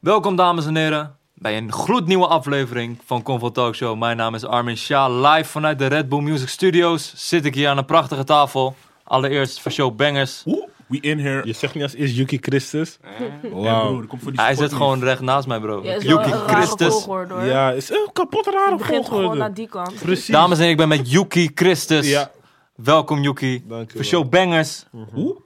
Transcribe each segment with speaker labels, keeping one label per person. Speaker 1: Welkom dames en heren bij een gloednieuwe aflevering van Convo Talk Show. Mijn naam is Armin Shah. Live vanuit de Red Bull Music Studios zit ik hier aan een prachtige tafel. Allereerst voor show bangers.
Speaker 2: We in here.
Speaker 3: Je zegt niet als eerst Yuki Christus.
Speaker 2: Hey,
Speaker 3: Wauw.
Speaker 2: broer, kom voor die
Speaker 1: Hij
Speaker 2: sport
Speaker 1: zit gewoon recht naast mij bro.
Speaker 4: Ja, is wel
Speaker 1: Yuki
Speaker 4: een rare
Speaker 1: Christus.
Speaker 4: volgorde, hoor.
Speaker 3: Ja, is een kapot rare
Speaker 4: Het begint gewoon naar
Speaker 3: volgorde.
Speaker 4: die kant.
Speaker 3: Precies.
Speaker 1: Dames en heren, ik ben met Yuki Christus.
Speaker 3: Ja.
Speaker 1: Welkom Yuki.
Speaker 3: Dank je
Speaker 1: Voor
Speaker 3: wel.
Speaker 1: show bangers.
Speaker 2: Oeh.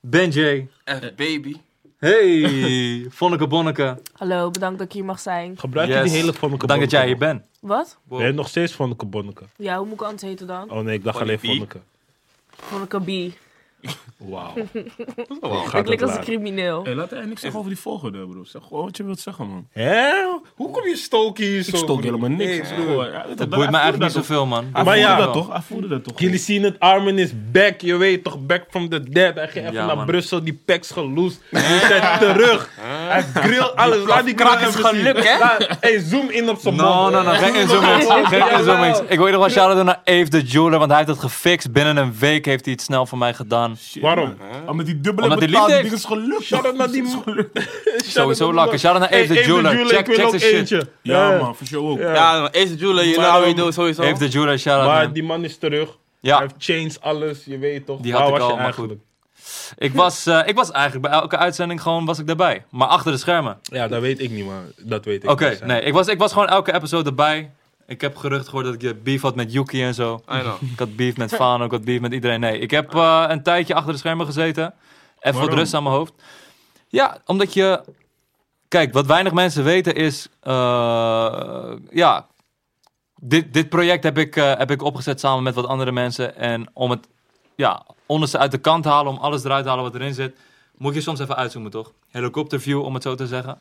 Speaker 1: Benjay.
Speaker 5: F baby.
Speaker 1: Hey, Vonneke Bonneke.
Speaker 4: Hallo, bedankt dat ik hier mag zijn.
Speaker 3: Gebruik je
Speaker 1: Yes.
Speaker 3: die hele Vonneke
Speaker 1: Dank dat jij hier
Speaker 3: Bonneke
Speaker 1: bent.
Speaker 4: Wat?
Speaker 3: nog? Ben je nog steeds Vonneke Bonneke?
Speaker 4: Ja, hoe moet ik anders heten dan?
Speaker 3: Oh nee, ik dacht alleen
Speaker 5: Vonneke.
Speaker 3: Vonneke.
Speaker 4: Vonneke B.
Speaker 3: Wauw.
Speaker 1: Oh,
Speaker 4: Ik
Speaker 3: Gaat
Speaker 4: klink als
Speaker 3: het
Speaker 4: een crimineel.
Speaker 3: Eh,
Speaker 2: Hey, laat hij niks zeggen over die volgorde, bro. Zeg gewoon wat je wilt zeggen, man.
Speaker 3: Hè? Hoe kom je stoken hier zo?
Speaker 2: Ik stok
Speaker 3: broer?
Speaker 2: helemaal niks.
Speaker 3: Nee,
Speaker 2: broer.
Speaker 3: broer.
Speaker 2: Ja, weet je,
Speaker 1: Dat
Speaker 2: hij
Speaker 1: boeit me
Speaker 2: voelde
Speaker 1: eigenlijk niet
Speaker 2: dat toch?
Speaker 1: zoveel man.
Speaker 2: Hij
Speaker 3: Maar
Speaker 2: voelde
Speaker 3: ja.
Speaker 2: dat toch? Hij voelde dat toch?
Speaker 3: Jullie zien het, Armin is back. Je weet toch, back from the dead. Hij ging even
Speaker 1: Ja,
Speaker 3: naar
Speaker 1: man.
Speaker 3: Brussel, die packs geloosd. Hij zijn terug. Hij grill alles. Laat die krak
Speaker 1: is geluk, hè?
Speaker 3: Hey, zoom in op zijn
Speaker 1: No,
Speaker 3: man.
Speaker 1: no, no, geen inzoomings. Geen inzoomings. Ik wil nog wel shout-out doen naar Eve de Jeweler, want hij heeft het gefixt. Binnen een week heeft hij het snel voor mij gedaan.
Speaker 2: Shit,
Speaker 3: Waarom?
Speaker 2: man. Ah, met die dubbele
Speaker 1: Omdat hij
Speaker 2: betaald,
Speaker 1: liefde
Speaker 2: ding is gelukt.
Speaker 3: Shout-out naar die-
Speaker 2: Is gelukt.
Speaker 1: Sowieso lakken. Shout-out naar Eve de Jeweler. Check, check zijn shit.
Speaker 2: Ja, man, voor jou ook.
Speaker 5: Ja, maar eerst Julia, je
Speaker 3: Maar,
Speaker 5: know how you
Speaker 3: ehm,
Speaker 5: do, sowieso.
Speaker 1: Eve de Jeweler, shout-out naar
Speaker 3: Maar
Speaker 1: hem.
Speaker 3: die man is terug. Hij
Speaker 1: Ja,
Speaker 3: heeft chains, alles, je weet toch?
Speaker 1: Die had ik
Speaker 3: was
Speaker 1: al,
Speaker 3: je
Speaker 1: maar
Speaker 3: eigenlijk?
Speaker 1: ik was, eh, ik was eigenlijk bij elke uitzending gewoon was ik daarbij. Maar achter de schermen.
Speaker 3: Ja, dat weet ik niet, maar dat weet ik
Speaker 1: Oké,
Speaker 3: niet.
Speaker 1: nee. Ik was, ik was gewoon elke episode erbij. Ik heb gerucht gehoord dat ik eh, beef had met Yuki en zo.
Speaker 5: I know.
Speaker 1: Nou, Ik had beef met Fano, ik had beef met iedereen. Nee, ik heb eh, een tijdje achter de schermen gezeten. Even wat
Speaker 2: Waarom?
Speaker 1: rust aan mijn hoofd. Ja, omdat je... Kijk, wat weinig mensen weten is... eh, ja, dit, dit project heb ik, eh, heb ik opgezet samen met wat andere mensen. En om het ja, onderste uit de kant te halen, om alles eruit te halen wat erin zit... moet je soms even uitzoomen, toch? Helikopterview, om het zo te zeggen.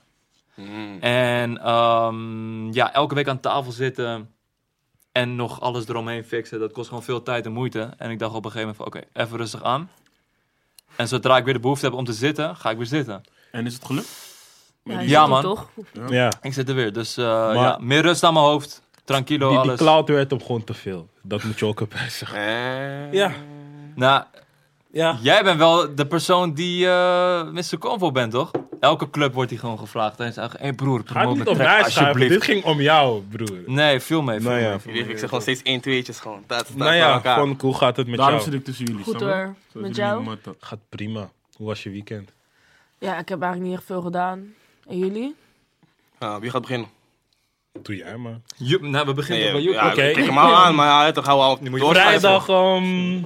Speaker 5: Mm.
Speaker 1: En ehm, ja, elke week aan tafel zitten en nog alles eromheen fixen, dat kost gewoon veel tijd en moeite. En ik dacht op een gegeven moment van, oké, even rustig aan. En zodra ik weer de behoefte heb om te zitten, ga ik weer zitten.
Speaker 2: En is het gelukt?
Speaker 4: Ja,
Speaker 1: Ja,
Speaker 4: je
Speaker 1: man.
Speaker 4: doet het Toch?
Speaker 3: Ja,
Speaker 1: Ik zit er weer, dus eh,
Speaker 3: Maar-
Speaker 1: ja, meer rust aan mijn hoofd, tranquilo
Speaker 3: die, die
Speaker 1: alles.
Speaker 3: cloud werd hem gewoon te veel. Dat moet je ook erbij zeggen.
Speaker 5: Eh.
Speaker 3: Ja.
Speaker 1: Nou,
Speaker 3: Ja.
Speaker 1: jij bent wel de persoon die eh Mr. Convo bent, toch? Elke club wordt die gewoon gevraagd. En ze zeggen, hé hey broer,
Speaker 3: Ga
Speaker 1: promote
Speaker 3: niet
Speaker 1: mijn
Speaker 3: op
Speaker 1: track,
Speaker 3: mij schuiven. Dit
Speaker 1: alsjeblieft.
Speaker 3: ging om jou, broer.
Speaker 1: Nee, veel mee, viel
Speaker 3: Nou ja,
Speaker 1: mee.
Speaker 5: Je weet, Ik zeg gewoon steeds 1 tweetjes gewoon. Dat staat
Speaker 3: nou
Speaker 5: bij
Speaker 3: ja
Speaker 5: elkaar.
Speaker 3: gewoon, hoe gaat het met
Speaker 2: Daarom
Speaker 3: jou?
Speaker 2: zit ik tussen jullie.
Speaker 4: Goed
Speaker 2: snap je?
Speaker 4: hoor.
Speaker 2: Zodat jullie
Speaker 4: Met jou?
Speaker 2: niet matten.
Speaker 3: Gaat prima. Hoe was je weekend?
Speaker 4: Ja, ik heb eigenlijk niet echt veel gedaan. En jullie?
Speaker 5: Ja, wie gaat beginnen?
Speaker 3: Doe jij maar.
Speaker 1: Joep, nou, we beginnen
Speaker 5: Nee,
Speaker 1: bij
Speaker 5: ja,
Speaker 1: Joep.
Speaker 5: ja,
Speaker 3: Oké.
Speaker 5: ik Kijk hem al aan, maar ja, toch hou al door.
Speaker 3: Vrijdag, ehm,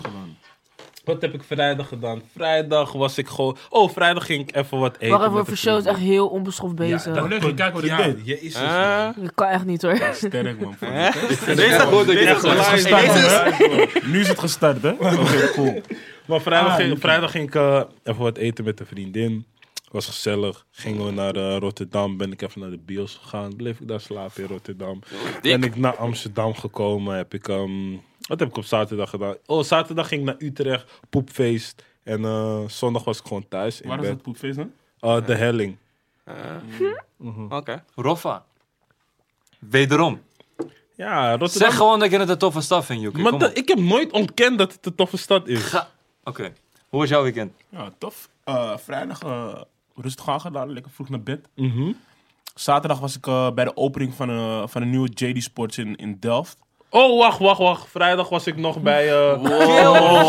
Speaker 3: wat heb ik vrijdag gedaan? Vrijdag was ik gewoon... Oh, vrijdag ging ik even wat eten.
Speaker 4: Wacht
Speaker 3: met
Speaker 4: even,
Speaker 3: de
Speaker 4: voor show is echt
Speaker 3: vrienden.
Speaker 4: heel onbeschoft bezig.
Speaker 3: Ja,
Speaker 4: dat...
Speaker 2: Alleen, kijk wat ik
Speaker 3: ja,
Speaker 2: deed.
Speaker 3: Jezus.
Speaker 4: kan echt niet hoor.
Speaker 2: Sterk, man. voor
Speaker 5: Hè?
Speaker 2: je.
Speaker 5: Eh. Deze staat goed. Deze
Speaker 3: Echt
Speaker 5: staat goed.
Speaker 3: live,
Speaker 5: Deze is-
Speaker 3: man.
Speaker 2: Nu is het gestart, hè? Oké, cool.
Speaker 3: Maar vrijdag,
Speaker 2: Ah,
Speaker 3: ging,
Speaker 2: leuk.
Speaker 3: vrijdag ging ik eh, even wat eten met een vriendin. Was gezellig. Gingen we naar eh, Rotterdam. Ben ik even naar de bios gegaan. Bleef ik daar slapen in Rotterdam. Ben ik naar Amsterdam gekomen. Heb ik, ehm, wat heb ik op zaterdag gedaan? Oh, zaterdag ging ik naar Utrecht. Poepfeest. En eh, zondag was ik gewoon thuis in
Speaker 2: Waar is
Speaker 3: bed.
Speaker 2: dat poepfeest, hè?
Speaker 3: Eh, de helling.
Speaker 5: Oké.
Speaker 1: Roffa. Wederom.
Speaker 3: Ja, Rotterdam.
Speaker 1: Zeg gewoon dat je het een toffe staf vindt, Joekie.
Speaker 3: maar
Speaker 1: Kom
Speaker 3: dat-
Speaker 1: op.
Speaker 3: ik heb nooit ontkend dat het een toffe stad is.
Speaker 1: Ga- Oké. Hoe was jouw weekend?
Speaker 2: Ja, tof. Eh, vrijdag eh, rustig aangedaan, lekker vroeg naar bed.
Speaker 3: Mhm.
Speaker 2: Zaterdag was ik eh, bij de opening van, eh, van een nieuwe JD Sports in, in Delft.
Speaker 3: Oh, wacht, wacht, wacht. Vrijdag was ik nog bij... eh,
Speaker 1: Oh,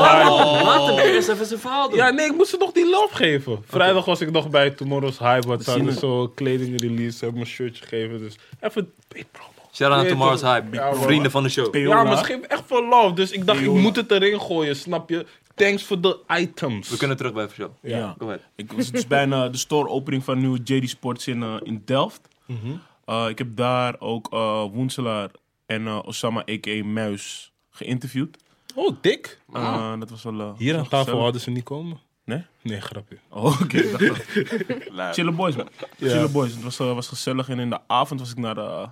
Speaker 1: Laat hem eerst even zijn verhaal doen.
Speaker 3: Ja, nee, ik moest ze nog die love geven. Vrijdag was ik nog bij Tomorrow's Hype. Wat ze hadden zo kleding release, hebben me een shirtje gegeven. Dus even paid promo.
Speaker 1: Shout out
Speaker 3: Nee,
Speaker 1: Tomorrow's
Speaker 3: toch?
Speaker 1: Hype.
Speaker 3: Ja, man.
Speaker 1: Vrienden van de show.
Speaker 3: Ja, maar ze geven echt veel love. Dus ik dacht, ik
Speaker 2: Jola.
Speaker 3: moet het erin gooien, snap je? Thanks voor de items.
Speaker 1: We kunnen terug bij de show.
Speaker 2: Ja.
Speaker 1: Go ahead.
Speaker 2: Ik was dus bij een, eh, de store opening van een nieuwe JD Sports in, eh, in Delft.
Speaker 3: Mhm.
Speaker 2: Eh, ik heb daar ook eh, Woenselaar en eh, Osama a.k.a. Muis geïnterviewd.
Speaker 3: Oh, dik.
Speaker 2: Eh, Dat was wel... eh,
Speaker 3: Hier aan
Speaker 2: was
Speaker 3: tafel
Speaker 2: gezellig.
Speaker 3: hadden ze niet komen.
Speaker 2: Nee?
Speaker 3: Nee, grapje.
Speaker 2: Oh, oké. ik dacht dat- Chille boys, man. Chille boys. Het was, eh, was gezellig. En in de avond was ik naar eh,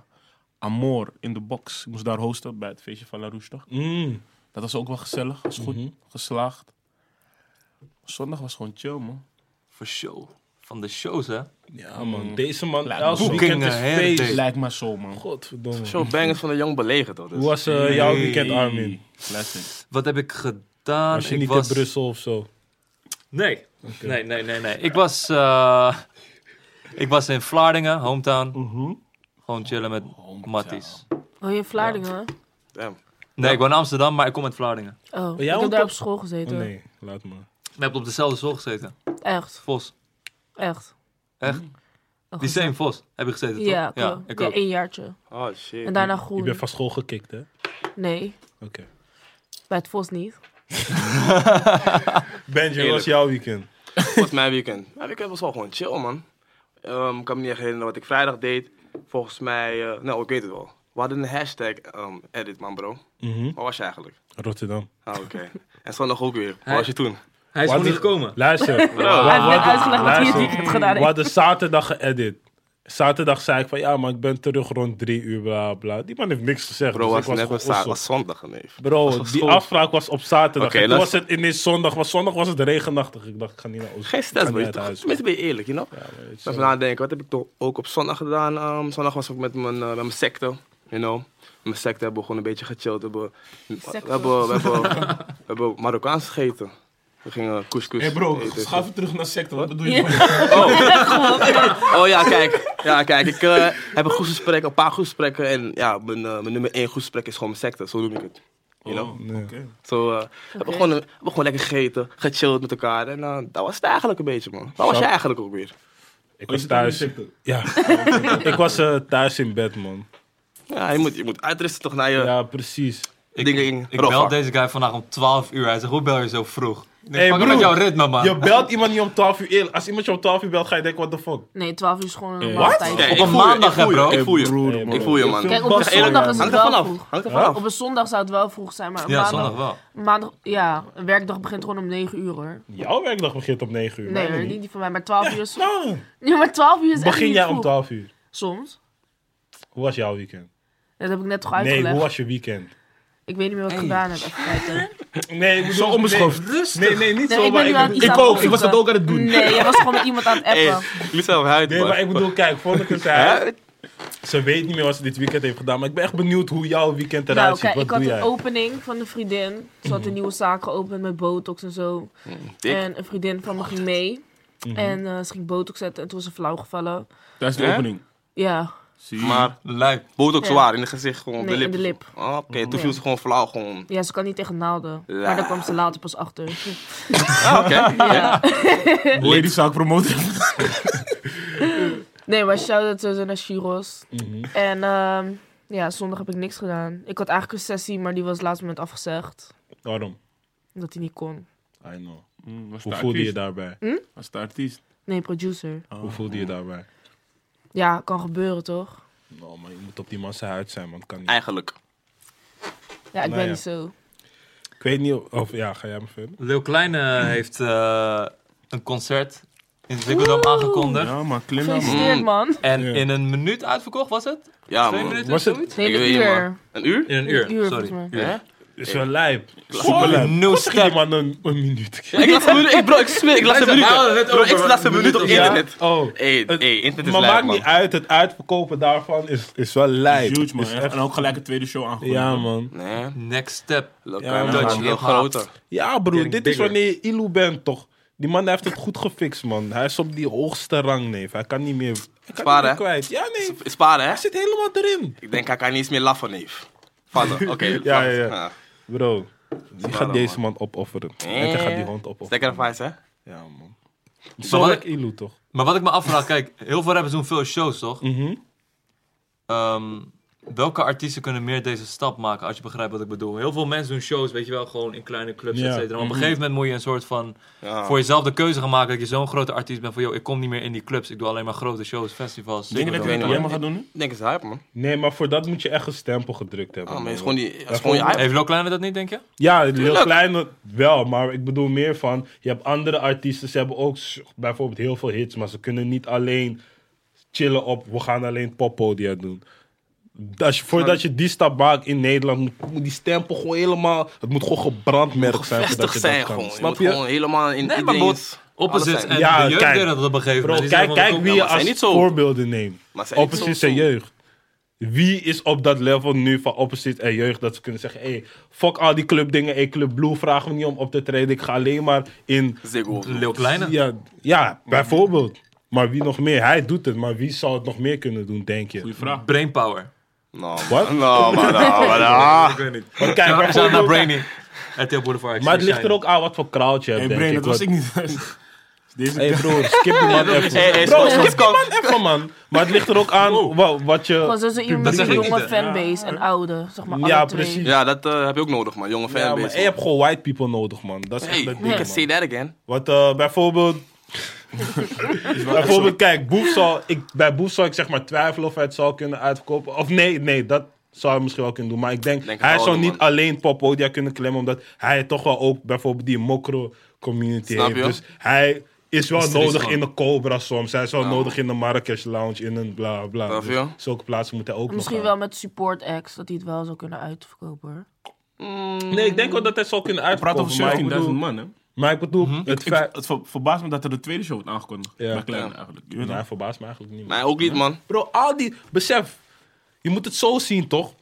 Speaker 2: Amor in de box. Ik moest daar hosten bij het feestje van La Rouge, toch?
Speaker 3: Mm.
Speaker 2: Dat was ook wel gezellig. Was goed.
Speaker 3: Mhm.
Speaker 2: Geslaagd. Zondag was gewoon chill, man.
Speaker 1: Voor show. Van de shows, hè?
Speaker 3: Ja, man. Deze man,
Speaker 2: Laat
Speaker 3: elke
Speaker 2: me
Speaker 3: weekend is
Speaker 1: boekingen, hè,
Speaker 3: feest.
Speaker 1: dat
Speaker 2: Lijkt maar zo, man.
Speaker 3: Godverdomme.
Speaker 5: Show bangers van de jong belegen, toch?
Speaker 3: Hoe
Speaker 5: Dus.
Speaker 3: was eh, jouw
Speaker 1: Nee.
Speaker 3: weekend, Armin?
Speaker 2: Classic.
Speaker 1: Wat heb ik gedaan?
Speaker 3: Was je
Speaker 1: ik
Speaker 3: niet
Speaker 1: was...
Speaker 3: in Brussel of zo?
Speaker 1: Nee. Nee, nee, nee, nee. Ik was... eh, Ik was in Vlaardingen, hometown.
Speaker 3: Mhm.
Speaker 1: Gewoon chillen met matties.
Speaker 4: Oh, je in Vlaardingen?
Speaker 5: Damn.
Speaker 1: Nee, ik woon in Amsterdam, maar ik kom uit Vlaardingen.
Speaker 4: Oh,
Speaker 3: jij
Speaker 4: ik heb
Speaker 3: ook
Speaker 4: daar op
Speaker 3: toch?
Speaker 4: school
Speaker 3: Oh
Speaker 4: gezeten.
Speaker 3: nee, laat maar.
Speaker 1: We hebben op dezelfde school gezeten.
Speaker 4: Echt,
Speaker 1: Vos.
Speaker 4: echt.
Speaker 1: Echt?
Speaker 4: Oh,
Speaker 1: Die
Speaker 4: goed.
Speaker 1: same Vos heb je gezeten, toch?
Speaker 4: Ja, klopt.
Speaker 1: ik
Speaker 4: Ja,
Speaker 1: ook.
Speaker 4: één jaartje.
Speaker 5: Oh shit.
Speaker 4: En daarna
Speaker 3: Je
Speaker 4: groen.
Speaker 3: bent van school gekikt, hè? Oké.
Speaker 4: Nee, bij het Vos niet.
Speaker 3: Benji, hoe was
Speaker 5: Eerlijk.
Speaker 3: jouw weekend?
Speaker 5: Volgens mijn weekend. Mijn weekend was wel gewoon chill, man. Ehm, ik kan me niet echt herinneren wat ik vrijdag deed. Volgens mij, eh, nou, ik weet het wel. We hadden een hashtag ehm, edit, man, bro.
Speaker 3: Mhm.
Speaker 5: Waar was je eigenlijk?
Speaker 3: Rotterdam.
Speaker 5: Ah, oké. en zondag ook weer. Waar
Speaker 1: Hij-
Speaker 5: was je toen?
Speaker 1: Hij is
Speaker 3: Wat
Speaker 1: gewoon niet
Speaker 3: is-
Speaker 1: gekomen.
Speaker 3: Luister.
Speaker 4: Hij heeft net
Speaker 3: Oh, Wat-
Speaker 4: uitgelegd wat hij het
Speaker 3: luister.
Speaker 4: weekend gedaan
Speaker 3: We
Speaker 4: heeft.
Speaker 3: hadden zaterdag geëdit. Zaterdag zei ik van ja, maar ik ben terug rond drie uur, bla bla. Die man heeft niks gezegd.
Speaker 5: Bro,
Speaker 3: dus
Speaker 5: was
Speaker 3: ik was
Speaker 5: net was,
Speaker 3: gewoon ossel.
Speaker 5: was zondag, nee.
Speaker 3: Bro, die
Speaker 5: school.
Speaker 3: afspraak was op zaterdag.
Speaker 5: Oké,
Speaker 3: en toen was
Speaker 5: luister.
Speaker 3: het ineens zondag. Was zondag was het regenachtig. Ik dacht, ik ga niet naar Oost.
Speaker 5: Geen
Speaker 3: ik
Speaker 5: stress,
Speaker 3: ga
Speaker 5: bro.
Speaker 3: niet
Speaker 5: Je-
Speaker 3: uit huis.
Speaker 5: Tenminste ben je eerlijk, you know?
Speaker 3: Ja, weet je
Speaker 5: Even
Speaker 3: wel.
Speaker 5: nadenken, wat heb ik toch ook op zondag gedaan? Ehm, zondag was ik met mijn, eh, met mijn secte, you know. Met mijn secte hebben we gewoon een beetje gechilled. We hebben, we
Speaker 4: Secte.
Speaker 5: hebben, we hebben, we hebben Marokkaans gegeten. We gingen couscous
Speaker 3: Hey bro,
Speaker 5: eten.
Speaker 3: schuif het terug naar sector. Wat bedoel
Speaker 4: Ja.
Speaker 3: je? van-
Speaker 5: Oh ja, kijk. Ja, kijk. Ik eh, heb een goed gesprek, een paar goed gesprekken. En ja, mijn, eh, mijn nummer één goed gesprek is gewoon mijn secte. Zo noem ik het. You know?
Speaker 3: Oh, nee.
Speaker 5: Zo, eh, hebben, we gewoon, hebben we gewoon lekker gegeten, gechilled met elkaar. En eh, dat was het eigenlijk een beetje, man. Waar was
Speaker 3: Snap.
Speaker 5: je eigenlijk ook
Speaker 3: Ik
Speaker 5: weer?
Speaker 2: Oh, je
Speaker 3: was
Speaker 2: zit ook in de
Speaker 3: thuis.
Speaker 2: sector.
Speaker 3: Ja. ik was eh, thuis in bed, man.
Speaker 5: Ja, je moet, je moet uitrusten toch naar je
Speaker 3: Ja, precies.
Speaker 1: Ik,
Speaker 5: dingen in
Speaker 1: ik
Speaker 5: Rafa.
Speaker 1: bel deze guy vandaag om 12 uur. Hij zegt, hoe bel je zo vroeg? Ik
Speaker 3: Hey,
Speaker 1: hey, pak met
Speaker 3: broer.
Speaker 1: jouw ritme, man.
Speaker 3: Je belt iemand niet om 12 uur. Eerlijk, Als iemand je om 12 uur belt, ga je denken, what the fuck?
Speaker 4: Nee, 12 uur is gewoon een
Speaker 3: Eh,
Speaker 4: normale
Speaker 3: wat?
Speaker 4: tijd.
Speaker 5: Kijk,
Speaker 1: Op
Speaker 5: ik
Speaker 1: een
Speaker 5: voel je,
Speaker 1: maandag,
Speaker 5: ik
Speaker 1: hè,
Speaker 5: voel je,
Speaker 1: bro?
Speaker 5: Ik voel je.
Speaker 3: Broer, Hey, man.
Speaker 5: Ik voel je, man.
Speaker 4: Kijk, op
Speaker 3: Bas,
Speaker 4: een zondag is het
Speaker 5: Hangt er
Speaker 4: wel
Speaker 5: vanaf.
Speaker 4: vroeg.
Speaker 5: Hangt er vanaf.
Speaker 4: Op een zondag zou het wel vroeg zijn, maar een
Speaker 1: Ja, zondag
Speaker 4: maandag,
Speaker 1: wel.
Speaker 4: maandag... Ja, een werkdag begint gewoon om 9 uur, hoor.
Speaker 3: Jouw werkdag begint om 9 uur.
Speaker 4: Nee,
Speaker 3: mijne
Speaker 4: hoor,
Speaker 3: niet.
Speaker 4: niet die van mij, maar 12 uur is...
Speaker 3: Nou,
Speaker 4: Ja, maar 12 uur is echt
Speaker 3: begin
Speaker 4: niet
Speaker 3: jij om
Speaker 4: vroeg.
Speaker 3: 12 uur.
Speaker 4: Soms.
Speaker 3: Hoe was jouw weekend?
Speaker 4: Dat heb ik net toch
Speaker 3: Nee,
Speaker 4: uitgelegd.
Speaker 3: hoe was je weekend?
Speaker 4: Ik weet niet meer wat ik gedaan heb. Even kijken.
Speaker 3: Nee, ik bedoel, nee,
Speaker 1: Rustig.
Speaker 3: Nee, nee, niet
Speaker 4: Nee,
Speaker 3: zo.
Speaker 4: ik ben
Speaker 3: maar
Speaker 4: nu aan
Speaker 3: ik,
Speaker 4: iets
Speaker 3: ik
Speaker 4: aan
Speaker 3: ook,
Speaker 4: het
Speaker 3: ik was dat
Speaker 4: opzoeken.
Speaker 3: ook aan het doen.
Speaker 4: Nee, je was gewoon met iemand aan het appen. Nou,
Speaker 5: Hey, niet zelf uit,
Speaker 3: Nee,
Speaker 5: man.
Speaker 3: maar ik bedoel, kijk, voordat ik het zei, ze weet niet meer wat ze dit weekend heeft gedaan. Maar ik ben echt benieuwd hoe jouw weekend eruit
Speaker 4: nou,
Speaker 3: ziet.
Speaker 4: kijk,
Speaker 3: Wat
Speaker 4: ik had
Speaker 3: doe
Speaker 4: een
Speaker 3: jij?
Speaker 4: opening van een vriendin. Ze had een nieuwe zaak geopend met botox en zo.
Speaker 5: dik.
Speaker 4: En een vriendin van me ging mee. En eh, ze ging botox zetten en toen was ze flauw gevallen.
Speaker 2: Dat is de
Speaker 5: Hè?
Speaker 2: opening.
Speaker 4: Ja,
Speaker 2: Zie je?
Speaker 5: Maar
Speaker 1: Lijp.
Speaker 5: botox
Speaker 4: Ja.
Speaker 5: zwaar in het gezicht, gewoon op
Speaker 4: Nee,
Speaker 5: de
Speaker 4: in
Speaker 5: lip.
Speaker 4: de lip.
Speaker 5: Oh, Oké, toen
Speaker 4: Ja.
Speaker 5: viel ze gewoon flauw, gewoon.
Speaker 4: ja, ze kan niet tegen naalden.
Speaker 5: La.
Speaker 4: Maar daar kwam ze later pas achter.
Speaker 5: Ah, oké.
Speaker 4: Ja.
Speaker 2: Hoe heet die zaak promoten?
Speaker 4: Nee, maar shout-out sowieso naar Shiros.
Speaker 3: Mhm.
Speaker 4: En ehm, ja, zondag heb ik niks gedaan. Ik had eigenlijk een sessie, maar die was laatst moment afgezegd.
Speaker 3: Waarom?
Speaker 4: Omdat hij niet kon.
Speaker 3: I know.
Speaker 2: Mm, was
Speaker 3: Hoe
Speaker 2: de
Speaker 3: voelde je
Speaker 2: artiest.
Speaker 3: daarbij?
Speaker 2: Was de artiest.
Speaker 4: Nee, producer.
Speaker 3: Hoe voelde je daarbij?
Speaker 4: Ja, kan gebeuren toch?
Speaker 3: Nou, maar je moet op die man zijn huid zijn, man. Kan niet.
Speaker 5: Eigenlijk.
Speaker 4: Ja, ik
Speaker 3: Nou
Speaker 4: ben
Speaker 3: ja.
Speaker 4: niet zo.
Speaker 3: Ik weet niet of... of- ja, ga jij maar verder?
Speaker 1: Leeuw Kleine
Speaker 3: Mm.
Speaker 1: heeft eh, een concert in Ziggo Dome aangekondigd.
Speaker 2: Ja, maar klim nou, man.
Speaker 4: Gefeliciteerd, man.
Speaker 1: En
Speaker 3: Ja.
Speaker 1: in een minuut uitverkocht, was het?
Speaker 5: Ja,
Speaker 1: Twee
Speaker 5: man.
Speaker 1: minuten?
Speaker 3: Was het-
Speaker 1: zoiets?
Speaker 4: Nee,
Speaker 5: Ik
Speaker 4: een
Speaker 5: weet niet,
Speaker 4: uur.
Speaker 5: man. Een uur?
Speaker 1: In een
Speaker 4: Een
Speaker 1: uur,
Speaker 4: uur,
Speaker 1: sorry.
Speaker 4: volgens
Speaker 5: Hè?
Speaker 3: Is wel lijp.
Speaker 1: Superlijp.
Speaker 3: Hoe zeg je die man een, een minuut?
Speaker 5: Ik las een minuut, ik, bro, ik zweer, ik las een minuut.
Speaker 1: hadden het
Speaker 5: Bro,
Speaker 1: over
Speaker 5: ik las een minuut op
Speaker 3: Ja?
Speaker 5: internet.
Speaker 3: Oh.
Speaker 5: Hé,
Speaker 3: Het-
Speaker 5: hey, internet is
Speaker 3: maar
Speaker 5: lijp,
Speaker 3: maakt
Speaker 5: man.
Speaker 3: niet uit, het uitverkopen daarvan is, is wel lijp.
Speaker 2: Is huge, man.
Speaker 3: Is
Speaker 2: Echt.
Speaker 3: echt-
Speaker 2: En ook gelijk een tweede show aangekondigd.
Speaker 3: Ja, man.
Speaker 5: Nee,
Speaker 1: Next step.
Speaker 5: lokaal
Speaker 3: man.
Speaker 5: ja, heel
Speaker 1: Hip-hop.
Speaker 5: groter.
Speaker 3: Ja, broer,
Speaker 1: Getting
Speaker 3: dit is
Speaker 1: bigger.
Speaker 3: wanneer je Ilu bent, toch? Die man heeft het goed gefixt, man. Hij is op die hoogste rang, neef. Hij kan niet meer, hij kan niet
Speaker 5: Sparen,
Speaker 3: meer
Speaker 5: hè?
Speaker 3: kwijt. Ja, nee,
Speaker 5: Is Sparen, hè?
Speaker 3: hij zit helemaal erin.
Speaker 5: Ik denk, hij kan niet eens meer laffen, neef. Vallen, oké.
Speaker 3: Ja, ja, ja.
Speaker 5: Ah,
Speaker 3: Bro, die gaat
Speaker 5: Sparen,
Speaker 3: deze man opofferen. En dan gaat die hond opofferen.
Speaker 5: Sterk advice, hè?
Speaker 3: Ja, man. Zo
Speaker 1: wat-
Speaker 3: werkt Ilu, toch?
Speaker 1: Maar wat ik me afvraag, kijk, heel veel rappers doen veel shows, toch?
Speaker 3: Mhm.
Speaker 1: Ehm, welke artiesten kunnen meer deze stap maken, als je begrijpt wat ik bedoel? Heel veel mensen doen shows, weet je wel, gewoon in kleine clubs,
Speaker 3: Ja. Mhm.
Speaker 1: et cetera. Maar op een gegeven moment moet je een soort van
Speaker 5: Ja.
Speaker 1: voor jezelf de keuze gaan maken dat je zo'n grote artiest bent van, joh, ik kom niet meer in die clubs, ik doe alleen maar grote shows, festivals.
Speaker 2: Denk je dat
Speaker 1: Ziggo
Speaker 2: hij
Speaker 5: weet
Speaker 2: het
Speaker 1: Dome.
Speaker 5: niet,
Speaker 2: alleen maar gaat doen nu?
Speaker 5: Ik denk, het is hype, man.
Speaker 3: Nee, maar voor dat moet je echt een stempel gedrukt hebben.
Speaker 5: Ah, maar
Speaker 3: man.
Speaker 5: het is gewoon die, het
Speaker 3: Ja,
Speaker 5: is gewoon je
Speaker 3: gewoon-
Speaker 5: hype.
Speaker 1: Heeft Lil Kleine dat niet, denk je?
Speaker 3: Ja, heel klein wel, maar ik bedoel meer van, je hebt andere artiesten, ze hebben ook s- bijvoorbeeld heel veel hits, maar ze kunnen niet alleen chillen op, we gaan alleen poppodia doen. Als je, voordat je die stap maakt in Nederland, moet, moet die stempel gewoon helemaal, het moet gewoon gebrandmerkt zijn. voordat
Speaker 5: Gevestigd
Speaker 3: je
Speaker 5: zijn
Speaker 3: dat kan.
Speaker 5: gewoon. Je
Speaker 3: Snap
Speaker 5: moet
Speaker 3: je?
Speaker 5: gewoon helemaal in
Speaker 1: Nee, maar
Speaker 5: iedereen's...
Speaker 1: Opposites
Speaker 5: alles
Speaker 1: en
Speaker 5: zijn.
Speaker 3: Ja,
Speaker 1: de jeugd
Speaker 3: kijk.
Speaker 1: deed dat op een gegeven
Speaker 3: Bro,
Speaker 1: moment. Die
Speaker 3: kijk,
Speaker 1: zijn
Speaker 3: kijk
Speaker 1: van,
Speaker 3: wie
Speaker 5: Ja,
Speaker 3: je
Speaker 5: maar zijn
Speaker 3: als
Speaker 5: niet zo.
Speaker 3: voorbeelden neemt.
Speaker 5: Maar zijn niet
Speaker 3: Opposites
Speaker 5: zo-
Speaker 3: en jeugd. Wie is op dat level nu van opposites en jeugd dat ze kunnen zeggen: hey, fuck al die clubdingen. Hey, Club Blue vragen we niet om op te treden. Ik ga alleen maar in
Speaker 5: Ziggo.
Speaker 1: Lil Kleine.
Speaker 3: Ja, ja bijvoorbeeld. Maar wie nog meer? Hij doet het, maar wie zou het nog meer kunnen doen, denk je?
Speaker 2: Goeie vraag.
Speaker 1: Brainpower.
Speaker 5: Nou,
Speaker 3: Wat?
Speaker 5: man. Nou, man, nou, man, ah.
Speaker 1: Ik weet niet.
Speaker 3: Maar kijk,
Speaker 1: Ja, shout naar
Speaker 3: bijvoorbeeld-
Speaker 1: Brainy. At Tail Boulevard. ik
Speaker 3: maar het
Speaker 1: zie
Speaker 3: ligt er ook aan wat voor crowd je hebt,
Speaker 2: Hey,
Speaker 3: denk
Speaker 2: Brain,
Speaker 3: ik.
Speaker 2: dat was
Speaker 3: want-
Speaker 2: ik niet. Deze
Speaker 3: Hey broer, skip die man even.
Speaker 5: Hey, hey,
Speaker 3: Bro, skip
Speaker 5: stop, stop,
Speaker 3: die
Speaker 5: stop.
Speaker 3: man even, man. Maar het ligt er ook aan wa- wat je...
Speaker 4: Gewoon
Speaker 1: Dat
Speaker 4: zo'n
Speaker 1: zeg
Speaker 4: jonge,
Speaker 1: ik niet,
Speaker 4: jonge
Speaker 1: hè.
Speaker 4: fanbase en oude, zeg maar.
Speaker 3: Ja,
Speaker 4: alle twee.
Speaker 3: precies.
Speaker 5: Ja, dat eh, heb je ook nodig, man. Jonge
Speaker 3: Ja, maar
Speaker 5: fanbase.
Speaker 3: je
Speaker 5: man.
Speaker 3: hebt gewoon white people nodig, man. Dat is
Speaker 5: Hey,
Speaker 3: echt het
Speaker 5: you
Speaker 3: ding,
Speaker 5: can say
Speaker 3: man.
Speaker 5: that again.
Speaker 3: Want eh, bijvoorbeeld... bijvoorbeeld, kijk, Boef zal, ik, bij Boef zal ik zeg maar twijfelen of hij het zou kunnen uitverkopen. Of nee, nee, dat zou hij misschien wel kunnen doen. Maar ik denk,
Speaker 5: Denk het
Speaker 3: hij
Speaker 5: wel,
Speaker 3: zou niet
Speaker 5: man.
Speaker 3: alleen popodia kunnen klemmen. Omdat hij toch wel ook bijvoorbeeld die mokro community
Speaker 5: Snap
Speaker 3: heeft.
Speaker 5: je?
Speaker 3: Dus hij is wel
Speaker 1: Is er iets
Speaker 3: nodig
Speaker 1: van.
Speaker 3: in de Cobra soms. Hij is wel nodig in de Marrakesh Lounge, in een bla bla.
Speaker 5: Snap je?
Speaker 3: Dus zulke plaatsen moet hij ook
Speaker 4: Misschien
Speaker 3: nog
Speaker 4: wel
Speaker 3: gaan.
Speaker 4: met support acts, dat hij het wel zou kunnen uitverkopen. hoor.
Speaker 3: Nee, ik denk wel dat hij zou kunnen
Speaker 2: Ik praat
Speaker 3: uitverkopen. maar ik
Speaker 2: over 17.000
Speaker 3: bedoel-
Speaker 2: man, hè?
Speaker 3: Maar ik bedoel,
Speaker 5: Mhm.
Speaker 3: het
Speaker 2: Ik,
Speaker 3: feit...
Speaker 2: het ver- verbaast me dat er de tweede show wordt aangekondigd.
Speaker 3: Ja.
Speaker 2: Bij Kleine
Speaker 5: Ja.
Speaker 2: eigenlijk. Je weet
Speaker 3: Nee,
Speaker 2: toch?
Speaker 3: Nou, hij verbaast me eigenlijk niet.
Speaker 5: Nee, ook niet, man.
Speaker 3: Bro, al die... Besef, je moet het zo zien, toch?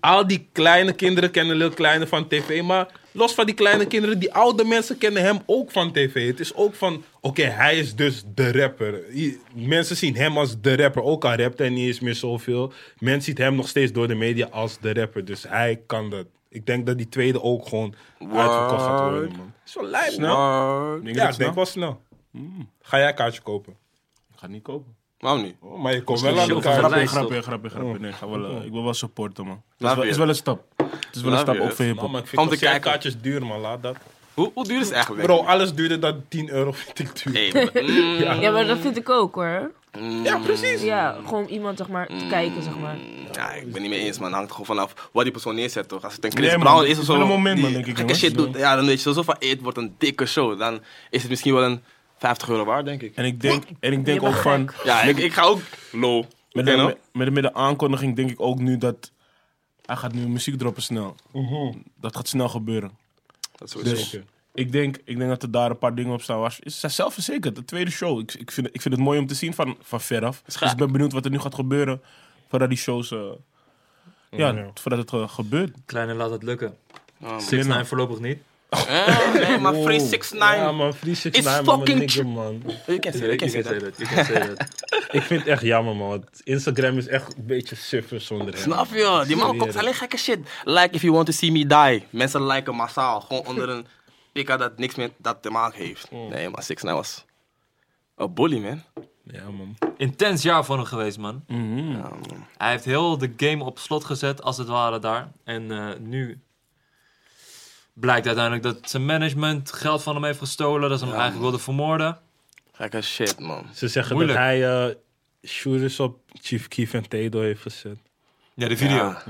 Speaker 3: Al die kleine kinderen kennen Lil Kleine van tv, maar los van die kleine kinderen, die oude mensen kennen hem ook van tv. Het is ook van, oké, hij is dus de rapper. I- Mensen zien hem als de rapper, ook al rapt hij niet eens meer zoveel. Men ziet hem nog steeds door de media als de rapper, dus hij kan dat. Ik denk dat die tweede ook gewoon uitverkocht gaat worden, man. Is wel lijp, man.
Speaker 5: Snap.
Speaker 2: Denk je
Speaker 3: Ja,
Speaker 2: dat
Speaker 3: ik denk
Speaker 2: snel?
Speaker 3: wel snel. Hmm. Ga jij een kaartje kopen?
Speaker 2: Ik ga niet kopen.
Speaker 5: Waarom niet?
Speaker 3: Oh, maar je komt wel aan
Speaker 5: shit,
Speaker 3: de
Speaker 5: Ja,
Speaker 3: kaart.
Speaker 5: dat
Speaker 2: Grapje,
Speaker 5: is
Speaker 2: grapje, grapje, grapje. Nee, ik, ga wel, eh,
Speaker 3: Oh.
Speaker 2: ik wil wel supporten, man. Het is
Speaker 5: Snap
Speaker 2: wel,
Speaker 5: je?
Speaker 2: is wel een stap. Het is wel een stap,
Speaker 5: Snap je?
Speaker 2: ook voor
Speaker 3: Nou,
Speaker 2: hip-hop.
Speaker 3: maar ik vind
Speaker 5: Om te kijken.
Speaker 3: concertkaartjes duur, man. Laat dat.
Speaker 5: Hoe, hoe duur is het eigenlijk?
Speaker 3: Bro, alles duurder dan 10 euro vind ik duur.
Speaker 5: Hey, man. Mm,
Speaker 4: Ja, maar dat vind ik ook hoor.
Speaker 5: mm.
Speaker 3: Ja, precies.
Speaker 4: Ja, gewoon iemand zeg maar, te kijken, zeg maar.
Speaker 5: Ja, ik ben niet mee eens, man. Hangt gewoon vanaf wat die persoon neerzet, toch? Als het een Chris
Speaker 2: Nee, man.
Speaker 5: Brown is of
Speaker 2: Het is
Speaker 5: zo.
Speaker 2: wel een moment,
Speaker 5: die
Speaker 2: man, denk ik,
Speaker 5: gekke
Speaker 2: jongens.
Speaker 5: shit doet. Ja, dan weet je sowieso van, hey, het wordt een dikke show. Dan is het misschien wel een 50 euro waard, denk ik.
Speaker 2: En ik denk, en ik denk
Speaker 4: Je
Speaker 2: ook
Speaker 4: bent
Speaker 2: van...
Speaker 5: Ja, ik, ik ga ook low.
Speaker 2: Met
Speaker 5: Ken je
Speaker 2: de,
Speaker 5: nog?
Speaker 2: met, de, met de aankondiging denk ik ook nu dat... Hij gaat nu muziek droppen snel.
Speaker 3: Mhm.
Speaker 2: Dat gaat snel gebeuren.
Speaker 5: Dat is
Speaker 2: Dus
Speaker 5: sowieso.
Speaker 2: ik denk, ik denk dat er daar een paar dingen op staan. Waar, ze- is zij zelfverzekerd. De tweede show. Ik, ik, vind, ik vind het mooi om te zien van, van veraf. Dus ik ben benieuwd wat er nu gaat gebeuren. Voordat die shows... eh, ja,
Speaker 3: Oh, Ja.
Speaker 2: voordat het eh, gebeurt.
Speaker 1: Kleine laat het lukken.
Speaker 5: Oh, man.
Speaker 1: 6 voorlopig niet.
Speaker 5: Eh, nee, maar Free 6
Speaker 3: Ja,
Speaker 5: 9
Speaker 3: man, Free 6
Speaker 5: It's
Speaker 3: man, mijn
Speaker 5: fucking
Speaker 3: nigga,
Speaker 5: true.
Speaker 3: man.
Speaker 5: Je kent
Speaker 1: Je
Speaker 5: ze,
Speaker 1: kan
Speaker 5: je
Speaker 1: zeggen
Speaker 5: kent
Speaker 1: dat. je kan zeggen dat.
Speaker 3: Ik vind het echt jammer, man. want Instagram is echt een beetje suffer zonder hem.
Speaker 5: Snap je? Die man komt alleen gekke shit. Like if you want to see me die. Mensen liken massaal. Gewoon onder een pika dat niks meer dat te maken heeft. Nee, maar 6 9 was een bully, man.
Speaker 3: Ja, man.
Speaker 1: Intens jaar voor hem geweest, man.
Speaker 5: Ja, man.
Speaker 1: Hij heeft heel de game op slot gezet, als het ware, daar. En eh, nu blijkt uiteindelijk dat zijn management geld van hem heeft gestolen. Dat ze hem eigenlijk wilden vermoorden.
Speaker 5: Gekke shit, man.
Speaker 3: Ze zeggen
Speaker 1: Moeilijk.
Speaker 3: dat hij eh shooters op Chief Keef en Tedo heeft gezet.
Speaker 1: Ja, de video.
Speaker 5: Ja.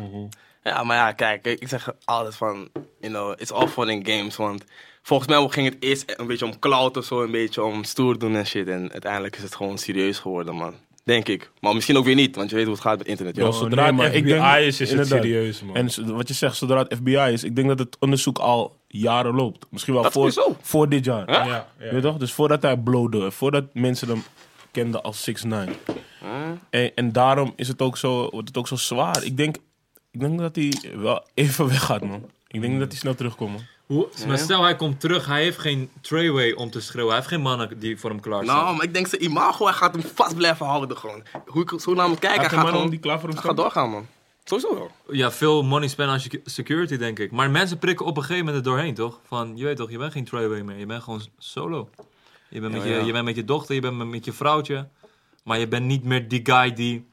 Speaker 5: Ja, maar ja, kijk, ik ik zeg altijd van, you know, it's all fun in games. Want volgens mij ging het eerst een beetje om clout of zo, een beetje om stoer doen en shit. En uiteindelijk is het gewoon serieus geworden, man. Denk ik. Maar misschien ook weer niet, want je weet hoe het gaat met internet, joh.
Speaker 3: Bro, zodra
Speaker 2: nee,
Speaker 3: het
Speaker 2: maar ik
Speaker 3: FBI
Speaker 2: denk-
Speaker 3: is, is het
Speaker 2: inderdaad.
Speaker 3: serieus, man.
Speaker 2: En zo- wat je zegt, zodra het FBI is, ik denk dat het onderzoek al jaren loopt. Misschien wel
Speaker 5: Dat
Speaker 2: voor,
Speaker 5: sowieso.
Speaker 2: voor dit jaar.
Speaker 5: Huh?
Speaker 3: ja, ja.
Speaker 2: Weet je toch? Dus voordat hij blowde, voordat mensen hem kenden als 6 9 en, en daarom is het ook zo, wordt het ook zo zwaar. Ik denk, ik denk dat hij wel even weggaat, man. Ik denk dat hij snel terugkomt, man.
Speaker 1: Hoe- Maar stel hij komt terug, hij heeft geen trayway om te schreeuwen. Hij heeft geen mannen die voor hem klaar staan.
Speaker 5: Nou, maar ik denk zijn imago, hij gaat hem vast blijven houden gewoon. Hoe ik zo naar hem kijk, hij
Speaker 2: Hij
Speaker 5: gaat,
Speaker 2: man
Speaker 5: gewoon,
Speaker 2: die klaar voor hem
Speaker 5: hij gaat
Speaker 2: staat.
Speaker 5: doorgaan, man. Sowieso wel.
Speaker 1: Ja, veel money spend aan secu- security, denk ik. Maar mensen prikken op een gegeven moment er doorheen, toch? Van, je weet toch, je bent geen trailway meer. Je bent gewoon solo. Je bent, met,
Speaker 5: Ja,
Speaker 1: je,
Speaker 5: ja.
Speaker 1: je bent met je dochter, je bent met, met je vrouwtje. Maar je bent niet meer die guy die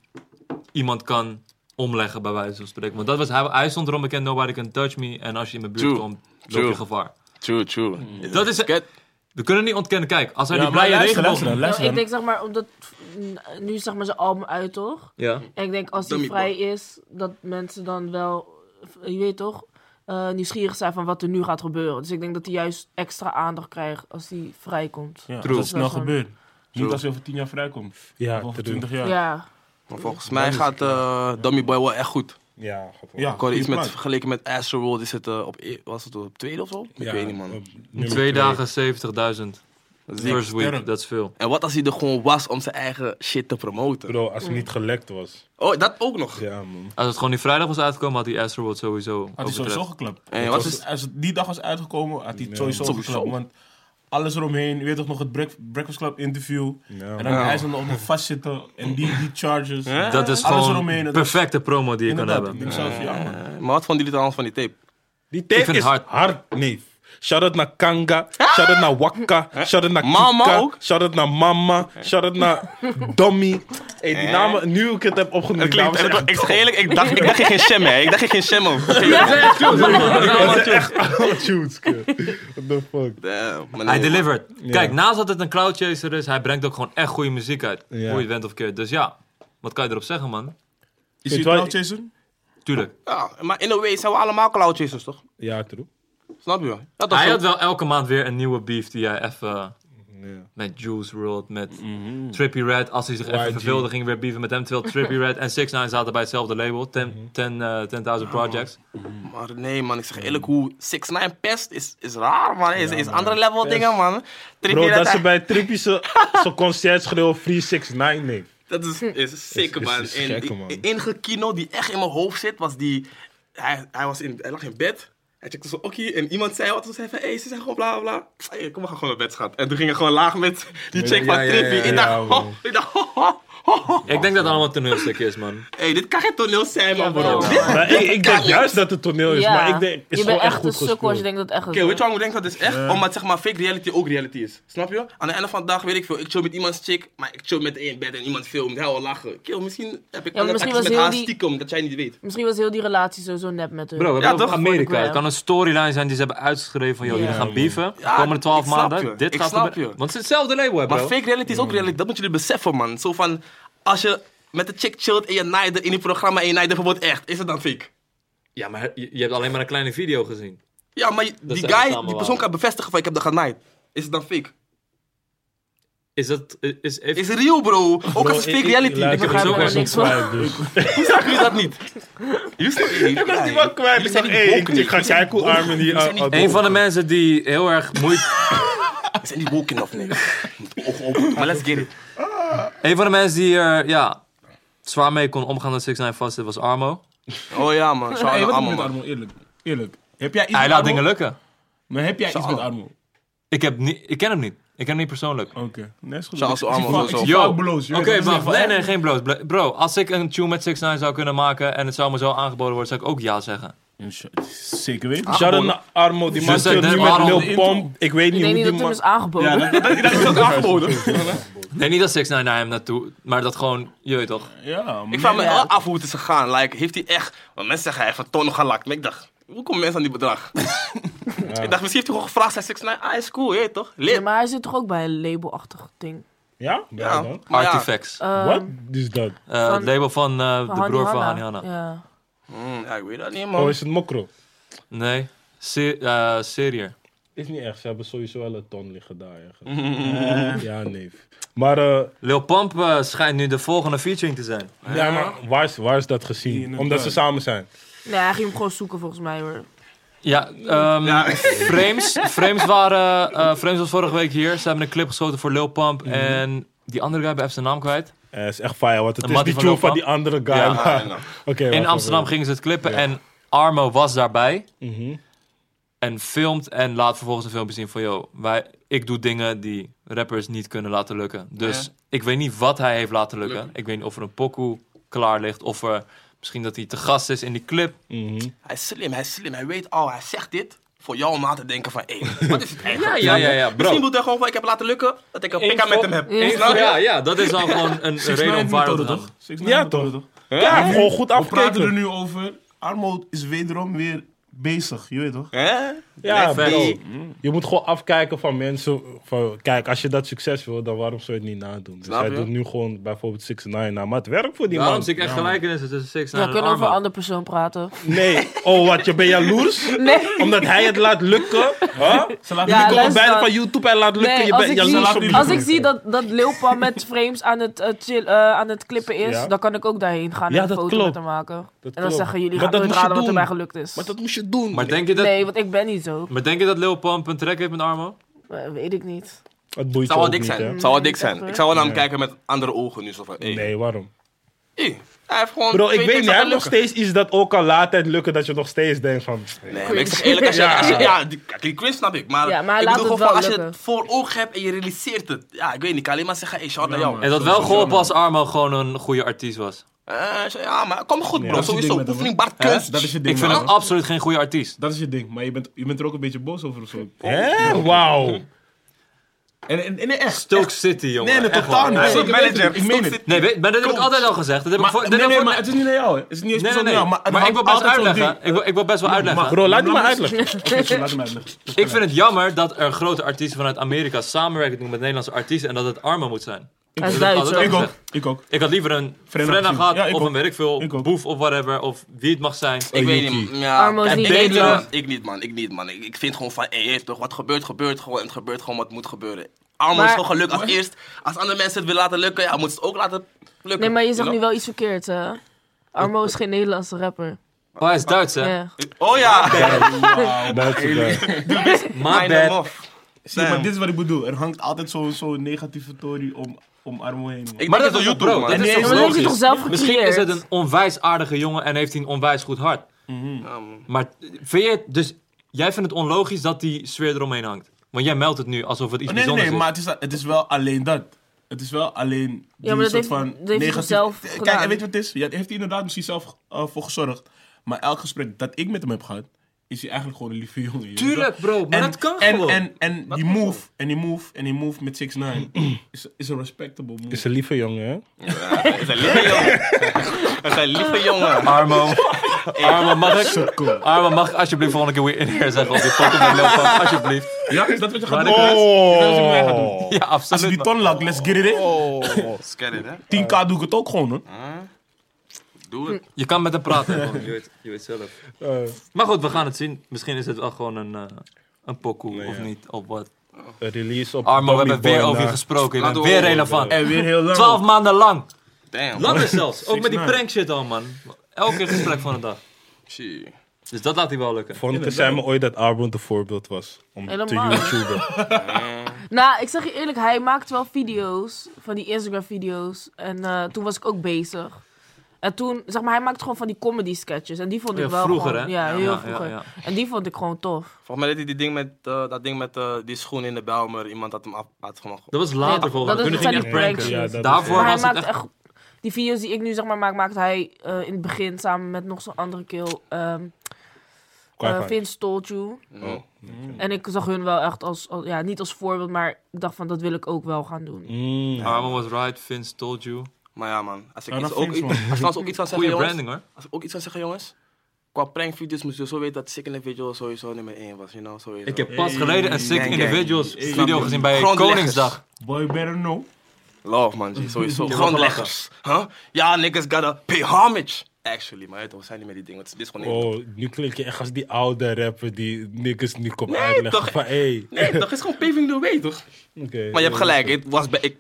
Speaker 1: iemand kan omleggen, bij wijze van spreken. Want dat was, hij, hij stond erom bekend, nobody can touch me. En als je in mijn buurt
Speaker 5: True.
Speaker 1: komt, loop je
Speaker 5: True.
Speaker 1: gevaar.
Speaker 5: True, true.
Speaker 1: Dat is-
Speaker 5: Kijk,
Speaker 1: We kunnen niet ontkennen, kijk, als hij
Speaker 2: Ja,
Speaker 1: die
Speaker 2: maar
Speaker 1: blije
Speaker 2: luister, luister
Speaker 1: regenboog...
Speaker 2: dan,
Speaker 4: Nou,
Speaker 2: luister
Speaker 4: ik
Speaker 2: dan.
Speaker 4: denk zeg maar, omdat n- nu is zeg maar zijn album uit toch?
Speaker 1: Ja.
Speaker 4: En ik denk als hij
Speaker 5: Dummy
Speaker 4: vrij is, dat mensen dan wel, je weet toch, eh, nieuwsgierig zijn van wat er nu gaat gebeuren. Dus ik denk dat hij juist extra aandacht krijgt als hij vrijkomt.
Speaker 2: Ja,
Speaker 1: True.
Speaker 2: dat is snel
Speaker 4: Dat is wel-
Speaker 2: gebeurt. Niet
Speaker 5: True.
Speaker 2: als hij over 10 jaar vrijkomt.
Speaker 3: Ja,
Speaker 2: of over
Speaker 3: true.
Speaker 2: 20 jaar.
Speaker 4: Ja,
Speaker 5: Maar volgens mij gaat eh Dummy Boy wel echt goed.
Speaker 3: Ja, gaat wel.
Speaker 2: Ja,
Speaker 5: Ik hoorde iets
Speaker 2: goede
Speaker 5: met,
Speaker 2: plan.
Speaker 5: vergeleken met Astro World, is het eh, op, e- was het op tweede of zo? Ik
Speaker 3: Ja,
Speaker 5: weet niet, man.
Speaker 3: op
Speaker 1: In
Speaker 3: nummer
Speaker 1: twee dagen 70.000.
Speaker 5: Dat is
Speaker 1: First week,
Speaker 2: sterk.
Speaker 1: dat is veel.
Speaker 5: En wat als hij er gewoon was om zijn eigen shit te promoten?
Speaker 3: Bro, als hij niet gelekt was.
Speaker 5: Oh, dat ook nog.
Speaker 3: Ja, man.
Speaker 1: Als het gewoon die vrijdag was uitgekomen, had die Astroworld sowieso
Speaker 2: Had hij
Speaker 1: overtreft.
Speaker 2: sowieso geklapt.
Speaker 5: En
Speaker 2: Het
Speaker 5: wat
Speaker 2: was-
Speaker 5: is-
Speaker 2: als het die dag was uitgekomen, had hij het sowieso
Speaker 5: Sowieso.
Speaker 2: geklapt. Want alles eromheen. Je weet toch nog het Break- Breakfast Club interview.
Speaker 3: Ja.
Speaker 2: En dan
Speaker 5: Ja.
Speaker 2: hij zal nog nog vastzitten. En die, die charges.
Speaker 5: Ja.
Speaker 1: Eh, Dat is
Speaker 2: Alles
Speaker 1: gewoon
Speaker 2: eromheen, dat is-
Speaker 1: perfecte promo die je kan
Speaker 2: Inderdaad, ik
Speaker 1: hebben.
Speaker 2: denk zelf, ja man.
Speaker 5: Eh, maar wat vonden jullie trouwens van die tape?
Speaker 3: Die
Speaker 1: Ik
Speaker 3: tape
Speaker 1: vind
Speaker 3: is
Speaker 1: het hard.
Speaker 3: hard. nee. Shout-out naar Kanga. Shout-out naar Wakka. Shout-out naar
Speaker 5: Mama
Speaker 3: Kika.
Speaker 5: ook?
Speaker 3: Shout-out naar Mama. Shout-out naar Dommy. Hey, die namen, nu ik het heb opgenomen,
Speaker 5: Het
Speaker 3: die namen
Speaker 5: klinkt,
Speaker 3: Nou, zijn
Speaker 5: ik,
Speaker 3: echt
Speaker 5: ik zeg eerlijk, ik dacht, ik dacht hier geen sham, hè. Ik dacht hier geen sham op.
Speaker 3: allemaal tunes, kid. What the fuck.
Speaker 5: Damn, maar
Speaker 1: Hij
Speaker 5: nee,
Speaker 1: delivered. Kijk, naast dat het een cloud chaser is, hij brengt ook gewoon echt goede muziek uit.
Speaker 3: Ja.
Speaker 1: Hoe je het bent of keert. Dus ja, wat kan je erop zeggen, man?
Speaker 2: Is
Speaker 3: Weet
Speaker 2: hij
Speaker 3: je wel-
Speaker 2: wel Jason?
Speaker 1: Tuurlijk.
Speaker 5: Ja, Ah, maar in a way zijn we allemaal cloud chasers, toch?
Speaker 3: Ja, true.
Speaker 5: Snap je? wel? Ja, toch?
Speaker 1: Hij
Speaker 5: zo.
Speaker 1: had wel elke maand weer een nieuwe beef die hij even eh,
Speaker 3: Ja.
Speaker 1: met Juice World, met Trippy Red. Als hij zich even
Speaker 3: YG.
Speaker 1: verveelde, ging hij weer beefen met hem. Terwijl Trippy Red en 6 9 zaten bij hetzelfde label.
Speaker 3: Mhm.
Speaker 1: 10 10, eh, 10.000 projects.
Speaker 5: Maar nee, man, ik zeg eerlijk, hoe 6 9 pest is, is raar, man. Is, is
Speaker 3: man.
Speaker 5: andere level
Speaker 3: Pest.
Speaker 5: dingen, man.
Speaker 3: Bro, dat ze
Speaker 5: is,
Speaker 3: bij Trippie zo- zo'n concert schreeuwen 369 neemt.
Speaker 5: dat
Speaker 4: Hm.
Speaker 5: is, is zeker,
Speaker 3: is-
Speaker 5: man.
Speaker 3: is
Speaker 5: En
Speaker 3: gekke,
Speaker 5: i-
Speaker 3: man.
Speaker 5: i- enige kino die echt in mijn hoofd zit, was die... Hij, hij, was in, hij lag in bed. Hij checkte zo okkie en iemand zei wat. Ze zei van, hé, ze zijn gewoon bla, bla, bla. Hey, kom, we gaan gewoon naar bed, schat. En toen ging hij gewoon laag met die check van
Speaker 1: ja, ja,
Speaker 5: Trippy.
Speaker 1: ja,
Speaker 3: ja,
Speaker 5: ik dacht,
Speaker 3: bro.
Speaker 5: ho, ik dacht, ho, ho, ho, ho.
Speaker 1: Ik denk dat het allemaal een toneelstuk is, man.
Speaker 5: Hé, dit kan geen toneel zijn, man, bro.
Speaker 4: Jawel.
Speaker 5: Dit-
Speaker 4: Ja.
Speaker 3: Maar ik, ik denk juist dat het toneel is,
Speaker 4: Ja.
Speaker 3: maar ik denk, is
Speaker 4: je
Speaker 3: gewoon
Speaker 4: bent
Speaker 3: echt
Speaker 4: echt
Speaker 3: goed
Speaker 4: een sukkel als je
Speaker 3: gespeeld.
Speaker 4: denkt dat het echt is.
Speaker 5: Oké, weet je waarom ik denk dat het is echt? Omdat zeg maar fake reality ook reality is. Snap je? Aan het einde van de dag weet ik veel. Ik chill met iemands chick, maar ik chill met één bed en iemand filmt. Hij wil lachen. Kill, misschien heb ik
Speaker 4: maar
Speaker 5: andere
Speaker 4: misschien
Speaker 5: takjes
Speaker 4: was
Speaker 5: met
Speaker 4: heel
Speaker 5: haar
Speaker 4: die-
Speaker 5: stiekem dat jij niet weet.
Speaker 4: Misschien was heel die relatie sowieso nep met hun.
Speaker 1: Bro, we
Speaker 5: Ja,
Speaker 1: hebben
Speaker 5: toch?
Speaker 1: ook Amerika.
Speaker 4: Voor de
Speaker 1: Het kan een storyline zijn die ze hebben uitgeschreven van, joh, jullie
Speaker 4: Ja,
Speaker 1: gaan beefen.
Speaker 5: Ja,
Speaker 1: komende twaalf
Speaker 5: ik snap
Speaker 1: maanden.
Speaker 5: je.
Speaker 1: Dit
Speaker 5: Ik
Speaker 1: gaat
Speaker 5: snap
Speaker 1: gebeuren.
Speaker 5: je.
Speaker 1: Want het is hetzelfde label, hè, bro.
Speaker 5: Maar fake reality is ook reality. Dat moeten jullie beseffen, man. Zo van, als je met de chick chillt en je naait er in die programma en je naait er gewoon echt. Is het dan fake?
Speaker 1: Ja, maar je, je hebt alleen maar een kleine video gezien.
Speaker 5: Ja, maar je-
Speaker 1: is
Speaker 5: die
Speaker 1: echt
Speaker 5: guy,
Speaker 1: allemaal
Speaker 5: die
Speaker 1: waar.
Speaker 5: persoon kan bevestigen van ik heb er genaaid. Is het dan fake?
Speaker 1: Is dat... Is, is, heeft-
Speaker 5: Is het real, bro. Ook als het fake reality.
Speaker 3: Ik,
Speaker 5: Ik
Speaker 3: ik,
Speaker 1: begrijp
Speaker 3: ik,
Speaker 1: er
Speaker 3: ik,
Speaker 4: niks van.
Speaker 5: snap jullie dat niet. Jullie snappen-
Speaker 3: Ik was die man kwijt.
Speaker 5: Jullie
Speaker 3: Ik
Speaker 5: zijn
Speaker 3: dacht,
Speaker 5: niet
Speaker 3: hey, ik,
Speaker 5: woke
Speaker 3: ik
Speaker 5: genoeg.
Speaker 3: ga kijken hoe Armin hier aan aan-
Speaker 1: Een van de mensen die heel erg moeite...
Speaker 5: We zijn niet woke enough, nee. Ogen open. Maar let's get it.
Speaker 1: een van de mensen die er ja, zwaar mee kon omgaan dat 6 9 vast zit, was Armo.
Speaker 5: Oh ja, man. Shout
Speaker 2: Hey,
Speaker 5: out
Speaker 2: wat heb je
Speaker 5: allemaal,
Speaker 2: met
Speaker 5: man.
Speaker 2: Armo? Eerlijk. Eerlijk. Heb jij iets
Speaker 1: Hij
Speaker 2: met
Speaker 1: laat
Speaker 2: Armo?
Speaker 1: dingen lukken.
Speaker 2: Maar heb jij iets met
Speaker 5: Salah.
Speaker 2: Armo?
Speaker 1: Ik, heb niet, ik ken hem niet. Ik ken hem niet persoonlijk.
Speaker 2: Oké. Nee, is goed.
Speaker 5: Zoals
Speaker 2: Ik-
Speaker 5: Armo
Speaker 2: ik val-
Speaker 5: sowieso.
Speaker 2: ik val
Speaker 1: Yo,
Speaker 2: bloos, je
Speaker 1: oké,
Speaker 2: weet toch?
Speaker 1: wacht.
Speaker 2: Dus Ik val-
Speaker 1: Nee, nee, geen bloos. Bl- Bro, als ik een tune met 6 9 zou kunnen maken en het zou me zo aangeboden worden, zou ik ook ja zeggen.
Speaker 2: Zeker weten.
Speaker 3: Shout-out naar Armo, die man
Speaker 1: Dus
Speaker 3: speelt
Speaker 1: dat-
Speaker 3: nu met
Speaker 1: waarom de
Speaker 3: Lil
Speaker 1: intro?
Speaker 3: Pomp. Ik weet
Speaker 4: Ik
Speaker 3: niet hoe
Speaker 4: denk niet
Speaker 3: die
Speaker 4: dat hem
Speaker 3: man...
Speaker 4: is aangeboden.
Speaker 2: Ja, dat, dat, dat is ook aangeboden.
Speaker 1: Nee, niet dat 6 9 naar hem naartoe, maar dat gewoon, je weet toch.
Speaker 2: Ja, man.
Speaker 5: Ik vraag me wel af hoe het is gegaan. Like, heeft hij echt... Want mensen zeggen, hij heeft een ton gelakt. Maar ik dacht, hoe komen mensen aan die bedrag? ik dacht, misschien heeft hij gewoon gevraagd. Zijn 6 9 ah, is cool, je weet toch? Lid.
Speaker 4: Ja, maar hij zit toch ook bij een labelachtig ding.
Speaker 3: Ja?
Speaker 5: Ja,
Speaker 3: Ja,
Speaker 5: maar ja.
Speaker 1: Artifacts.
Speaker 4: Ehm,
Speaker 3: Wat is dat?
Speaker 1: Eh, het
Speaker 4: van-
Speaker 1: label van eh, de
Speaker 4: Hani
Speaker 1: broer van Hani
Speaker 4: Hanna.
Speaker 1: Hanna.
Speaker 4: Ja.
Speaker 5: Hmm, ja, ik weet dat niet, man.
Speaker 3: Oh, is het mokro?
Speaker 1: Nee, se eh, Serier.
Speaker 3: Is niet echt, ze hebben sowieso wel een ton liggen daar. ergens.
Speaker 2: Mm-hmm.
Speaker 3: Ja, nee. Maar, eh,
Speaker 1: Lil Pump eh, schijnt nu de volgende featuring te zijn.
Speaker 3: ja, maar waar, is, waar is dat gezien?
Speaker 2: Inderdaad.
Speaker 3: Omdat ze samen zijn.
Speaker 4: Nee, hij ging hem gewoon zoeken volgens mij hoor.
Speaker 1: Ja, ehm,
Speaker 5: Ja.
Speaker 1: Frames. Frames, waren, eh, Frames was vorige week hier. Ze hebben een clip geschoten voor Lil Pump.
Speaker 5: Mhm.
Speaker 1: En die andere guy heeft zijn naam kwijt.
Speaker 3: Eh, is echt fire, want het
Speaker 1: Een
Speaker 3: is
Speaker 1: mattie
Speaker 3: die
Speaker 1: van
Speaker 3: tune
Speaker 1: Lil
Speaker 3: van
Speaker 1: Pump.
Speaker 3: die andere guy.
Speaker 1: Ja.
Speaker 3: maar-
Speaker 5: Ah, nou.
Speaker 3: Oké,
Speaker 1: In
Speaker 3: wacht
Speaker 1: Amsterdam
Speaker 3: even.
Speaker 1: gingen ze het clippen en Armo was daarbij.
Speaker 3: Mhm.
Speaker 1: En filmt en laat vervolgens een filmpje zien van... Yo, wij, ik doe dingen die rappers niet kunnen laten lukken. Dus ik weet niet wat hij heeft laten lukken. Ik weet niet of er een pokoe klaar ligt. Of er, misschien dat hij te gast is in die clip.
Speaker 3: Mhm.
Speaker 5: Hij is slim, hij is slim. Hij weet al, hij zegt dit. Voor jou om na te denken van, hé, wat is het eigenlijk?
Speaker 1: Ja, ja, ja, ja, bro.
Speaker 5: Misschien moet hij gewoon van, ik heb laten lukken dat ik een pika met hem heb.
Speaker 4: Ja.
Speaker 5: Snap je?
Speaker 1: Ja, ja, dat is dan gewoon een
Speaker 2: Six Nine
Speaker 1: reden om viral te
Speaker 2: methode,
Speaker 1: gaan.
Speaker 2: toch? Six Nine
Speaker 3: Ja,
Speaker 2: methode,
Speaker 3: toch? Ja, gewoon goed
Speaker 2: We praten er
Speaker 3: afgekeken.
Speaker 2: nu over. Armo is wederom weer bezig, je weet toch?
Speaker 5: Hè?
Speaker 3: Ja,
Speaker 5: Nee,
Speaker 3: bro. Mhm.
Speaker 5: facts.
Speaker 3: Je moet gewoon afkijken van mensen. Van, kijk, als je dat succes wil, dan waarom zou je het niet nadoen? Dus
Speaker 5: Snap
Speaker 3: hij
Speaker 5: je?
Speaker 3: doet nu gewoon bijvoorbeeld 6 9 na. Nou, Maar het werkt voor die
Speaker 1: Daarom
Speaker 3: man.
Speaker 1: zie ik echt gelijkenissen tussen Six
Speaker 4: Ja,
Speaker 3: Nou,
Speaker 1: Nine
Speaker 4: kunnen
Speaker 1: en
Speaker 4: we over een
Speaker 1: Armo.
Speaker 4: andere persoon praten.
Speaker 3: Nee, oh wat, je bent jaloers?
Speaker 4: Nee.
Speaker 3: Omdat hij het laat lukken? Huh?
Speaker 2: Ze laten
Speaker 4: Ja,
Speaker 2: niet
Speaker 3: Je komt
Speaker 4: luister
Speaker 3: bijna
Speaker 4: dan.
Speaker 3: van YouTube en laat lukken.
Speaker 4: Nee,
Speaker 3: je
Speaker 4: als,
Speaker 3: bent
Speaker 4: ik
Speaker 3: jaloers
Speaker 2: laat
Speaker 3: op
Speaker 2: nu
Speaker 4: zie,
Speaker 3: die
Speaker 4: als
Speaker 3: man.
Speaker 4: ik zie dat, dat Leeuwpan met frames aan het, eh, chill, eh, aan het klippen is,
Speaker 3: Ja.
Speaker 4: dan kan ik ook daarheen gaan
Speaker 3: Ja,
Speaker 4: en een
Speaker 3: dat
Speaker 4: foto
Speaker 3: klopt.
Speaker 4: met hem maken. en dan
Speaker 3: klopt.
Speaker 4: zeggen jullie,
Speaker 3: Maar
Speaker 4: gaan
Speaker 3: dat moet
Speaker 4: nooit
Speaker 3: je
Speaker 4: raden wat er
Speaker 3: doen.
Speaker 4: mij gelukt is.
Speaker 3: Maar dat moest je doen.
Speaker 1: Maar denk je dat,
Speaker 4: Nee, want ik ben niet zo.
Speaker 1: maar denk je dat Lil Pump een track heeft met Armo?
Speaker 4: Eh, weet ik niet.
Speaker 3: Het boeit
Speaker 5: Het zou
Speaker 3: je
Speaker 5: wel
Speaker 3: ook
Speaker 5: dik
Speaker 3: niet,
Speaker 5: zijn.
Speaker 3: hè?
Speaker 5: Het zou wel dik zijn.
Speaker 4: Nee,
Speaker 5: Ik zou wel naar hem kijken met andere ogen nu. Zo van, hé.
Speaker 3: Nee, waarom?
Speaker 5: Ie, Hij heeft gewoon.
Speaker 3: Bro, ik
Speaker 5: twee
Speaker 3: weet niet,
Speaker 5: takes
Speaker 3: hij heeft
Speaker 5: laten
Speaker 3: nog
Speaker 5: lukken.
Speaker 3: steeds iets dat ook al laat het lukken dat je nog steeds denkt van...
Speaker 5: Nee, maar ik zeg eerlijk, als je, als je- ja, die, kijk, die cringe snap ik, maar,
Speaker 4: Ja, maar
Speaker 5: ik
Speaker 4: laat
Speaker 5: bedoel
Speaker 4: het
Speaker 5: gewoon van
Speaker 4: wel
Speaker 5: als je het
Speaker 4: lukken.
Speaker 5: voor ogen hebt en je realiseert het. Ja, ik weet niet, ik kan alleen maar zeggen, hey, shout out naar jou.
Speaker 1: En dat wel geholpen als Armo gewoon een goede artiest was.
Speaker 5: Eh, zo, ja, maar kom goed bro,
Speaker 2: dat is het
Speaker 5: sowieso,
Speaker 2: ding met hem,
Speaker 5: oefening,
Speaker 2: hoor.
Speaker 5: Bart Kunst.
Speaker 2: Dat is je ding,
Speaker 1: Ik vind
Speaker 2: man.
Speaker 1: hem absoluut geen goede artiest.
Speaker 2: Dat is je ding, maar je bent, je bent er ook een beetje boos over of zo.
Speaker 3: Hè? Wauw.
Speaker 2: En, en, en echt.
Speaker 1: Stoke City, jongen.
Speaker 2: Nee, nee,
Speaker 1: Echt
Speaker 2: totaal
Speaker 1: waar.
Speaker 2: niet.
Speaker 5: Hij is
Speaker 2: Nee,
Speaker 5: een
Speaker 2: ik weet het,
Speaker 5: manager,
Speaker 2: ik meen
Speaker 5: Stoke
Speaker 2: het.
Speaker 1: Nee, weet- maar dat heb ik altijd al gezegd. Dat heb ik voor-
Speaker 2: Maar,
Speaker 1: dat
Speaker 2: nee,
Speaker 1: heb ik voor-
Speaker 2: nee, maar het is niet naar jou. hè. Het is niet eens
Speaker 1: Nee, nee,
Speaker 2: persoonlijk
Speaker 1: nee.
Speaker 2: naar jou,
Speaker 1: Maar,
Speaker 2: het
Speaker 1: ik wil
Speaker 2: hangt
Speaker 1: best
Speaker 2: altijd zo'n
Speaker 1: uitleggen.
Speaker 2: ding.
Speaker 1: Ik wil, ik wil best wel uitleggen.
Speaker 3: Bro, laat me maar uitleggen.
Speaker 2: Oké, zo, laat hem uitleggen.
Speaker 1: ik vind het jammer dat er grote artiesten vanuit Amerika samenwerking doen met Nederlandse artiesten en dat het armer moet zijn.
Speaker 4: Hij is
Speaker 1: Ik wil-
Speaker 4: Duits.
Speaker 1: ik
Speaker 2: Ik
Speaker 4: hoor.
Speaker 1: wil-
Speaker 2: ook, ik ook.
Speaker 1: Ik had liever een
Speaker 2: Frenna
Speaker 1: Frenna
Speaker 2: gezien.
Speaker 1: gehad,
Speaker 2: Ja, ik
Speaker 1: of
Speaker 2: ook.
Speaker 1: een werkveel,
Speaker 2: Ik ook. Oh,
Speaker 1: boef of whatever, of wie het mag zijn.
Speaker 5: Ik weet
Speaker 2: Yuki.
Speaker 5: niet, ja,
Speaker 4: Armo is
Speaker 5: kijk,
Speaker 4: niet
Speaker 5: ik,
Speaker 4: beter.
Speaker 5: man. ik niet man, ik niet man. Ik, ik vind gewoon van, hey, hey, toch, wat gebeurt, gebeurt gewoon en het gebeurt gewoon wat moet gebeuren. Armo is
Speaker 4: Maar-
Speaker 5: gewoon gelukkig als eerst, als andere mensen het willen laten lukken, ja, moet het ook laten lukken.
Speaker 4: Nee, maar je
Speaker 5: you
Speaker 4: zegt nu wel iets verkeerd, hè? Armo is geen Nederlandse rapper.
Speaker 1: Oh, hij is Duits, hè?
Speaker 4: Ja.
Speaker 5: know? Oh ja,
Speaker 3: Dat is het, eh.
Speaker 1: My
Speaker 5: Mijn
Speaker 1: bad.
Speaker 5: mof.
Speaker 2: Zie, je, maar dit is wat ik bedoel. Er hangt altijd zo'n zo'n negatieve tory om, om Armo heen. man.
Speaker 5: Ik
Speaker 1: Maar
Speaker 5: denk
Speaker 1: dat
Speaker 5: op
Speaker 1: is ook bro,
Speaker 5: man.
Speaker 1: dat
Speaker 5: En
Speaker 1: is
Speaker 5: die
Speaker 1: toch
Speaker 4: Maar
Speaker 5: heeft-
Speaker 4: dat
Speaker 1: logisch.
Speaker 4: heeft hij toch zelf gecreëerd?
Speaker 1: Misschien is het een onwijs aardige jongen en heeft hij een onwijs goed hart.
Speaker 5: Ja, man.
Speaker 1: Maar vind je het, dus jij vindt het onlogisch dat die sfeer eromheen hangt? Want jij meldt het nu alsof het iets
Speaker 2: Nee, nee,
Speaker 1: bijzonders
Speaker 2: nee, maar het is, het is wel alleen dat. Het is wel alleen die
Speaker 4: maar dat
Speaker 2: soort
Speaker 4: heeft-
Speaker 2: van
Speaker 4: dat heeft hij
Speaker 2: negatief-
Speaker 4: toch zelf
Speaker 2: Kijk,
Speaker 4: gedaan?
Speaker 2: en weet je wat het is? Ja, daar heeft hij inderdaad misschien zelf eh, voor gezorgd. Maar elk gesprek dat ik met hem heb gehad, is hij eigenlijk gewoon een lieve jongen. je weet
Speaker 1: is. Tuurlijk,
Speaker 2: toch?
Speaker 1: bro, maar
Speaker 2: en,
Speaker 1: dat kan
Speaker 2: en,
Speaker 1: gewoon.
Speaker 2: En, en die move, en die move, en die move met 6 9 is, is een respectable move.
Speaker 3: Is een lieve jongen, hè?
Speaker 5: Het is een lieve jongen. Het is een lieve jongen.
Speaker 1: Armo. Armo, mag ik, Armo, mag ik alsjeblieft volgende keer weer in here zeggen op die Pokémon lopen? Alsjeblieft.
Speaker 2: ja, is dat wat je gaat
Speaker 1: Maar
Speaker 2: doen?
Speaker 1: de kunst-
Speaker 2: Is dat wat je gaat doen?
Speaker 1: Ja,
Speaker 2: Als je
Speaker 1: absoluut.
Speaker 2: die
Speaker 1: man.
Speaker 2: ton lak, let's get it in.
Speaker 5: Scan it, hè?
Speaker 2: 10k doe ik het ook gewoon, hoor.
Speaker 5: Doe het.
Speaker 1: Je kan met hem praten. gewoon. Je weet, je weet zelf.
Speaker 2: Eh.
Speaker 1: Maar goed, we gaan het zien. Misschien is het wel gewoon een, eh, een pokoe of niet. Of wat.
Speaker 3: Een release op
Speaker 1: Armo, we
Speaker 3: Tommy
Speaker 1: hebben weer
Speaker 3: Boy
Speaker 1: over je
Speaker 2: eh.
Speaker 3: na.
Speaker 1: gesproken. Je
Speaker 5: Laten
Speaker 1: bent
Speaker 5: we
Speaker 1: weer
Speaker 5: horen,
Speaker 1: relevant.
Speaker 2: En weer heel lang.
Speaker 1: Twaalf maanden lang.
Speaker 5: Damn.
Speaker 1: Langer zelfs. Ook met die
Speaker 2: 6ix9ine.
Speaker 1: prank shit al, man. Elke gesprek van de dag.
Speaker 5: Shit.
Speaker 1: Dus dat laat hij wel lukken.
Speaker 3: Vond het zei me ooit dat Armo een voorbeeld was. Om te
Speaker 4: Helemaal.
Speaker 3: YouTuber.
Speaker 4: Nou, ik zeg je eerlijk, hij maakt wel video's, van die Instagram-video's. En eh, toen was ik ook bezig. En toen, zeg maar, hij maakt gewoon van die comedy-sketches. En die vond ik
Speaker 1: Ja,
Speaker 4: wel
Speaker 1: vroeger,
Speaker 4: gewoon-
Speaker 1: hè?
Speaker 4: Ja,
Speaker 1: Ja,
Speaker 4: heel
Speaker 1: ja,
Speaker 4: vroeger.
Speaker 1: ja,
Speaker 4: En die vond ik gewoon tof.
Speaker 5: Volgens mij deed hij die ding met, eh, dat ding met eh, die schoen in de Belmer. Iemand had hem af had gemaakt.
Speaker 1: Dat was later
Speaker 4: Nee,
Speaker 1: volgens mij.
Speaker 4: dat
Speaker 1: Toen
Speaker 4: is-
Speaker 1: ging
Speaker 4: dat
Speaker 1: hij
Speaker 4: zijn die
Speaker 1: pranken.
Speaker 3: pranks. Ja, dat
Speaker 1: Daarvoor
Speaker 3: is-
Speaker 4: maar hij
Speaker 1: was het
Speaker 4: maakt
Speaker 1: echt...
Speaker 4: echt... Die video's die ik nu zeg maar maak, maakt hij eh, in het begin samen met nog zo'n andere kill. ehm
Speaker 3: Qua
Speaker 4: eh,
Speaker 3: van-
Speaker 4: Vince Toltje.
Speaker 5: Oh.
Speaker 1: Mm.
Speaker 4: En ik zag hun wel echt als, als- ja, niet als voorbeeld, maar ik dacht van, dat wil ik ook wel gaan doen.
Speaker 3: Mm.
Speaker 1: Armo was right, Vince told you.
Speaker 5: Maar ja, man. Als ik
Speaker 2: Ja,
Speaker 5: iets
Speaker 2: dat
Speaker 5: ook,
Speaker 2: vindt ze,
Speaker 5: ik-
Speaker 2: man.
Speaker 5: als ik trouwens ook iets kan zeggen,
Speaker 1: Goeie
Speaker 5: jongens.
Speaker 1: branding, hoor.
Speaker 5: Als ik ook iets kan zeggen, jongens. Qua prankvideo's moest je zo weten dat Sick Individual sowieso nummer 1 was. You know, sowieso.
Speaker 1: Ik heb pas geleden een Sick
Speaker 5: gang, gang.
Speaker 1: Individuals
Speaker 5: Hey,
Speaker 1: video
Speaker 5: snap je?
Speaker 1: gezien bij
Speaker 5: Grondleggers.
Speaker 1: Koningsdag.
Speaker 2: Boy, better know.
Speaker 5: Love, man. G, sowieso.
Speaker 1: Ja,
Speaker 5: Grondleggers. Huh? Ja, niggas gotta pay homage. Actually, maar ja, toch, we zijn niet meer die dingen. want Dit is gewoon één.
Speaker 3: Oh, nu klink je echt als die oude rapper die niks nu komt uitleggen.
Speaker 5: toch?
Speaker 3: Van, hey. Nou
Speaker 5: Nee, toch is gewoon paving the way, toch?
Speaker 3: Oké.
Speaker 5: Maar je hebt gelijk. Het was bij, ik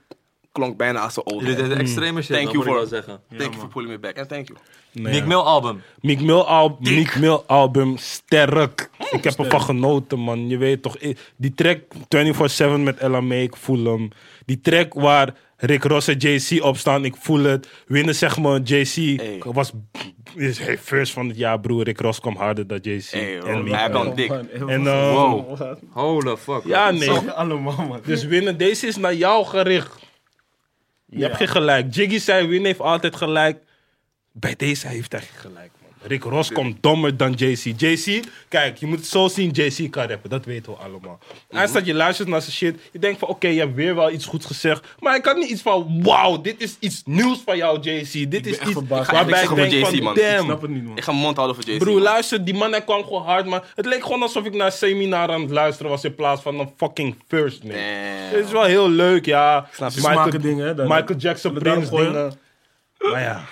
Speaker 5: klonk bijna als een old.
Speaker 1: Jullie
Speaker 5: man.
Speaker 1: deden extreme shit,
Speaker 5: Thank
Speaker 1: dat
Speaker 5: you
Speaker 1: moet ik wel
Speaker 5: for-
Speaker 1: zeggen.
Speaker 5: Thank you for pulling me back. En thank you.
Speaker 3: Nee,
Speaker 1: Nick
Speaker 3: ja.
Speaker 1: Mill album.
Speaker 3: Meek Mill al- Meek Mill album sterk.
Speaker 5: Oh,
Speaker 3: Ik heb ervan genoten, man. Je weet toch, i- die track 24-7 met Ella May, ik voel hem. Die track waar Rick Ross en JC op staan, ik voel het. Winnen, zeg maar, JC
Speaker 5: Ey.
Speaker 3: was is hey, first van het jaar, broer. Rick Ross kwam harder dan JC.
Speaker 5: Hey,
Speaker 3: en
Speaker 5: bro,
Speaker 3: Meek
Speaker 5: hij heeft wel
Speaker 3: Mill.
Speaker 5: een
Speaker 2: Oh,
Speaker 5: dik.
Speaker 3: En, eh,
Speaker 1: Wow. Holy fuck.
Speaker 3: ja, nee.
Speaker 2: Allemaal, man.
Speaker 3: Dus winnen, deze is naar jou gericht. Je hebt geen gelijk. Jiggy zei, winnen heeft altijd gelijk. Bij deze heeft hij geen gelijk, man. Rick Ross komt dommer dan JC. JC, kijk, je moet het zo zien, JC kan rappen. Dat weten we allemaal.
Speaker 2: Mhm.
Speaker 3: Hij staat je luistert naar zijn shit. Je denkt van, oké, je hebt weer wel iets goeds gezegd. Maar ik had niet iets van, wauw, dit is iets nieuws van jou, JC. Dit is
Speaker 2: echt
Speaker 3: iets
Speaker 2: verbaasd.
Speaker 5: Ik ga niks
Speaker 3: waarbij ik
Speaker 5: zeggen
Speaker 3: denk
Speaker 5: van JC,
Speaker 3: van,
Speaker 5: man.
Speaker 2: Ik
Speaker 3: damn.
Speaker 2: snap het niet, man.
Speaker 5: Ik ga mijn mond houden voor Jason.
Speaker 3: Broer, luister, die man hij kwam gewoon hard, maar het leek gewoon alsof ik naar een seminar aan het luisteren was in plaats van een fucking first, man.
Speaker 5: Eh,
Speaker 3: Het is wel heel leuk, ja.
Speaker 2: je. Smaken dingen, hè, dan-
Speaker 3: Michael Jackson,
Speaker 2: Zullen we
Speaker 3: Prince
Speaker 2: daarop gooien?
Speaker 3: dingen. Maar ja,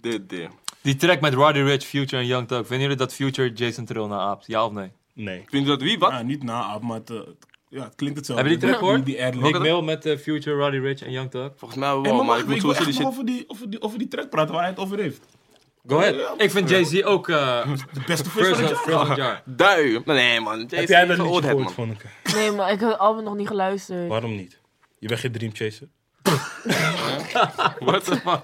Speaker 5: Dit, dit.
Speaker 1: Die track met Roddy Rich, Future en Young Thug. Vinden jullie dat Future Jason Trill naapt? Ja of nee?
Speaker 3: nee.
Speaker 5: Vind je dat wie wat?
Speaker 2: Ah, niet na Aap, maar het, eh, het- ja, het klinkt hetzelfde.
Speaker 1: Hebben jullie het
Speaker 2: Die-
Speaker 1: gehoord?
Speaker 2: Die ad-lib.
Speaker 1: Nick Mill met eh, Future, Roddy Rich en Young Thug.
Speaker 5: Volgens mij wel,
Speaker 2: Hey, maar
Speaker 5: maar,
Speaker 2: wacht,
Speaker 5: ik
Speaker 2: ik
Speaker 5: moet
Speaker 2: wil
Speaker 5: sowieso die
Speaker 2: echt nog
Speaker 5: shit...
Speaker 2: over die, over, die, over die track praten waar hij het over heeft.
Speaker 1: Go ahead. Ik vind Jay-Z ook eh,
Speaker 2: De beste first
Speaker 1: first
Speaker 2: van
Speaker 1: of
Speaker 2: het jaar.
Speaker 1: first of jaar.
Speaker 5: Dui. Maar Nee, man. Jason
Speaker 3: Heb jij
Speaker 5: is
Speaker 3: dat liedje
Speaker 5: een oldhead,
Speaker 3: gehoord,
Speaker 5: man.
Speaker 3: Vonneke?
Speaker 4: Nee, maar ik heb het album nog niet geluisterd.
Speaker 3: Waarom niet? Je bent geen dreamchaser.
Speaker 5: What the fuck?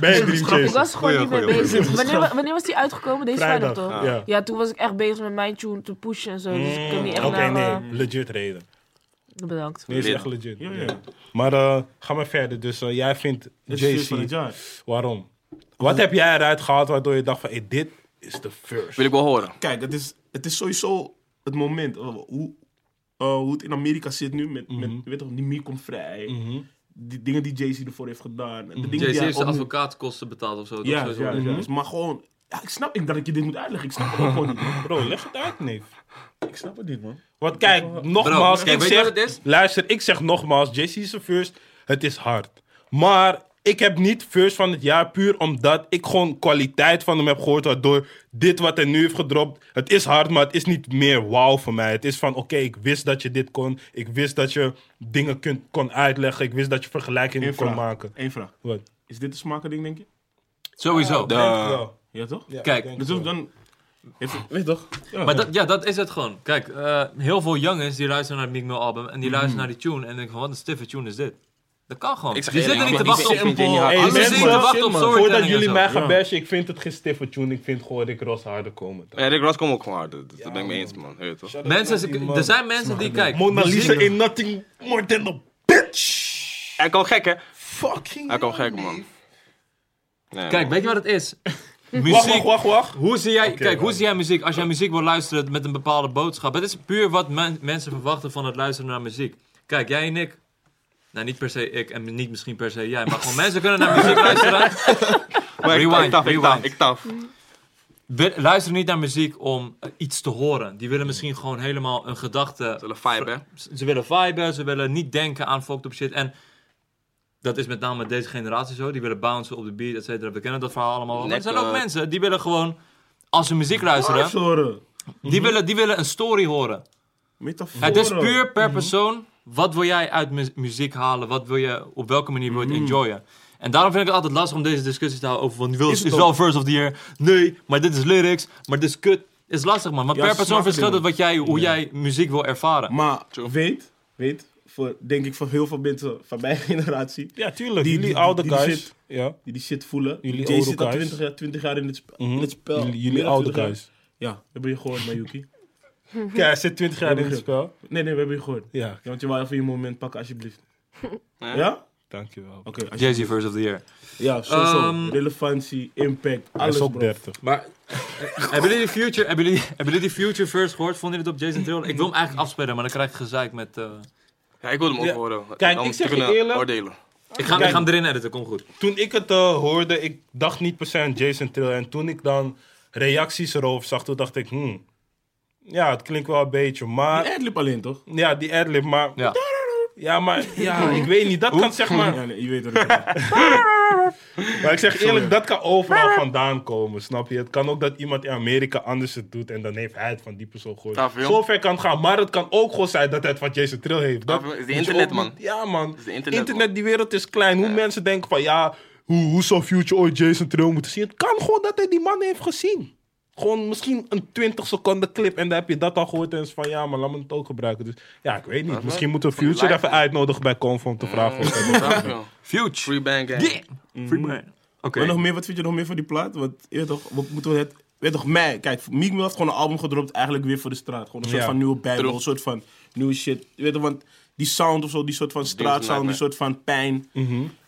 Speaker 3: Ben je Dream
Speaker 4: Ik
Speaker 3: Chaser?
Speaker 4: was gewoon
Speaker 5: Goeie,
Speaker 4: niet mee
Speaker 5: goeie,
Speaker 4: bezig. Wanneer, wa- wanneer was die uitgekomen? Deze vrijdag, toch?
Speaker 5: Ah.
Speaker 3: Ja.
Speaker 4: Ja, toen was ik echt bezig met mijn tune te pushen en zo. Dus ik heb niet echt
Speaker 3: Mm, Oké,
Speaker 4: naar... eh,
Speaker 3: nee, legit reden.
Speaker 4: Bedankt.
Speaker 3: Nee, is
Speaker 5: Lid.
Speaker 3: echt legit.
Speaker 2: Ja,
Speaker 3: Ja,
Speaker 2: ja.
Speaker 3: Maar eh, ga maar verder. Dus eh, jij vindt
Speaker 2: Dit is shit van het
Speaker 3: JC.
Speaker 2: jaar.
Speaker 3: Waarom? Wat heb jij eruit gehaald waardoor je dacht van, hey, dit is de first?
Speaker 5: Wil ik wel horen.
Speaker 2: Kijk, het is, het is sowieso het moment. eh, hoe, eh, hoe het in Amerika zit nu. Met, met je weet toch, die Mier komt vrij.
Speaker 3: Mhm.
Speaker 2: Die dingen die Jay-Z ervoor heeft gedaan. En de dingen
Speaker 1: Jay-Z
Speaker 2: die hij
Speaker 1: heeft zijn
Speaker 2: opnieuw-
Speaker 1: advocaatkosten betaald of zo.
Speaker 2: Ja,
Speaker 1: dat is
Speaker 2: ja,
Speaker 1: sowieso-
Speaker 2: ja. Dus maar gewoon... Ja, ik snap niet dat ik je dit moet uitleggen. Ik snap het ook gewoon niet. man.
Speaker 3: Bro, leg het uit, neef.
Speaker 2: Ik snap het niet, man.
Speaker 3: Want kijk, nogmaals,
Speaker 1: kijk,
Speaker 3: ik
Speaker 1: weet je
Speaker 3: zeg,
Speaker 1: wat het is?
Speaker 3: luister, ik zeg nogmaals, JC is de first. Het is hard. Maar ik heb niet first van het jaar puur omdat ik gewoon kwaliteit van hem heb gehoord. Waardoor dit wat hij nu heeft gedropt, het is hard, maar het is niet meer wauw voor mij. Het is van, oké, ik wist dat je dit kon. Ik wist dat je dingen kunt, kon uitleggen. Ik wist dat je vergelijkingen
Speaker 2: Eén
Speaker 3: kon
Speaker 2: vraag.
Speaker 3: maken.
Speaker 2: Eén vraag.
Speaker 3: Wat?
Speaker 2: Is dit een smakending, denk je?
Speaker 1: Sowieso.
Speaker 3: Ja.
Speaker 2: Ja, toch?
Speaker 3: Ja,
Speaker 1: Kijk,
Speaker 3: ik denk
Speaker 2: Dus
Speaker 3: het wel.
Speaker 2: dan... Heeft, weet je toch? Ja.
Speaker 1: Maar dat, ja, dat is het gewoon. Kijk, eh, heel veel jongens die luisteren naar het Meek Mill album en die
Speaker 3: Mhm.
Speaker 1: luisteren naar die tune en denken van wat een stiffe tune is dit. Dat kan gewoon.
Speaker 5: Ik zeg
Speaker 1: je
Speaker 5: eerlijk,
Speaker 1: zit er niet
Speaker 5: ik
Speaker 1: te
Speaker 5: ben-
Speaker 1: wachten
Speaker 5: ik ben-
Speaker 1: op.
Speaker 5: ik ben-
Speaker 1: Hey,
Speaker 5: Anders
Speaker 1: mensen
Speaker 5: zit je te
Speaker 1: moeten
Speaker 5: wachten
Speaker 1: wachten op
Speaker 3: Voordat
Speaker 1: storytelling
Speaker 3: jullie
Speaker 1: en
Speaker 3: mij
Speaker 1: zo.
Speaker 3: gaan bashen, ik vind het geen stiffe tune. Ik vind gewoon Rick Ross harder komen.
Speaker 5: Ja, Rick Ross komt ook gewoon hard. Dat, dat ben ik mee eens, man. Weet je toch?
Speaker 1: Mensen, er zijn mensen die kijken.
Speaker 3: Mona Lisa
Speaker 1: muziek-
Speaker 3: in nothing more than a bitch.
Speaker 5: Hij kan gek, hè?
Speaker 3: Fucking.
Speaker 5: Hij kan gek, man. Nee,
Speaker 1: Kijk,
Speaker 5: man.
Speaker 1: weet je wat het is?
Speaker 3: Wacht, wacht,
Speaker 1: Muziek.
Speaker 3: wacht, wacht.
Speaker 1: Hoe zie jij, kijk, hoe
Speaker 3: wacht.
Speaker 1: zie jij muziek? Als jij muziek wil luisteren met een bepaalde boodschap. Het is puur wat men- mensen verwachten van het luisteren naar muziek. Kijk, jij en ik. Nou, niet per se ik en niet misschien per se jij. Maar gewoon mensen kunnen naar muziek luisteren.
Speaker 5: Maar ik-
Speaker 1: Rewind,
Speaker 5: ik taf, ik taf,
Speaker 1: rewind.
Speaker 5: ik taf.
Speaker 1: We luisteren niet naar muziek om eh, iets te horen. Die willen misschien gewoon helemaal een gedachte.
Speaker 5: Zullen Hmm. vibe, hè?
Speaker 1: Ze ze willen viben, ze willen niet denken aan fucked up shit. En dat is met name deze generatie zo. Die willen bouncen op de beat, et cetera. We kennen dat verhaal allemaal. wel. Maar er zijn ook
Speaker 5: Lekker.
Speaker 1: mensen die willen gewoon, als ze muziek luisteren,
Speaker 2: Horen.
Speaker 5: Mhm.
Speaker 1: die willen, die willen een story horen.
Speaker 2: Metaforen.
Speaker 1: Het is puur per persoon. Wat wil jij uit mu- muziek halen? Wat wil je, op welke manier wil je het enjoyen? En daarom vind ik het altijd lastig om deze discussie te houden over van wil
Speaker 2: Is
Speaker 1: Mhm. is,
Speaker 2: het ook?
Speaker 1: wel verse of the year. Nee, maar dit is lyrics, maar dit is kut. Is lastig man, maar
Speaker 2: Ja,
Speaker 1: per
Speaker 2: smaak
Speaker 1: persoon verschilt het
Speaker 2: dingen.
Speaker 1: wat jij, hoe jij muziek wil ervaren.
Speaker 2: Maar weet, weet, voor, denk ik voor heel veel mensen van mijn generatie,
Speaker 3: Ja, tuurlijk.
Speaker 2: Die-
Speaker 3: jullie
Speaker 2: die-
Speaker 3: oude
Speaker 2: die- die
Speaker 3: guys.
Speaker 2: shit.
Speaker 3: ja.
Speaker 2: die die shit voelen.
Speaker 3: Jullie
Speaker 2: Jay
Speaker 3: oude
Speaker 2: zit al
Speaker 3: guys.
Speaker 2: 20 jaar, 20 jaar in het, sp-
Speaker 3: Mhm.
Speaker 2: in het spel.
Speaker 3: Jullie,
Speaker 2: Meer
Speaker 3: jullie
Speaker 2: dan
Speaker 3: oude
Speaker 2: 20 jaar.
Speaker 3: guys.
Speaker 2: Ja, hebben je gehoord, Mayuki?
Speaker 3: Kijk, hij zit 20 jaar in het spel.
Speaker 2: Nee, nee, we hebben je gehoord.
Speaker 3: Ja,
Speaker 2: Ja, want je wou even je moment pakken, alsjeblieft.
Speaker 5: Ja.
Speaker 2: Ja?
Speaker 3: dankjewel.
Speaker 2: Oké. alsjeblieft.
Speaker 1: Jay-Z verse of the year.
Speaker 2: ja, sowieso.
Speaker 1: Ehm,
Speaker 2: Relevantie, impact,
Speaker 3: Hij
Speaker 2: alles,
Speaker 3: is ook
Speaker 2: bro.
Speaker 3: 30.
Speaker 1: Maar hebben jullie die Future, hebben jullie, hebben jullie die Future verse gehoord? Vonden jullie het op Jason Trill? Ik wil hem eigenlijk afspelen, maar dan krijg ik gezeik met... eh,
Speaker 5: Ja, ik wil hem ook
Speaker 3: Ja.
Speaker 5: horen.
Speaker 3: Kijk,
Speaker 5: om
Speaker 3: ik
Speaker 5: te
Speaker 3: zeg je
Speaker 5: kunnen
Speaker 3: eerlijk-
Speaker 5: Oordelen.
Speaker 1: Ik, ga, ik ga hem erin editen, komt goed.
Speaker 3: Toen ik het eh, hoorde, ik dacht niet per se aan Jason Trill. En toen ik dan reacties erover zag, toen dacht ik, hmm. Ja, het klinkt wel een beetje, maar...
Speaker 2: Die adlib alleen, toch?
Speaker 3: Ja, die adlib, maar...
Speaker 1: Ja.
Speaker 3: Ja, maar ja, ik weet niet. Dat kan zeg maar...
Speaker 2: Ja, nee, je weet wat ik bedoel.
Speaker 3: Maar ik zeg eerlijk, dat kan overal vandaan komen, snap je? Het kan ook dat iemand in Amerika anders het doet en dan heeft hij het van die persoon gehoord.
Speaker 5: Taf, joh.
Speaker 3: Zo ver kan het gaan, maar het kan ook gewoon zijn dat hij het van Jason Trill heeft. Dat
Speaker 5: Taf, joh, is de
Speaker 3: moet je
Speaker 5: internet,
Speaker 3: ook
Speaker 5: man.
Speaker 3: niet- Ja, man.
Speaker 5: de internet, man.
Speaker 3: die wereld is klein. Hoe mensen denken van, ja, hoe, hoe zou Future ooit Jason Trill moeten zien? Het kan gewoon dat hij die man heeft gezien. Gewoon misschien een 20 seconden clip en dan heb je dat al gehoord en is van, ja, maar laat me het ook gebruiken. Dus ja, ik weet niet. Misschien moeten we
Speaker 5: Voor je
Speaker 3: Future
Speaker 5: life.
Speaker 3: even uitnodigen bij Conf om te vragen of hij
Speaker 5: Taf, joh.
Speaker 1: Future! Mm.
Speaker 5: Free bang gang.
Speaker 1: Yeah. Free man. Oké.
Speaker 2: Maar nog meer, wat vind je nog meer van die plaat? Want, je weet toch, wat moeten we het... Weet toch, mij, kijk, Meek Mill heeft gewoon een album gedropt, eigenlijk weer voor de straat. Gewoon een soort
Speaker 3: Ja.
Speaker 2: van nieuwe bijbel,
Speaker 5: True.
Speaker 2: een soort van nieuwe shit. Je weet toch, want die sound of zo, die soort van straatsound, die
Speaker 5: Nightmare.
Speaker 2: soort van pijn,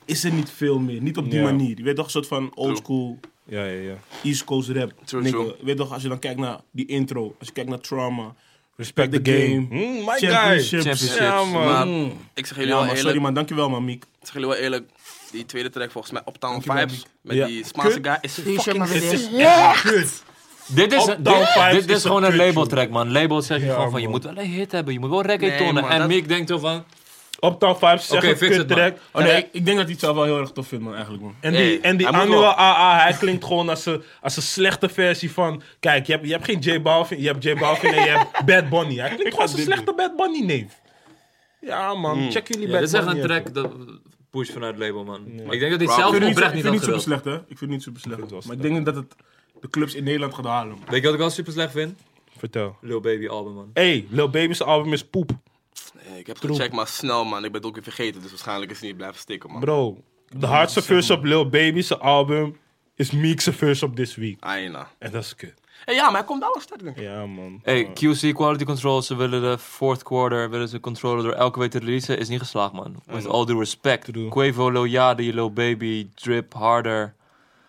Speaker 2: is er niet veel meer. Niet op die
Speaker 3: Ja.
Speaker 2: manier. Je weet toch, een soort van old school
Speaker 3: Ja, ja, ja.
Speaker 2: East Coast rap.
Speaker 5: True,
Speaker 2: nigga.
Speaker 5: true.
Speaker 2: Je Weet toch, als je dan kijkt naar die intro, als je kijkt naar Trauma,
Speaker 3: Respect
Speaker 2: the game.
Speaker 3: Mm, my
Speaker 2: Championships.
Speaker 1: Championships.
Speaker 3: Ja,
Speaker 5: Maar
Speaker 3: man.
Speaker 5: ik zeg jullie
Speaker 2: Ja,
Speaker 5: wel
Speaker 2: man,
Speaker 5: eerlijk.
Speaker 2: sorry man, dankjewel man, Miek.
Speaker 5: Ik zeg jullie wel eerlijk. Die tweede track volgens mij, Uptown
Speaker 2: Dankjewel,
Speaker 5: Vibes. Met
Speaker 3: Ja.
Speaker 5: die Spaanse guy. Is
Speaker 4: Die shit maar
Speaker 5: fucking
Speaker 4: weer
Speaker 5: sick.
Speaker 4: dit.
Speaker 1: Dit is, dit,
Speaker 3: Uptown Vibes
Speaker 1: dit is,
Speaker 3: is
Speaker 1: gewoon
Speaker 3: een
Speaker 1: een
Speaker 3: kutje.
Speaker 1: label track, man. Label zeg je
Speaker 3: Ja,
Speaker 1: gewoon van,
Speaker 3: man.
Speaker 1: je moet wel een hit hebben, je moet wel reggaetonnen.
Speaker 5: Nee, man,
Speaker 1: en
Speaker 5: dat-
Speaker 1: Meek denkt zo van,
Speaker 3: Uptown Vibes zegt
Speaker 1: Oké,
Speaker 3: een
Speaker 1: fix het,
Speaker 3: kut track.
Speaker 2: Oh nee, ik, ik denk dat hij het zelf wel heel erg tof vindt man, eigenlijk man.
Speaker 3: En die,
Speaker 5: Hey,
Speaker 3: en die
Speaker 5: hij moet
Speaker 3: annual
Speaker 5: wel.
Speaker 3: AA, hij klinkt gewoon als een, als een slechte versie van... Kijk, je hebt, je hebt geen J Balvin, je hebt J Balvin en je hebt Bad Bunny. Hij klinkt gewoon als een slechte Bad Bunny, neef. Ja, man. Check jullie
Speaker 1: ja,
Speaker 3: Bad
Speaker 1: dit is echt
Speaker 3: Bunny
Speaker 1: een
Speaker 3: even.
Speaker 1: track dat push vanuit label, man. Ik denk dat hij
Speaker 5: Bro,
Speaker 1: zelf
Speaker 5: ik
Speaker 2: Ik vind
Speaker 1: oprecht niet had
Speaker 2: het niet, niet super
Speaker 1: gewild.
Speaker 2: slecht hè. Ik vind het niet super slecht.
Speaker 3: het wel
Speaker 2: maar ik denk dat het de clubs in Nederland gaat halen. man.
Speaker 1: Weet je wat ik wel super slecht vind?
Speaker 3: Vertel.
Speaker 1: Lil Baby album, man.
Speaker 3: Hey, Lil Baby's album is poep.
Speaker 5: Nee, ik heb
Speaker 3: Troep.
Speaker 5: gecheckt, maar snel man. Ik ben het ook weer vergeten, dus waarschijnlijk is het niet blijven stikken man.
Speaker 3: Bro, de hardste verse op Lil Baby's album is Meek's verse op This Week.
Speaker 5: Aina.
Speaker 3: En dat is kut.
Speaker 5: Hey, ja, maar hij komt daar wel sterk denk ik.
Speaker 3: Ja, man.
Speaker 1: Hey, QC Quality Control, ze willen de fourth quarter, willen ze controller door elke week te releasen, is niet geslaagd, man. With all due respect.
Speaker 3: True.
Speaker 1: Quavo, Lil Yachty, Lil Baby, Drip, Harder.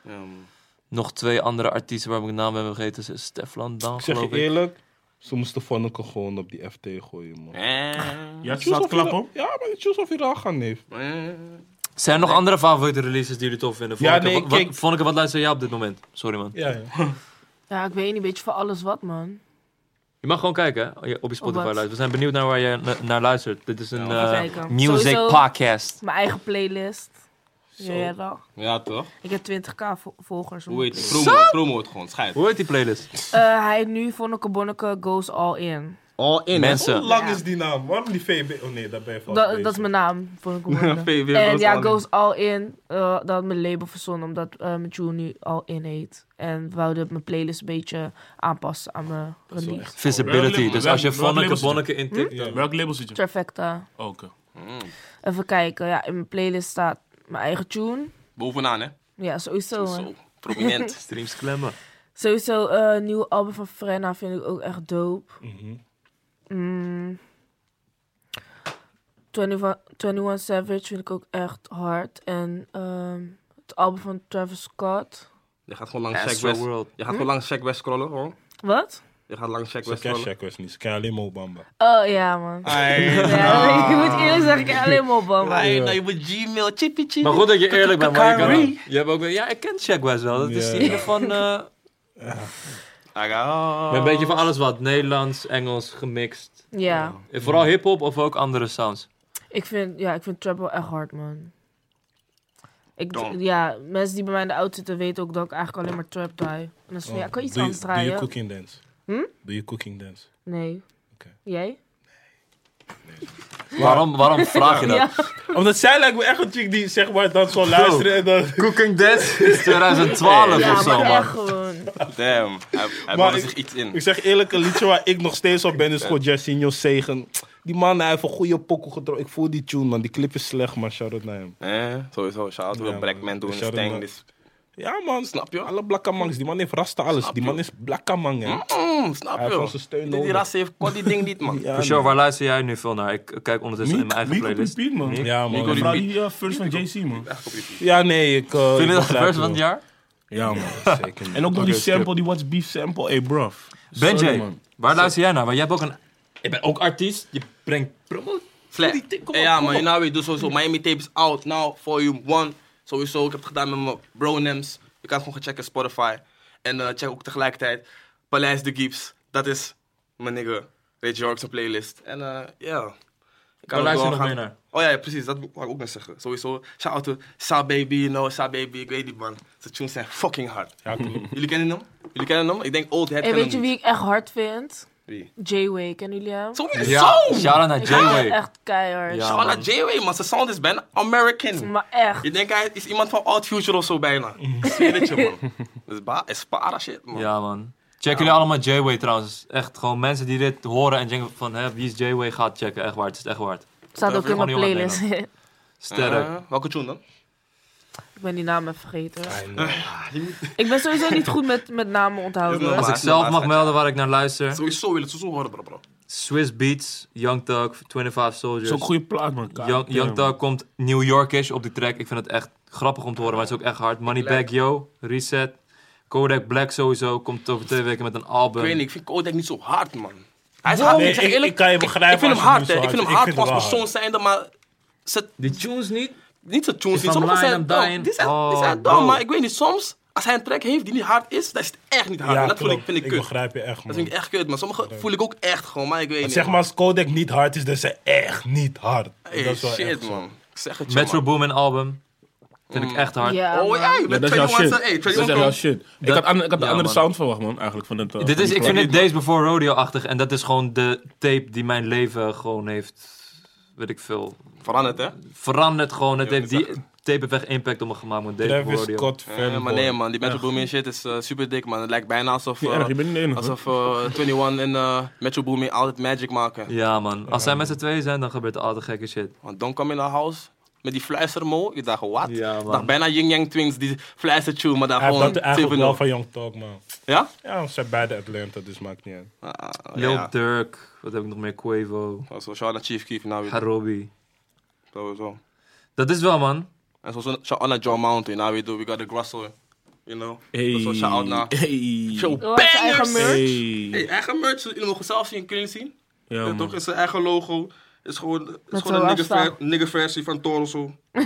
Speaker 5: Ja, man.
Speaker 1: Nog twee andere artiesten waar ik de naam hebben vergeten. Ze- Stefan Dan,
Speaker 3: Ik zeg
Speaker 1: geloof
Speaker 3: je
Speaker 1: ik.
Speaker 3: eerlijk, ze moesten Vonneke gewoon op die FT gooien, man.
Speaker 5: Eh,
Speaker 2: Ja, het
Speaker 3: Choose
Speaker 2: staat
Speaker 3: of je-
Speaker 2: klap op.
Speaker 3: Ja, maar choose of je eraan gaan, neef.
Speaker 5: eh.
Speaker 1: Zijn er nog andere favoriete releases die jullie tof vinden? Vond
Speaker 3: Ja,
Speaker 1: ik,
Speaker 3: nee,
Speaker 1: wat, wat-
Speaker 3: kijk-
Speaker 1: vond ik wat luister jij op dit moment? Sorry, man.
Speaker 3: Ja, ja.
Speaker 4: Ja, ik weet niet, een beetje voor alles wat, man.
Speaker 1: Je mag gewoon kijken hè, op je Spotify
Speaker 4: wat?
Speaker 1: luisteren. We zijn benieuwd naar waar je na- naar luistert. Dit is een
Speaker 5: Ja,
Speaker 1: eh,
Speaker 4: kijken.
Speaker 1: music
Speaker 4: Sowieso.
Speaker 1: podcast.
Speaker 4: Mijn eigen playlist. Ja, ja, wel.
Speaker 5: Ja, toch?
Speaker 4: Ik heb 20k vo- volgers.
Speaker 5: Hoe heet het? Promo, promo het gewoon, schijt.
Speaker 1: Hoe heet die playlist?
Speaker 4: Eh, hij heet nu Vonneke Bonneke Goes All In.
Speaker 5: All in.
Speaker 1: Mensen.
Speaker 3: Hoe lang
Speaker 4: Ja.
Speaker 3: is die naam? Waarom die VB? Oh nee, daar ben je vast
Speaker 4: Dat,
Speaker 3: bezig.
Speaker 4: dat is mijn naam, Vonneke Bonneke.
Speaker 5: VW
Speaker 4: En
Speaker 5: goes
Speaker 4: ja,
Speaker 5: all in.
Speaker 4: Goes All In, eh, dat had mijn label verzonnen, omdat eh, mijn tune nu All In heet. En we wouden mijn playlist een beetje aanpassen aan mijn
Speaker 2: is wel
Speaker 4: release.
Speaker 2: echt-
Speaker 1: Visibility.
Speaker 2: Welk
Speaker 1: Dus
Speaker 2: label-
Speaker 1: als je
Speaker 2: welk label
Speaker 1: Vonneke
Speaker 2: zit er?
Speaker 1: Bonneke intikt...
Speaker 3: Ja.
Speaker 2: Welk label zit je?
Speaker 4: Trifecta.
Speaker 2: Oh, Oké.
Speaker 5: Mm.
Speaker 4: Even kijken, ja, in mijn playlist staat mijn eigen tune.
Speaker 5: Bovenaan, hè?
Speaker 4: Ja, sowieso. hè.
Speaker 5: Zo, prominent.
Speaker 1: Streams klemmen.
Speaker 4: Sowieso, eh nieuwe album van Frenna vind ik ook echt dope.
Speaker 3: Mhm.
Speaker 4: Mm. 21, 21 Savage vind ik ook echt hard. En ehm, het album van Travis Scott.
Speaker 5: Je gaat gewoon langs Shaq
Speaker 1: Astro
Speaker 5: West.
Speaker 1: World.
Speaker 5: Je gaat gewoon langs Shaq West scrollen, hoor.
Speaker 4: Wat?
Speaker 5: Je gaat langs Shaq
Speaker 3: Ze
Speaker 5: West
Speaker 3: ken
Speaker 5: scrollen.
Speaker 3: Shaq West niet. Ze ken alleen Mo Bamba.
Speaker 4: Oh ja, man.
Speaker 3: Ah.
Speaker 4: Ja, ik moet eerlijk zeggen, ik ken alleen maar Obama.
Speaker 5: Ai, nou, je moet Gmail, chippy chippy.
Speaker 1: Maar goed dat je eerlijk bent, maar je, kan,
Speaker 5: Kyrie.
Speaker 1: je hebt ook weer... Ja, ik ken Shaq West wel. Dat is
Speaker 3: Ja.
Speaker 1: die ene van... eh,
Speaker 5: Aga.
Speaker 1: Een beetje van alles wat. Nederlands, Engels, gemixt.
Speaker 4: Ja,
Speaker 1: Eh, Vooral hip-hop of ook andere sounds.
Speaker 4: ik vind, ja, ik vind trap wel echt hard, man. Ik,
Speaker 5: Dom.
Speaker 4: ja, mensen die bij mij in de auto zitten weten ook dat ik eigenlijk alleen maar trap draai. En dan is van, ja, kan je iets
Speaker 3: Oh. Doe
Speaker 4: anders
Speaker 3: Doe je
Speaker 4: draaien?
Speaker 3: cooking dance.
Speaker 4: Hm?
Speaker 3: Doe je cooking dance.
Speaker 4: Nee.
Speaker 3: Oké.
Speaker 4: Jij?
Speaker 1: Waarom, waarom vraag je dat?
Speaker 4: Ja.
Speaker 3: Omdat zij lijkt me echt een chick die zeg maar dan zo luisteren en dan...
Speaker 1: Cooking Dead is 2012
Speaker 4: ja,
Speaker 1: of zo,
Speaker 4: maar
Speaker 1: man.
Speaker 4: echt gewoon.
Speaker 5: Damn, hij, hij
Speaker 3: Maar
Speaker 5: bouwde
Speaker 3: ik-
Speaker 5: zich iets in.
Speaker 3: Ik zeg eerlijk, een liedje waar ik nog steeds op ben is gewoon Jairzinho's Zegen. Die man, hij heeft een goede pokkel getrokken. Ik voel die tune, man. Die clip is slecht, maar shout-out naar hem.
Speaker 5: Eh, sowieso, shout-out
Speaker 3: Ja,
Speaker 5: ja,
Speaker 3: man.
Speaker 5: Blackman doen,
Speaker 3: Shout-out
Speaker 5: Stang.
Speaker 3: naar-
Speaker 5: This.
Speaker 3: Ja, man.
Speaker 5: Snap je?
Speaker 3: Alle blakkamangs. Die man heeft rasta alles. die
Speaker 5: je?
Speaker 3: man is blakkamang, hè.
Speaker 5: Mm, snap
Speaker 3: Hij heeft
Speaker 5: je?
Speaker 3: onze steun
Speaker 5: Die- Die
Speaker 3: nodig.
Speaker 5: ras heeft kon die ding niet, man.
Speaker 3: Ja,
Speaker 1: For sure, waar luister jij nu veel naar? Ik kijk ondertussen in mijn eigen
Speaker 2: Miek op
Speaker 1: playlist.
Speaker 2: repeat, man.
Speaker 3: man. Ja,
Speaker 5: Nico
Speaker 3: man.
Speaker 5: die-
Speaker 2: Vraag die eh, first van JC, man.
Speaker 3: Ja, nee, ik... eh,
Speaker 1: Vind je
Speaker 3: ik
Speaker 1: dat de
Speaker 3: begrijp
Speaker 1: first
Speaker 3: je
Speaker 1: van het
Speaker 3: wel.
Speaker 1: jaar?
Speaker 3: Ja, man. Zeker.
Speaker 2: En ook nog
Speaker 3: Oké,
Speaker 2: die
Speaker 3: skip.
Speaker 2: sample, die What's Beef sample. Hey, bruv. Sorry,
Speaker 1: Benjay,
Speaker 2: man.
Speaker 1: waar luister jij naar? Want jij hebt ook een... Je bent ook artiest. Je brengt promo.
Speaker 5: Flat.
Speaker 1: Die tip, kom op,
Speaker 5: ja,
Speaker 1: kom
Speaker 5: man,
Speaker 1: op.
Speaker 5: you know how we do sowieso. Miami Tape is out now, volume 1. Sowieso, ik heb het gedaan met mijn bro-names. Je kan het gewoon gaan checken, Spotify. En eh, check ook tegelijkertijd Paleis de Gips. Dat is mijn nigga, Ray York's playlist. En eh, ja, ik kan
Speaker 1: Waar
Speaker 5: ook
Speaker 1: luister je nog
Speaker 5: doorgaan.
Speaker 1: meer naar?
Speaker 5: Oh ja, ja, precies, dat wou ik ook nog zeggen. Sowieso, shout-out to Sa Baby, you know, Sa Baby, ik weet niet, man. Zijn tunes zijn fucking hard.
Speaker 3: Ja, klopt.
Speaker 5: Jullie kennen hem? Jullie kennen hem? Ik denk Old Head
Speaker 4: En
Speaker 5: kennen
Speaker 4: weet je
Speaker 5: hem
Speaker 4: wie ik echt hard vind?
Speaker 5: Wie?
Speaker 4: J-Way, kennen jullie hem?
Speaker 5: Zo,
Speaker 1: Ja,
Speaker 5: zo!
Speaker 1: shout-out naar
Speaker 4: Ik vind hem
Speaker 1: J-Way.
Speaker 4: echt keihard.
Speaker 1: Ja.
Speaker 5: Shout-out naar J-Way, man. Zijn sound is bijna American.
Speaker 4: Maar echt.
Speaker 5: Je denkt, hij is iemand van Old Future of zo bijna. Spiritje, man. Dat is, ba- is para shit, man.
Speaker 1: Ja, man. Check jullie allemaal J-Way trouwens. Echt gewoon mensen die dit horen en denken van... Hè, wie is J-Way? Gaat checken. Echt waar. Het is echt waard.
Speaker 4: Staat ook in
Speaker 1: Gewoon
Speaker 4: mijn
Speaker 1: heel
Speaker 4: playlist.
Speaker 1: Sterk.
Speaker 5: Eh, welke tune dan?
Speaker 4: ik ben die naam even vergeten.
Speaker 2: Eh,
Speaker 4: ik ben sowieso niet goed met, met namen onthouden.
Speaker 5: Ja,
Speaker 1: Als
Speaker 5: maar-
Speaker 1: ik zelf
Speaker 5: maar-
Speaker 1: mag melden waar ik naar luister.
Speaker 5: Sowieso wil ik het zo horen, bro. bro.
Speaker 1: Swiss Beats, Young Thug, 25
Speaker 2: Dat is ook
Speaker 1: Soldiers.
Speaker 2: een goede plaat, man.
Speaker 1: Young, Young Thug komt New Yorkish op die track. Ik vind het echt grappig om te horen, maar het is ook echt hard. Moneybag Yo, Reset. Kodak Black sowieso komt over twee weken met een album.
Speaker 5: Ik weet niet, ik vind Kodak niet zo hard, man. Hij is
Speaker 3: Wow.
Speaker 5: hard,
Speaker 3: Nee,
Speaker 5: ik zeg
Speaker 3: ik-
Speaker 5: eerlijk.
Speaker 3: ik kan je begrijpen
Speaker 5: Ik vind hem
Speaker 3: als je
Speaker 5: hard,
Speaker 3: niet zo
Speaker 5: hè. Ik
Speaker 3: hard
Speaker 5: vind hem
Speaker 3: vindt. Ik
Speaker 5: hard
Speaker 3: vind
Speaker 5: als
Speaker 3: hem wel
Speaker 5: persoon zijnde, maar... Ze,
Speaker 1: Die tunes niet?
Speaker 5: niet zijn tunes,
Speaker 1: If
Speaker 5: niet.
Speaker 1: I'm
Speaker 5: Sommige
Speaker 1: lying,
Speaker 5: zijn
Speaker 1: I'm
Speaker 5: dom.
Speaker 1: dying.
Speaker 5: Die zijn, die
Speaker 1: Oh,
Speaker 5: zijn
Speaker 1: bro.
Speaker 5: dom, maar ik weet niet, soms... Als hij een track heeft die niet hard is, dan is het echt niet hard.
Speaker 3: Ja,
Speaker 5: en dat vind ik,
Speaker 3: klopt.
Speaker 5: vind ik
Speaker 3: Ik
Speaker 5: kut.
Speaker 3: begrijp je echt,
Speaker 5: Dat
Speaker 3: man.
Speaker 5: vind ik echt kut, maar sommige voel ik ook echt gewoon, maar ik weet niet.
Speaker 3: Zeg maar als Kodak niet hard is, dan is hij echt niet hard.
Speaker 5: Hey,
Speaker 3: dat is wel echt
Speaker 5: shit,
Speaker 3: zo.
Speaker 5: man. Ik zeg het je,
Speaker 1: Metro
Speaker 5: man.
Speaker 1: Boomin album. Vind ik echt hard.
Speaker 4: Ja,
Speaker 5: Oh
Speaker 4: man.
Speaker 5: ja, je
Speaker 2: Ja,
Speaker 5: bent
Speaker 2: dat is jouw shit.
Speaker 5: 21 cent. Hey,
Speaker 2: Dat is
Speaker 5: 21
Speaker 2: echt jouw shit. Ik
Speaker 1: Dat-
Speaker 2: had an- ik had een
Speaker 1: Ja,
Speaker 2: andere
Speaker 1: man.
Speaker 2: sound verwacht, man, eigenlijk. Van het, eh,
Speaker 1: Dit
Speaker 2: van
Speaker 1: is,
Speaker 2: die
Speaker 1: ik
Speaker 2: plaat.
Speaker 1: vind het Days Before Rodeo-achtig. En dat is gewoon de tape die mijn leven gewoon heeft, weet ik veel,
Speaker 5: Veranderd, hè?
Speaker 1: veranderd gewoon. Het
Speaker 5: Ja,
Speaker 1: heeft
Speaker 5: dat is
Speaker 1: die, tape heeft echt impact op me gemaakt met Dave
Speaker 3: Travis
Speaker 1: Rodio.
Speaker 3: Scott fanboy.
Speaker 5: Ja, Eh, maar nee, man, die Metro
Speaker 3: Echt.
Speaker 5: Boomin shit is eh, super dik, man. Het lijkt bijna alsof,
Speaker 3: Niet
Speaker 5: eh,
Speaker 3: erg, je bent niet de enige.
Speaker 5: alsof eh, 21 en eh, Metro Boomin altijd magic maken.
Speaker 1: Ja, man. Als zij met z'n tweeën zijn, dan gebeurt er altijd gekke shit.
Speaker 5: Want Don kwam in de house met die fluistermol. Ik dacht, wat?
Speaker 1: Ja,
Speaker 5: ik
Speaker 1: man.
Speaker 5: dacht bijna Ying Yang Twins, die fluistertune, maar daar
Speaker 3: Hij heeft
Speaker 5: gewoon
Speaker 3: dat eigenlijk
Speaker 5: 7-0.
Speaker 3: wel van Young Talk, man.
Speaker 5: Ja?
Speaker 3: Ja, ze zijn beide Atlanta, dus maakt niet uit.
Speaker 5: Ah,
Speaker 1: Lil
Speaker 5: ja.
Speaker 1: Durk, wat heb ik nog meer? Quavo,
Speaker 5: Zo, Zo, shout-out naar Chief Keef, nou weer.
Speaker 1: Harobi.
Speaker 5: Sowieso.
Speaker 1: Dat is wel, man.
Speaker 5: En zo, zo- shout-out naar John Mountain, nou weer, dude, we got the Grussel. You know? Zo, shout-out naar...
Speaker 2: Hey.
Speaker 5: Show
Speaker 4: Hij heeft zijn Oh, eigen
Speaker 5: bangers!
Speaker 4: merch.
Speaker 5: Hey, eigen merch, jullie mogen zelf zien, kunnen jullie zien?
Speaker 2: Ja,
Speaker 5: Ja,
Speaker 2: man.
Speaker 5: toch? Is zijn eigen logo. Is gewoon, is
Speaker 4: Met
Speaker 5: gewoon
Speaker 4: zo'n
Speaker 5: een nigger,
Speaker 4: afstand.
Speaker 5: ver- nigger versie van Torso.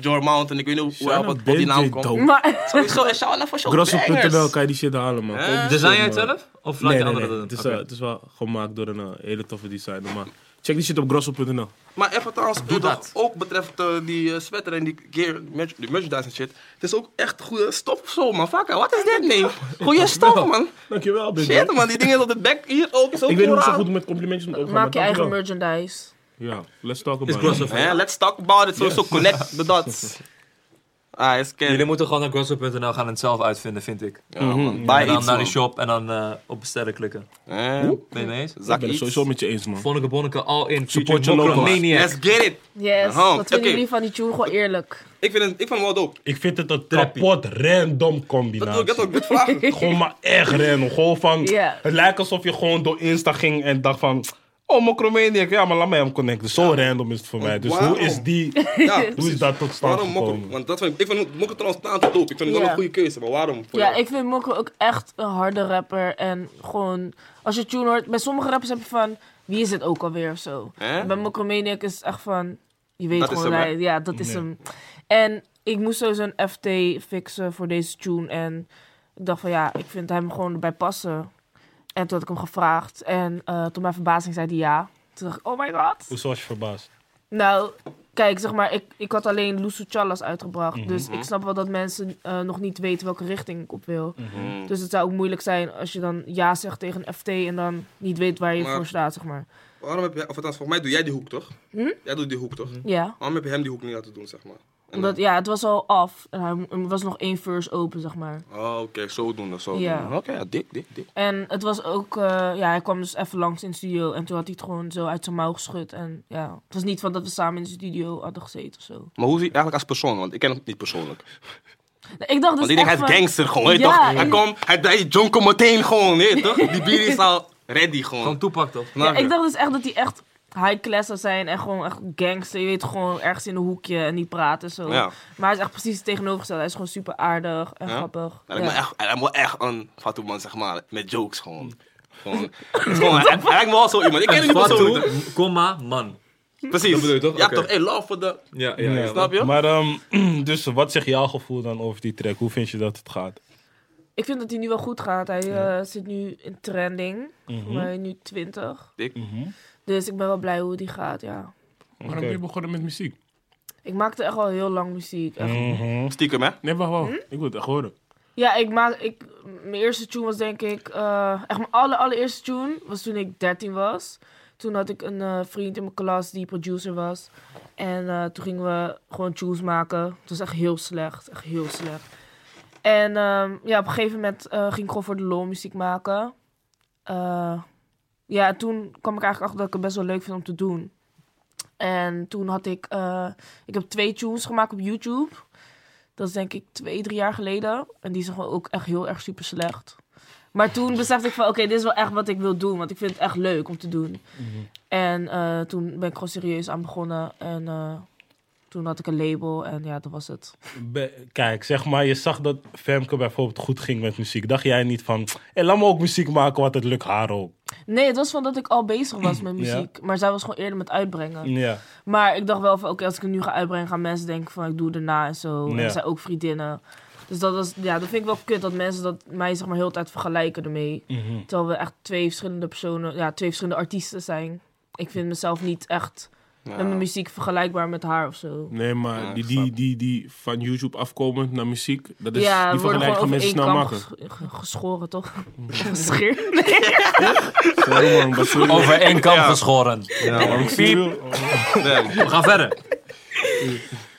Speaker 5: George Mountain, ik weet niet hoe
Speaker 2: Shout-out
Speaker 5: op, op die
Speaker 2: Ben
Speaker 5: naam
Speaker 2: J.
Speaker 5: komt.
Speaker 2: Dope.
Speaker 4: Maar
Speaker 5: Sowieso, en shout out voor show
Speaker 2: Grosso.nl
Speaker 5: bangers.
Speaker 2: kan je die shit halen, man.
Speaker 5: Hè?
Speaker 2: Koop die
Speaker 1: Design
Speaker 2: shit,
Speaker 1: jij het
Speaker 2: man.
Speaker 1: zelf? Of laat
Speaker 2: Nee,
Speaker 1: Eh, je
Speaker 2: nee,
Speaker 1: anderen dat
Speaker 2: nee.
Speaker 1: doen?
Speaker 2: Het, is,
Speaker 1: Oké.
Speaker 2: wel- het is wel gemaakt door een eh, hele toffe designer, maar check die shit op nou. grosso.nl.
Speaker 5: Maar even trouwens,
Speaker 1: Doe
Speaker 5: eh, toch
Speaker 1: dat.
Speaker 5: ook betreft eh, die eh, sweater en die gear, merch- die merchandise en shit. Het is ook echt goede stof of zo, man. Vaak, wat is dit, nee? Goede stof, man.
Speaker 2: Dankjewel, baby.
Speaker 5: Shit, man. Die dingen op de bek hier ook. Zo
Speaker 2: Ik weet niet of ik zo
Speaker 5: cool
Speaker 2: goed met complimentjes moet opgaan,
Speaker 4: maak je
Speaker 2: maar
Speaker 4: eigen
Speaker 2: dankjewel.
Speaker 4: merchandise.
Speaker 2: Ja, let's talk about
Speaker 1: Is Grosso
Speaker 5: aan. Ja, let's talk about it. Sowieso connect the dots. Ah, is
Speaker 1: Jullie
Speaker 5: ken.
Speaker 1: moeten gewoon naar grosso.nl gaan en het zelf uitvinden, vind ik.
Speaker 5: Ja, man.
Speaker 1: en
Speaker 5: Buy
Speaker 1: dan
Speaker 5: iets,
Speaker 1: naar die
Speaker 5: man.
Speaker 1: shop en dan eh, op bestellen klikken.
Speaker 5: Eh,
Speaker 1: Ben je mee eens?
Speaker 2: Ik
Speaker 5: Zak
Speaker 2: ben het
Speaker 5: iets.
Speaker 2: sowieso met je eens, man.
Speaker 1: Vonneke Bonneke, all in.
Speaker 2: Support
Speaker 1: featuring
Speaker 2: your
Speaker 1: Mokro
Speaker 2: locals.
Speaker 1: Maniac.
Speaker 5: Let's get it.
Speaker 4: Yes,
Speaker 5: Aha,
Speaker 4: wat vinden
Speaker 5: oké.
Speaker 4: jullie van die tune? Gewoon eerlijk.
Speaker 5: Ik vind, het, ik vind hem wel dope.
Speaker 3: Ik vind het een kapot random
Speaker 5: Dat
Speaker 3: combinatie.
Speaker 5: doe ik dat ook dit vraag.
Speaker 3: Gewoon maar echt random. Gewoon van,
Speaker 4: Ja.
Speaker 3: het lijkt alsof je gewoon door Insta ging en dacht van... Oh, Mokromaniac, ja, maar laat mij hem connecten. Zo random is het voor mij. Dus
Speaker 5: waarom?
Speaker 3: hoe is die...
Speaker 5: Ja,
Speaker 3: Hoe is
Speaker 5: precies.
Speaker 3: dat tot stand
Speaker 5: Waarom Mokko?
Speaker 3: gekomen?
Speaker 5: Want dat vind ik, ik vind Mokko trouwens staan te dope. Ik vind het wel
Speaker 4: Ja.
Speaker 5: een goede keuze, maar waarom? voor
Speaker 4: Ja,
Speaker 5: jou?
Speaker 4: ik vind Mokko ook echt een harde rapper. En gewoon, als je tune hoort, bij sommige rappers heb je van, wie is het ook alweer of zo.
Speaker 5: Hè?
Speaker 4: En Bij Mokko Maniac is het echt van, je weet
Speaker 5: Dat is
Speaker 4: gewoon,
Speaker 5: hem, hè?
Speaker 4: hij- ja, dat is hem. En ik moest sowieso een FT fixen voor deze tune. En ik dacht van, ja, ik vind hem gewoon erbij passen. En toen had ik hem gevraagd. En eh tot mijn verbazing zei hij ja. Toen dacht ik, oh my god.
Speaker 3: Hoezo was je verbaasd?
Speaker 4: Nou, kijk, zeg maar, ik, ik had alleen Lusu Chalas uitgebracht. Dus
Speaker 5: Mhm.
Speaker 4: ik snap wel dat mensen eh, nog niet weten welke richting ik op wil.
Speaker 5: Mhm.
Speaker 4: Dus het zou ook moeilijk zijn als je dan ja zegt tegen een FT en dan niet weet waar je
Speaker 5: Maar-
Speaker 4: voor staat, zeg maar.
Speaker 5: Waarom heb jij, of althans, volgens mij doe jij die hoek toch?
Speaker 4: Hm?
Speaker 5: Jij doet die hoek toch?
Speaker 4: Ja.
Speaker 5: Waarom heb je hem die hoek niet laten doen, zeg maar? En
Speaker 4: Omdat, ja, het was al af. En hij, er was nog één verse open, zeg maar.
Speaker 5: dan- Oh, oké, zodoende, zo.
Speaker 4: Ja.
Speaker 5: Oké, ja, dik, dik, dik.
Speaker 4: En het was ook, eh, ja, hij kwam dus even langs in de studio. En toen had hij het gewoon zo uit zijn mouw geschud. En ja, het was niet van dat we samen in de studio hadden gezeten of zo.
Speaker 5: Maar hoe zie je eigenlijk als persoon? Want ik ken hem niet persoonlijk.
Speaker 4: Nou, ik dacht dus
Speaker 5: Want ik denk, hij
Speaker 4: echt
Speaker 5: is
Speaker 4: van-
Speaker 5: gangster gewoon, weet je
Speaker 4: Ja,
Speaker 5: toch? Hij
Speaker 4: en-
Speaker 5: komt, hij, hij jonko meteen gewoon, weet je toch? Die bier is al ready gewoon.
Speaker 1: Gewoon toepak toch?
Speaker 5: Snap
Speaker 4: Ja,
Speaker 5: je?
Speaker 4: ik dacht dus echt dat die echt high class zou zijn en gewoon echt gangster. Je weet gewoon ergens in een hoekje en niet praten zo.
Speaker 5: Ja.
Speaker 4: Maar hij is echt precies het tegenovergestelde. Hij is gewoon super aardig en
Speaker 5: Ja?
Speaker 4: grappig.
Speaker 5: Hij lijkt
Speaker 4: Ja.
Speaker 5: me echt, hij lijkt me echt een Fatou man, zeg maar. Met jokes gewoon.
Speaker 4: Hm.
Speaker 5: gewoon, het is gewoon hij, hij lijkt me wel zo iemand. Ik ken hem niet persoonlijk.
Speaker 1: Fatu, comma, man.
Speaker 5: hè? Precies.
Speaker 1: Dat bedoel je toch?
Speaker 5: Ja,
Speaker 1: Oké.
Speaker 5: toch? Hey, love for the...
Speaker 1: Ja, ja, ja.
Speaker 5: Snap je?
Speaker 3: Maar, ehm, dus wat zeg jouw gevoel dan over die track? Hoe vind je dat het gaat?
Speaker 4: Ik vind dat hij nu wel goed gaat. Hij eh, zit nu in trending. Maar hij is nu 20.
Speaker 5: Dik.
Speaker 4: Dus ik ben wel blij hoe die gaat, ja.
Speaker 2: Waarom ben je begonnen met muziek?
Speaker 4: Ik maakte echt al heel lang muziek. Echt.
Speaker 5: Stiekem, hè?
Speaker 2: Nee, wacht, wacht. Ik wil het echt horen.
Speaker 4: Ja, ik maak, ik, mijn eerste tune was denk ik, eh, echt mijn aller, allereerste tune was toen ik 13 was. Toen had ik een eh, vriend in mijn klas die producer was. En eh, toen gingen we gewoon tunes maken. Het was echt heel slecht, echt heel slecht. En ehm, ja, op een gegeven moment eh, ging ik gewoon voor de lol muziek maken. Eh, ja, toen kwam ik eigenlijk achter dat ik het best wel leuk vind om te doen. En toen had ik, eh, ik heb twee tunes gemaakt op YouTube. Dat is denk ik twee, drie jaar geleden. En die is gewoon ook echt heel erg super slecht. Maar toen besefte ik van, oké, dit is wel echt wat ik wil doen. Want ik vind het echt leuk om te doen. En eh, toen ben ik gewoon serieus aan begonnen. En eh, toen had ik een label en ja, dat was het.
Speaker 3: Be- Kijk, zeg maar, je zag dat Femke bijvoorbeeld goed ging met muziek. Dacht jij niet van, hey, laat me ook muziek maken, want het lukt haar ook.
Speaker 4: Nee, het was van dat ik al bezig was met muziek. Maar zij was gewoon eerder met uitbrengen.
Speaker 3: Ja.
Speaker 4: Maar ik dacht wel van, oké, als ik het nu ga uitbrengen... gaan mensen denken van, ik doe het erna en zo. En
Speaker 3: Ja.
Speaker 4: zij ook vriendinnen. Dus dat, was, ja, dat vind ik wel kut, dat mensen dat mij zeg maar heel de tijd vergelijken ermee.
Speaker 2: Mhm.
Speaker 4: Terwijl we echt twee verschillende personen, ja, twee verschillende artiesten zijn. Ik vind mezelf niet echt met mijn muziek vergelijkbaar met haar of zo.
Speaker 2: Nee, maar
Speaker 5: Ja,
Speaker 2: die,
Speaker 5: ik
Speaker 2: die,
Speaker 5: snap.
Speaker 2: die, die van YouTube afkomend naar muziek, dat is,
Speaker 4: ja, we
Speaker 2: Dus die
Speaker 4: worden
Speaker 2: vergelijking gaan
Speaker 4: gewoon over
Speaker 2: mensen
Speaker 4: één
Speaker 2: snel
Speaker 4: kam
Speaker 2: maken. Mhm.
Speaker 4: ges- ge- geschoren, toch? Gescheerd.
Speaker 2: Sorry man, maar sorry.
Speaker 1: Over één kam geschoren.
Speaker 2: Ja, man, ik zie je wel.
Speaker 1: We gaan verder.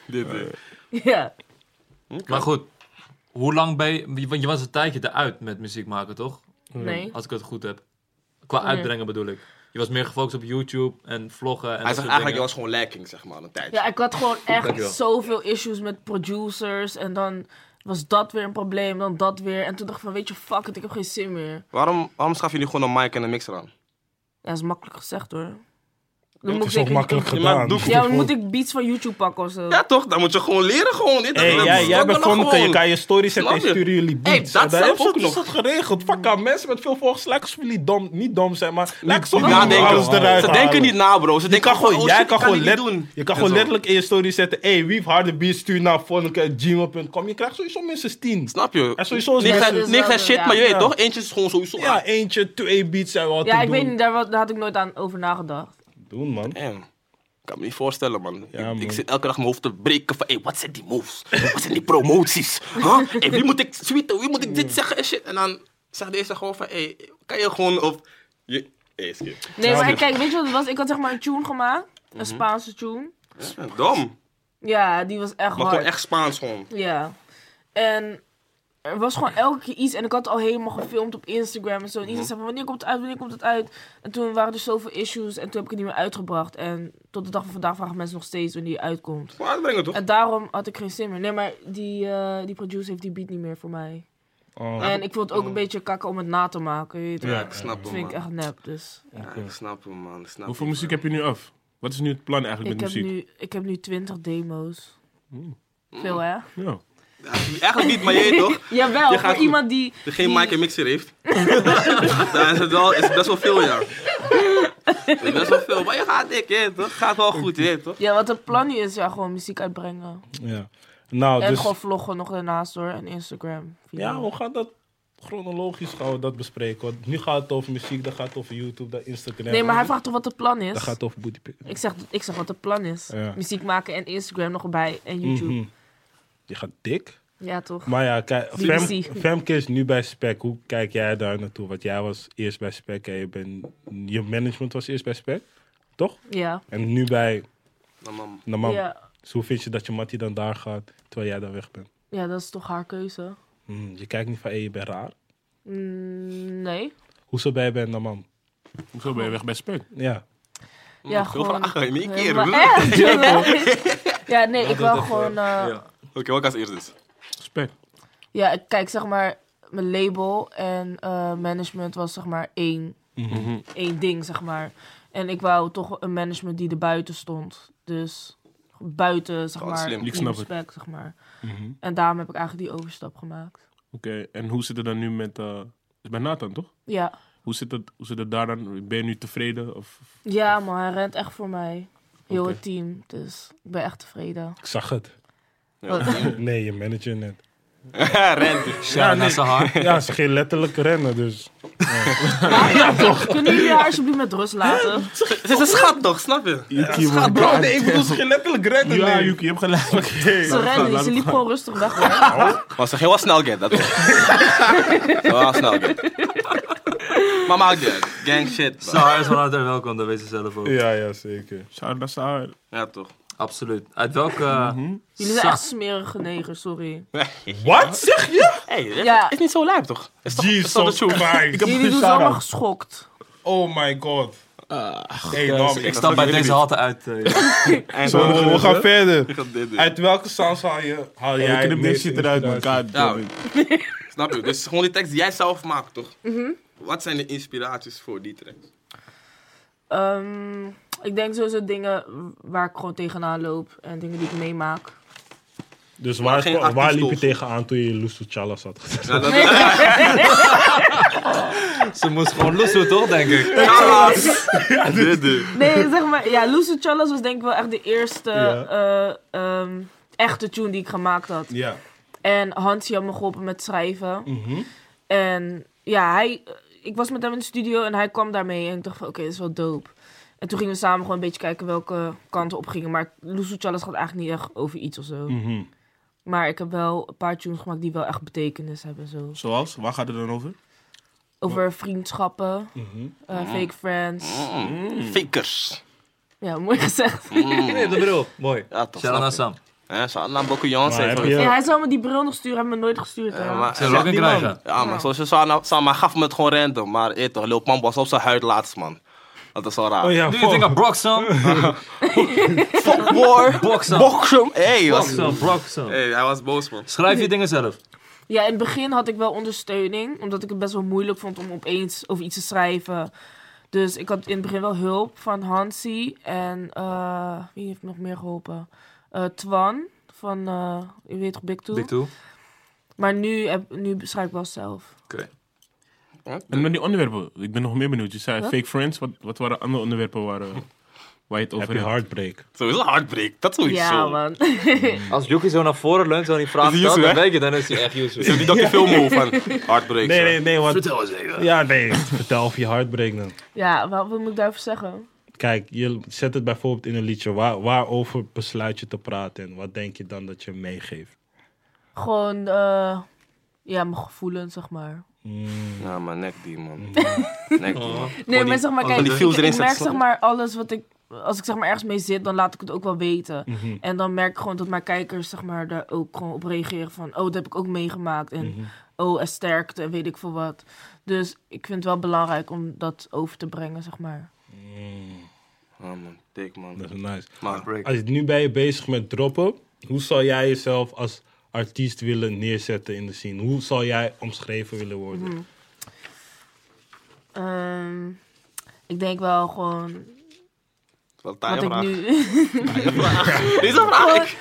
Speaker 5: Dit, eh,
Speaker 4: Ja.
Speaker 1: Maar goed, hoe lang ben je... want Je was een tijdje eruit met muziek maken, toch?
Speaker 4: Nee.
Speaker 1: Als ik het goed heb. Qua
Speaker 4: Nee.
Speaker 1: uitbrengen bedoel ik. Je was meer gefocust op YouTube en vloggen en
Speaker 5: hij
Speaker 1: dat
Speaker 5: zegt
Speaker 1: soort
Speaker 5: eigenlijk,
Speaker 1: dingen.
Speaker 5: je was gewoon lacking, zeg maar, een tijdje.
Speaker 4: Ja, ik had gewoon echt
Speaker 1: Dankjewel.
Speaker 4: zoveel issues met producers. En dan was dat weer een probleem, dan dat weer. En toen dacht ik van, weet je, fuck it, ik heb geen zin meer.
Speaker 5: Waarom, waarom schaf je nu gewoon een mic en een mixer aan?
Speaker 4: Ja, dat is makkelijk gezegd hoor. Dan
Speaker 3: Het
Speaker 4: moet
Speaker 3: is
Speaker 4: ik
Speaker 3: ook makkelijk
Speaker 5: Ja, maar
Speaker 3: gedaan.
Speaker 5: doe-
Speaker 4: Ja, dan moet ik beats van YouTube pakken of zo.
Speaker 5: Ja, toch? Dan moet je gewoon leren, gewoon. Dit,
Speaker 3: Hey,
Speaker 5: dat-
Speaker 3: jij,
Speaker 5: dat-
Speaker 3: jij
Speaker 5: dat
Speaker 3: bent
Speaker 5: kan
Speaker 3: gewoon, je
Speaker 5: gewoon.
Speaker 3: kan je stories zetten en
Speaker 5: Snap je?
Speaker 3: sturen jullie
Speaker 5: Hey,
Speaker 3: beats.
Speaker 5: dat
Speaker 3: Daar
Speaker 5: zelf
Speaker 3: hebben ze-
Speaker 5: ook
Speaker 3: is
Speaker 5: nog. Mm.
Speaker 3: dat geregeld. Fuck aan mensen met veel volgers, lijken alsof jullie dom, niet dom zijn, maar lijken alsof
Speaker 5: niet
Speaker 3: jullie
Speaker 5: nadenken.
Speaker 3: alles eruit
Speaker 5: Ze denken
Speaker 3: halen.
Speaker 5: niet na, bro. Ze
Speaker 3: Je
Speaker 5: denken
Speaker 3: kan gewoon,
Speaker 5: oh,
Speaker 3: jij
Speaker 5: shit,
Speaker 3: kan
Speaker 5: ik kan
Speaker 3: gewoon,
Speaker 5: dit niet
Speaker 3: let-
Speaker 5: doen.
Speaker 3: je kan
Speaker 5: En
Speaker 3: gewoon
Speaker 5: zo.
Speaker 3: letterlijk in je story zetten: hey, wie heeft harde bier stuur naar volk.gmail.com. Je krijgt sowieso minstens 10.
Speaker 5: Snap je?
Speaker 3: En sowieso is
Speaker 5: Niks
Speaker 3: mensen-
Speaker 5: zijn- niks zijn shit,
Speaker 4: Ja.
Speaker 5: maar je
Speaker 3: Ja.
Speaker 5: weet toch? Eentje is gewoon sowieso Ah,
Speaker 3: Ja,
Speaker 5: aan.
Speaker 3: eentje, twee beats zijn wel te
Speaker 4: Ja, ik
Speaker 3: doen.
Speaker 4: weet niet, daar, wa- daar had ik nooit aan over nagedacht.
Speaker 3: Doen, man.
Speaker 5: Damn. Ik kan me niet voorstellen, man.
Speaker 3: Ja,
Speaker 5: Ik- ik,
Speaker 3: man.
Speaker 5: zit elke dag mijn hoofd te breken van... Hey, wat zijn die moves? wat zijn die promoties? Huh? Hey, wie moet ik tweeten? Wie moet ik dit zeggen en shit? En dan zegt deze gewoon van... Hey, kan je gewoon op... Je... Hey, skip.
Speaker 4: Nee,
Speaker 3: dus-
Speaker 4: maar kijk, weet je wat het was? Ik had zeg maar een tune gemaakt.
Speaker 3: Mhm.
Speaker 4: Een Spaanse tune.
Speaker 5: Ja, Dom.
Speaker 4: Ja, die was echt
Speaker 5: Maar
Speaker 4: hard.
Speaker 5: gewoon echt Spaans gewoon.
Speaker 4: Ja. En er was gewoon elke keer iets. En ik had het al helemaal gefilmd op Instagram en zo. En iedereen zei van, wanneer komt het uit, wanneer komt het uit? En toen waren er zoveel issues en toen heb ik het niet meer uitgebracht. En tot de dag van vandaag vragen mensen nog steeds wanneer die uitkomt.
Speaker 5: Gewoon uitbrengen, toch?
Speaker 4: En daarom had ik geen zin meer. Nee, maar die, eh, die producer heeft die beat niet meer voor mij.
Speaker 3: Oh,
Speaker 4: En ik vond het ook een beetje kakken om het na te maken. Weet je toch?
Speaker 5: Ja, ik snap
Speaker 4: Dat
Speaker 5: hem,
Speaker 4: vind ik
Speaker 5: man.
Speaker 4: echt nep, dus...
Speaker 5: Ja, ik snap hem, man. Ik snap
Speaker 2: Hoeveel
Speaker 5: hem,
Speaker 2: muziek
Speaker 5: man.
Speaker 2: heb je nu af? Wat is nu het plan eigenlijk
Speaker 4: Ik
Speaker 2: met
Speaker 4: heb,
Speaker 2: muziek?
Speaker 4: nu, ik heb nu 20 demo's. Veel, hè?
Speaker 2: Ja.
Speaker 5: Eigenlijk niet, maar je weet toch?
Speaker 4: Jawel,
Speaker 5: Mm. Je gaat
Speaker 4: voor
Speaker 5: goed.
Speaker 4: iemand die...
Speaker 5: Die geen
Speaker 4: die-
Speaker 5: mic en mixer heeft. dan is het wel, is het best wel veel, ja. Het is best wel veel. Maar je gaat dik, je weet toch? Gaat wel goed, je weet toch?
Speaker 4: Ja, wat het plan nu is, ja, gewoon muziek uitbrengen.
Speaker 3: ja. Nou,
Speaker 4: en
Speaker 3: dus.
Speaker 4: gewoon vloggen nog daarnaast hoor. En Instagram.
Speaker 3: Ja,
Speaker 4: hoor.
Speaker 3: we gaan dat chronologisch gaan we dat bespreken. Want nu gaat het over muziek, dan gaat het over YouTube, dan Instagram.
Speaker 4: Nee, maar hij vraagt toch wat het plan
Speaker 3: Dan
Speaker 4: is?
Speaker 3: gaat het over booty pic.
Speaker 4: Ik, zeg, ik zeg wat het plan is.
Speaker 3: Ja.
Speaker 4: Muziek maken en Instagram nog erbij. En YouTube.
Speaker 3: Mhm. Je gaat dik.
Speaker 4: Ja, toch?
Speaker 3: Maar ja, kijk,
Speaker 4: Die
Speaker 3: Fem,
Speaker 4: muziek.
Speaker 3: Femke is nu bij Spec. Hoe kijk jij daar naartoe? Want jij was eerst bij Spec en je, bent, je management was eerst bij Spec, toch?
Speaker 4: Ja.
Speaker 3: En nu bij
Speaker 5: Nou, man,
Speaker 3: Namam.
Speaker 4: Ja.
Speaker 3: Dus hoe vind je dat je Mattie dan daar gaat, terwijl jij daar weg bent?
Speaker 4: ja, dat is toch haar keuze?
Speaker 3: Hmm, je kijkt niet van, hé, je bent raar.
Speaker 4: Mm, nee.
Speaker 3: Hoezo ben je bij Namam?
Speaker 2: Hoezo ben je weg bij Spek?
Speaker 3: Ja.
Speaker 4: Ja,
Speaker 5: Mm, veel
Speaker 4: gewoon.
Speaker 5: vragen in één
Speaker 4: Ja,
Speaker 5: keer.
Speaker 4: maar
Speaker 5: broer.
Speaker 4: echt, ja, nee, ik wil gewoon. eh,
Speaker 1: ja.
Speaker 5: Oké, wat als eerst dus?
Speaker 2: Spek.
Speaker 4: Ja, ik kijk, zeg maar, mijn label en eh, management was zeg maar één, één ding, zeg maar. En ik wou toch een management die er buiten stond. Dus buiten, zeg
Speaker 5: Gewoon
Speaker 4: maar,
Speaker 5: slim.
Speaker 4: in
Speaker 2: Ik snap het.
Speaker 4: respect, zeg maar. En daarom heb ik eigenlijk die overstap gemaakt.
Speaker 2: Oké, en hoe zit het dan nu met... eh, is bij Nathan, toch?
Speaker 4: Ja,
Speaker 2: Hoe zit het, hoe zit het daar dan? Ben je nu tevreden? Of,
Speaker 4: ja man, hij rent echt voor mij. Heel
Speaker 2: Oké.
Speaker 4: het team, dus ik ben echt tevreden.
Speaker 3: Ik zag het.
Speaker 5: Ja.
Speaker 3: Nee, je manager net.
Speaker 5: Rent.
Speaker 1: Ja, naast zijn haar.
Speaker 3: Ja, ze ging letterlijk rennen, dus.
Speaker 4: Kunnen jullie haar alsjeblieft met rust laten?
Speaker 5: Het is een schat toch, snap je?
Speaker 2: Gaat
Speaker 3: Bro, nee, ik bedoel, ze ging letterlijk rennen.
Speaker 2: Oh Ja,
Speaker 3: nee.
Speaker 2: Yuki, je hebt gelijk.
Speaker 4: Ze rende, ze liep gewoon rustig weg. hoor.
Speaker 5: Was zeg heel wat snel get, dat wel. Heel snel get. Maar maakt niet uit. Gang shit. man.
Speaker 1: Zijn haar is van harte welkom, dat weet ze zelf ook.
Speaker 3: Ja, ja, zeker.
Speaker 2: Shout out naar
Speaker 5: Ja, toch.
Speaker 1: Absoluut. Uit welke... eh,
Speaker 4: Jullie zijn echt
Speaker 1: zak-
Speaker 4: smerige negers, sorry.
Speaker 3: Wat zeg je?
Speaker 5: Hey, het
Speaker 4: Ja.
Speaker 5: is niet zo lijp toch? Het is toch, het is toch de
Speaker 3: Jesus
Speaker 5: truth?
Speaker 3: Christ.
Speaker 4: Jullie doen ze allemaal geschokt.
Speaker 3: Oh my god. Hey,
Speaker 5: ja,
Speaker 3: Nam,
Speaker 5: Eh, ik
Speaker 3: ik
Speaker 1: Ik stap bij
Speaker 5: Dat is
Speaker 1: deze halte uit. eh, ja.
Speaker 5: En
Speaker 3: Zo, we gaan verder.
Speaker 5: gaat dit doen.
Speaker 3: Uit welke sounds haal je? Haal
Speaker 2: We
Speaker 3: jij?
Speaker 2: kunnen
Speaker 3: meest
Speaker 2: dit shit eruit, man.
Speaker 3: inspiratie?
Speaker 2: God damn it.
Speaker 5: Snap je? Dus gewoon die tekst die jij zelf maakt, toch? Wat zijn de inspiraties voor die tracks?
Speaker 4: Ehm, ik denk sowieso dingen waar ik gewoon tegenaan loop en dingen die ik meemaak.
Speaker 3: Dus
Speaker 5: Maar
Speaker 3: waar,
Speaker 5: geen
Speaker 3: waar,
Speaker 5: artiest
Speaker 3: liep je
Speaker 5: of-
Speaker 3: tegenaan toen je Lusso Chalas had gezet?
Speaker 5: Ja, dat
Speaker 1: Ze moest gewoon lossen, toch, denk ik?
Speaker 5: Chalas. Dit doen.
Speaker 4: Nee, zeg maar, ja, Lucy Chalas was denk ik wel echt de eerste
Speaker 3: Ja.
Speaker 4: eh, ehm, echte tune die ik gemaakt had.
Speaker 3: Ja. Mhm.
Speaker 4: En Hansi had me geholpen met schrijven. En ja, hij, ik was met hem in de studio en hij kwam daarmee. En ik dacht van, oké, dit is wel dope. En toen gingen we samen gewoon een beetje kijken welke kanten op gingen. Maar Lucy Chalas gaat eigenlijk niet echt over iets of zo.
Speaker 3: Mhm.
Speaker 4: Maar ik heb wel een paar tunes gemaakt die wel echt betekenis hebben. Zo.
Speaker 2: Zoals? Waar gaat het dan over?
Speaker 4: Over vriendschappen,
Speaker 3: Mhm.
Speaker 4: eh, fake friends.
Speaker 5: Mm. Fikkers.
Speaker 4: Ja, mooi gezegd.
Speaker 1: Nee, dat bedoel Mooi.
Speaker 5: Ja, toch.
Speaker 1: Shout-out naar Sam.
Speaker 5: Hè, ze hadden naar Bokkejans
Speaker 3: Maar
Speaker 5: even.
Speaker 3: heb je-
Speaker 4: Ja, hij zou me die bril nog sturen, hij heeft me nooit gestuurd.
Speaker 5: Ja,
Speaker 4: hè.
Speaker 5: maar-
Speaker 1: Ze login
Speaker 5: die
Speaker 1: krijgen.
Speaker 5: man. Ja, man. Zoals je zei, nou, zei, maar gaf me het gewoon random. Maar eet toch, Lil Pump was op zijn huid laatst, man. Dat is wel raar.
Speaker 3: Oh ja,
Speaker 1: Do you think
Speaker 3: fuck.
Speaker 1: I'm Broxham?
Speaker 5: Fuck war!
Speaker 1: Broxham.
Speaker 5: Boksem! Hey, was...
Speaker 1: Broxham, Broxham.
Speaker 5: hey, hij was boos, man.
Speaker 1: Schrijf je dingen zelf.
Speaker 4: Ja, in het begin had ik wel ondersteuning, omdat ik het best wel moeilijk vond om opeens over iets te schrijven. Dus ik had in het begin wel hulp van Hansi en eh, wie heeft me nog meer geholpen? Eh, Twan van, eh je weet toch, Big Two?
Speaker 1: Dik toe.
Speaker 4: Maar nu, heb, nu schrijf ik wel zelf.
Speaker 2: En met die onderwerpen, ik ben nog meer benieuwd. Je zei
Speaker 4: Wat?
Speaker 2: fake friends, wat, wat waren andere onderwerpen waar, eh, waar je het
Speaker 3: Heb
Speaker 2: over
Speaker 3: je
Speaker 2: hebt?
Speaker 3: heartbreak?
Speaker 5: Sowieso heartbreak, dat sowieso.
Speaker 4: Ja, man.
Speaker 1: Als Yuki zo naar voren leunt en die vraagt
Speaker 5: Is hij dat, Yuzu, dan hè?
Speaker 1: weet je, dan is hij echt
Speaker 5: Is er
Speaker 1: Yuzu.
Speaker 5: die docufilm van heartbreak?
Speaker 3: Nee,
Speaker 5: zo?
Speaker 3: nee, nee, want...
Speaker 1: Vertel eens even.
Speaker 3: Ja, nee, vertel over je heartbreak dan.
Speaker 4: Ja, wat, wat moet ik daarover zeggen?
Speaker 3: Kijk, je zet het bijvoorbeeld in een liedje. Waar, waarover besluit je te praten en wat denk je dan dat je meegeeft?
Speaker 4: Gewoon, eh, ja, mijn gevoelens, zeg maar.
Speaker 5: Ja, maar nek die, man. Nek die, man.
Speaker 4: Nee, maar zeg maar,
Speaker 5: gewoon
Speaker 4: kijk,
Speaker 5: die
Speaker 4: ik, ik
Speaker 5: views erin
Speaker 4: merk
Speaker 5: zetten,
Speaker 4: zeg maar alles wat ik... Als ik zeg maar ergens mee zit, dan laat ik het ook wel weten.
Speaker 5: Mhm.
Speaker 4: En dan merk ik gewoon dat mijn kijkers zeg maar daar ook gewoon op reageren van... Oh, dat heb ik ook meegemaakt. En
Speaker 5: Mhm.
Speaker 4: oh, en sterkte, en weet ik veel wat. Dus ik vind het wel belangrijk om dat over te brengen, zeg maar.
Speaker 5: Ja, Ah, man. Dik,
Speaker 3: Dat
Speaker 5: man.
Speaker 3: is nice.
Speaker 5: Maar heartbreak.
Speaker 3: Als je nu ben je bezig met droppen, hoe zou jij jezelf als artiest willen neerzetten in de scene? Hoe zou jij omschreven willen worden?
Speaker 4: Mhm. Ehm, ik denk wel gewoon
Speaker 5: Wat
Speaker 4: wat ik nu...
Speaker 5: Deze vraag ik.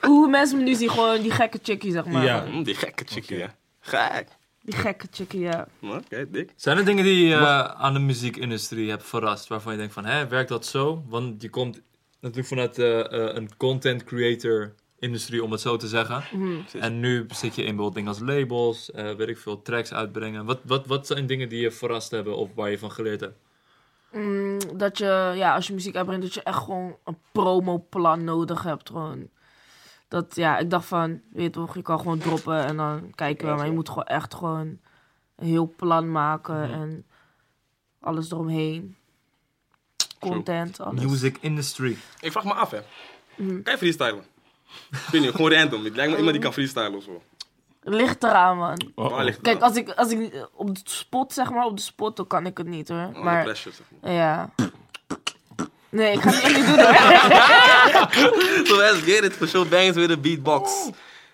Speaker 4: hoe mensen me nu zien, gewoon die gekke chickie, zeg maar.
Speaker 3: Ja.
Speaker 5: Mm, Die gekke chickie, ja. Gek.
Speaker 4: Die gekke chickie, ja.
Speaker 5: Oké, dik.
Speaker 1: Zijn er dingen die je eh, aan de muziekindustrie hebt verrast, waarvan je denkt van, hè, werkt dat zo? Want je komt natuurlijk vanuit eh, eh, een content creator industrie, om het zo te zeggen. En nu zit je in bijvoorbeeld dingen als labels, eh, weet ik veel, tracks uitbrengen. Wat, wat, wat zijn dingen die je verrast hebben of waar je van geleerd hebt?
Speaker 4: Mm, dat je, ja, als je muziek uitbrengt, dat je echt gewoon een promoplan nodig hebt. Gewoon. Dat, ja, ik dacht van, weet je toch, je kan gewoon droppen en dan kijken we. Maar je moet gewoon echt gewoon een heel plan maken en alles eromheen. Content, alles.
Speaker 1: Music industry.
Speaker 5: Ik vraag me af, hè.
Speaker 4: Mm.
Speaker 5: Kan je freestylen? Ik weet niet, gewoon random. Het lijkt me iemand die kan freestylen of zo.
Speaker 4: Ligt eraan, man.
Speaker 2: Oh, oh.
Speaker 5: Waar ligt het
Speaker 4: Kijk,
Speaker 5: aan?
Speaker 4: als ik, als ik eh, op de spot, zeg maar, op de spot, dan kan ik het niet, hoor.
Speaker 5: Onder
Speaker 4: oh, Maar,
Speaker 5: pressure, zeg maar.
Speaker 4: ja. Nee, ik ga het echt niet doen, hoor.
Speaker 5: So let's get it. For sure bangs with a beatbox.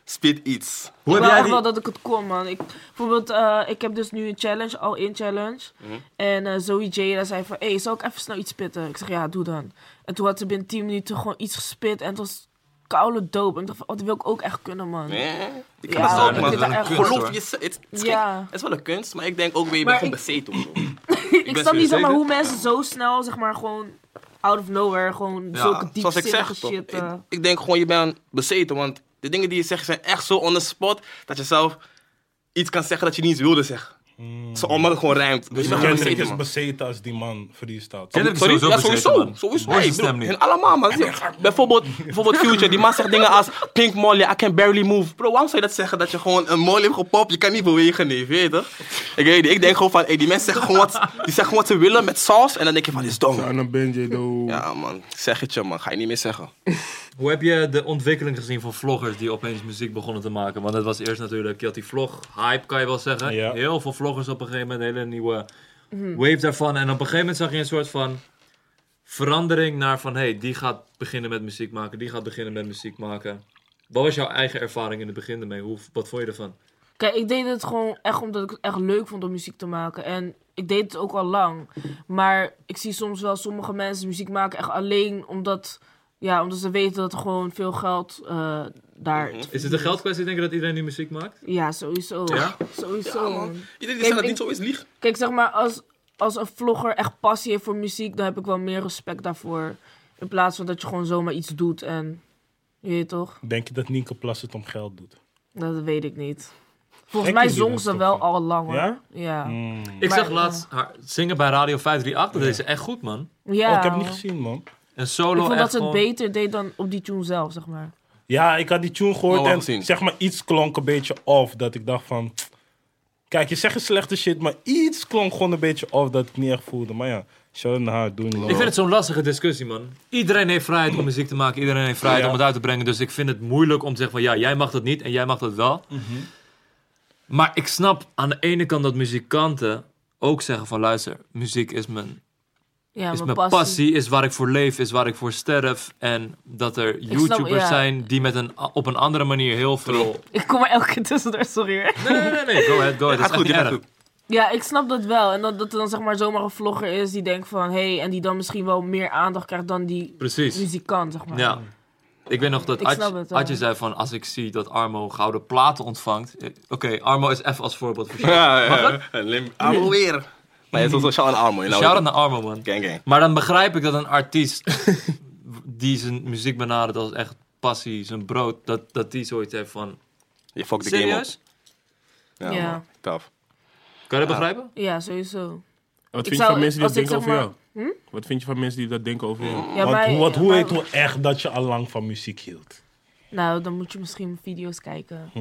Speaker 5: Spit iets.
Speaker 1: Hoe heb
Speaker 4: ik wou
Speaker 1: jij
Speaker 4: echt
Speaker 1: die...
Speaker 4: wel dat ik het kon, man. Ik, bijvoorbeeld, eh, ik heb dus nu een challenge, al één challenge.
Speaker 5: Mhm.
Speaker 4: En eh Zoe Jada zei van, hé, hey, zou ik even snel iets spitten? Ik zeg, ja, doe dan. En toen had ze binnen 10 minuten gewoon iets gespit en het was koude doop. En ik dacht van, oh, dat wil ik ook echt kunnen, man.
Speaker 5: Nee, ik kan
Speaker 4: Ja,
Speaker 5: dat ook,
Speaker 4: dat
Speaker 5: man.
Speaker 4: is wel een kunst,
Speaker 5: Geloof
Speaker 1: hoor.
Speaker 5: je, het, het, is
Speaker 4: Ja.
Speaker 5: geen- het is wel een kunst, maar ik denk ook weer, je bent
Speaker 4: Maar
Speaker 5: gewoon bezeten of zo.
Speaker 4: ik
Speaker 5: ben
Speaker 4: snap niet
Speaker 5: serieus.
Speaker 4: zeg maar, hoe mensen zo snel, zeg maar, gewoon out of nowhere, gewoon
Speaker 5: Ja,
Speaker 4: zulke
Speaker 5: zoals ik
Speaker 4: diepzinnige
Speaker 5: zeg, toch,
Speaker 4: shit.
Speaker 5: ik,
Speaker 4: eh.
Speaker 5: ik denk gewoon, je bent bezeten, want de dingen die je zegt zijn echt zo on the spot, dat je zelf iets kan zeggen dat je niet eens wilde zeggen. Zo, omdat het gewoon rijmt. Dus je bent gewoon
Speaker 3: Kendrick
Speaker 5: bezeten,
Speaker 3: is
Speaker 5: man.
Speaker 3: bezeten als die man freestyle.
Speaker 1: Kendrick is
Speaker 5: Sorry?
Speaker 1: sowieso
Speaker 5: Ja, sowieso.
Speaker 1: bezeten, man.
Speaker 5: sowieso.
Speaker 1: Hoor
Speaker 5: Nee,
Speaker 1: zijn
Speaker 5: ik bedoel,
Speaker 1: stem niet.
Speaker 5: en allemaal, man. Bijvoorbeeld, bijvoorbeeld Future, die man zegt dingen als Pink Molly, I can barely move. Bro, waarom zou je dat zeggen dat je gewoon een molly hebt gepopt? Je kan niet bewegen, nee, weet je toch? Ik weet niet, ik denk gewoon van, hey, die mensen zeggen gewoon, wat, die zeggen gewoon wat ze willen met saus. En dan denk je van, dit is dom.
Speaker 3: dan ben je dood.
Speaker 5: Ja, man. Ik Zeg het je, man. Ga je niet meer zeggen.
Speaker 1: Hoe heb je de ontwikkeling gezien van vloggers die opeens muziek begonnen te maken? Want het was eerst natuurlijk, je had die vlog-hype, kan je wel zeggen.
Speaker 3: Ja.
Speaker 1: Heel veel vloggers op een gegeven moment, een hele nieuwe
Speaker 4: Mhm.
Speaker 1: wave daarvan. En op een gegeven moment zag je een soort van verandering naar van... hé, hey, die gaat beginnen met muziek maken, die gaat beginnen met muziek maken. Wat was jouw eigen ervaring in het begin ermee? Hoe, wat vond je ervan?
Speaker 4: Kijk, ik deed het gewoon echt omdat ik het echt leuk vond om muziek te maken. En ik deed het ook al lang. Maar ik zie soms wel sommige mensen muziek maken echt alleen omdat, ja, omdat ze weten dat er gewoon veel geld eh, daar...
Speaker 3: Mhm.
Speaker 4: te
Speaker 1: Is het
Speaker 4: verdienen
Speaker 1: een geldkwestie, denk je, dat iedereen nu muziek maakt?
Speaker 4: Ja, sowieso.
Speaker 1: Ja?
Speaker 4: Sowieso. man.
Speaker 5: Iedereen
Speaker 4: die zegt dat het niet
Speaker 5: zo is, liegt.
Speaker 4: Kijk, zeg maar, als, als een vlogger echt passie heeft voor muziek, dan heb ik wel meer respect daarvoor. In plaats van dat je gewoon zomaar iets doet en... Je weet toch?
Speaker 3: Denk je dat Nienke Plas het om geld doet?
Speaker 4: Dat weet ik niet.
Speaker 3: Gekke
Speaker 4: Volgens mij
Speaker 3: dingen
Speaker 4: zong ze
Speaker 3: toch,
Speaker 4: wel
Speaker 3: man.
Speaker 4: al lang, hoor.
Speaker 3: Ja? Mm.
Speaker 4: Ja.
Speaker 1: Ik
Speaker 4: Maar- eh,
Speaker 1: zag laatst haar zingen bij Radio 538. Dat deed ze echt goed, man.
Speaker 4: ja
Speaker 3: Oh, ik heb het niet
Speaker 4: man.
Speaker 3: gezien, man.
Speaker 1: Een solo
Speaker 4: Ik vond
Speaker 1: echt
Speaker 4: dat ze het
Speaker 1: gewoon-
Speaker 4: beter deed dan op die tune zelf, zeg maar.
Speaker 3: Ja, ik had die tune gehoord
Speaker 5: Oh, wel
Speaker 3: en
Speaker 5: gezien.
Speaker 3: zeg maar iets klonk een beetje off. Dat ik dacht van... Kijk, je zegt een slechte shit, maar iets klonk gewoon een beetje off dat ik niet echt voelde. Maar ja, shout naar haar, doen.
Speaker 1: Ik vind het zo'n lastige discussie, man. Iedereen heeft vrijheid om muziek te maken. Iedereen heeft vrijheid
Speaker 3: Ja.
Speaker 1: om het uit te brengen. Dus ik vind het moeilijk om te zeggen van... Ja, jij mag dat niet en jij mag dat wel. Maar ik snap aan de ene kant dat muzikanten ook zeggen van... Luister, muziek is mijn,
Speaker 4: Ja,
Speaker 1: is
Speaker 4: mijn
Speaker 1: mijn passie. Is waar ik voor leef, is waar ik voor sterf. En dat er YouTubers
Speaker 4: ja.
Speaker 1: zijn die met een, op een andere manier heel veel...
Speaker 4: Ik kom er elke keer tussendoor, sorry hoor.
Speaker 1: Nee, nee, nee. nee. Go ahead, go ahead.
Speaker 5: Gaat
Speaker 1: Dat
Speaker 5: goed,
Speaker 1: is echt niet
Speaker 5: gaat
Speaker 1: erg.
Speaker 5: goed.
Speaker 4: Ja, ik snap dat wel. En dat, dat er dan zeg maar zomaar een vlogger is die denkt van... Hé, hey, en die dan misschien wel meer aandacht krijgt dan die
Speaker 1: Precies.
Speaker 4: muzikant, zeg maar.
Speaker 1: Ja. Ik weet nog dat
Speaker 4: Ik snap het
Speaker 1: Adje,
Speaker 4: wel.
Speaker 1: Adje zei van, als ik zie dat Armo gouden platen ontvangt... eh, Oké, Armo is even als voorbeeld voor
Speaker 5: Ja, ja. Lim- Armo weer. Nee, het was wel Sjaal en Armo. Nou,
Speaker 1: Shout-out naar Armo, man.
Speaker 5: Gang, gang.
Speaker 1: Maar dan begrijp ik dat een artiest die zijn muziek benadert als echt passie, zijn brood, dat, dat die zoiets heeft van...
Speaker 5: Je fucked the game
Speaker 1: Serieus?
Speaker 5: up.
Speaker 4: Ja.
Speaker 5: man. Tough.
Speaker 1: Kan je dat begrijpen?
Speaker 4: Ja, sowieso.
Speaker 2: Wat
Speaker 4: Ik
Speaker 2: vind je
Speaker 4: zou-
Speaker 2: van mensen die dat
Speaker 4: als ik
Speaker 2: denken
Speaker 4: zeg
Speaker 2: over
Speaker 4: maar- Hm?
Speaker 2: jou? Wat vind je van mensen die dat denken over jou?
Speaker 4: Ja,
Speaker 3: Want,
Speaker 4: maar-
Speaker 3: wat,
Speaker 4: ja,
Speaker 3: hoe
Speaker 4: maar-
Speaker 3: heet wel echt dat je al lang van muziek hield?
Speaker 4: Nou, dan moet je misschien video's kijken.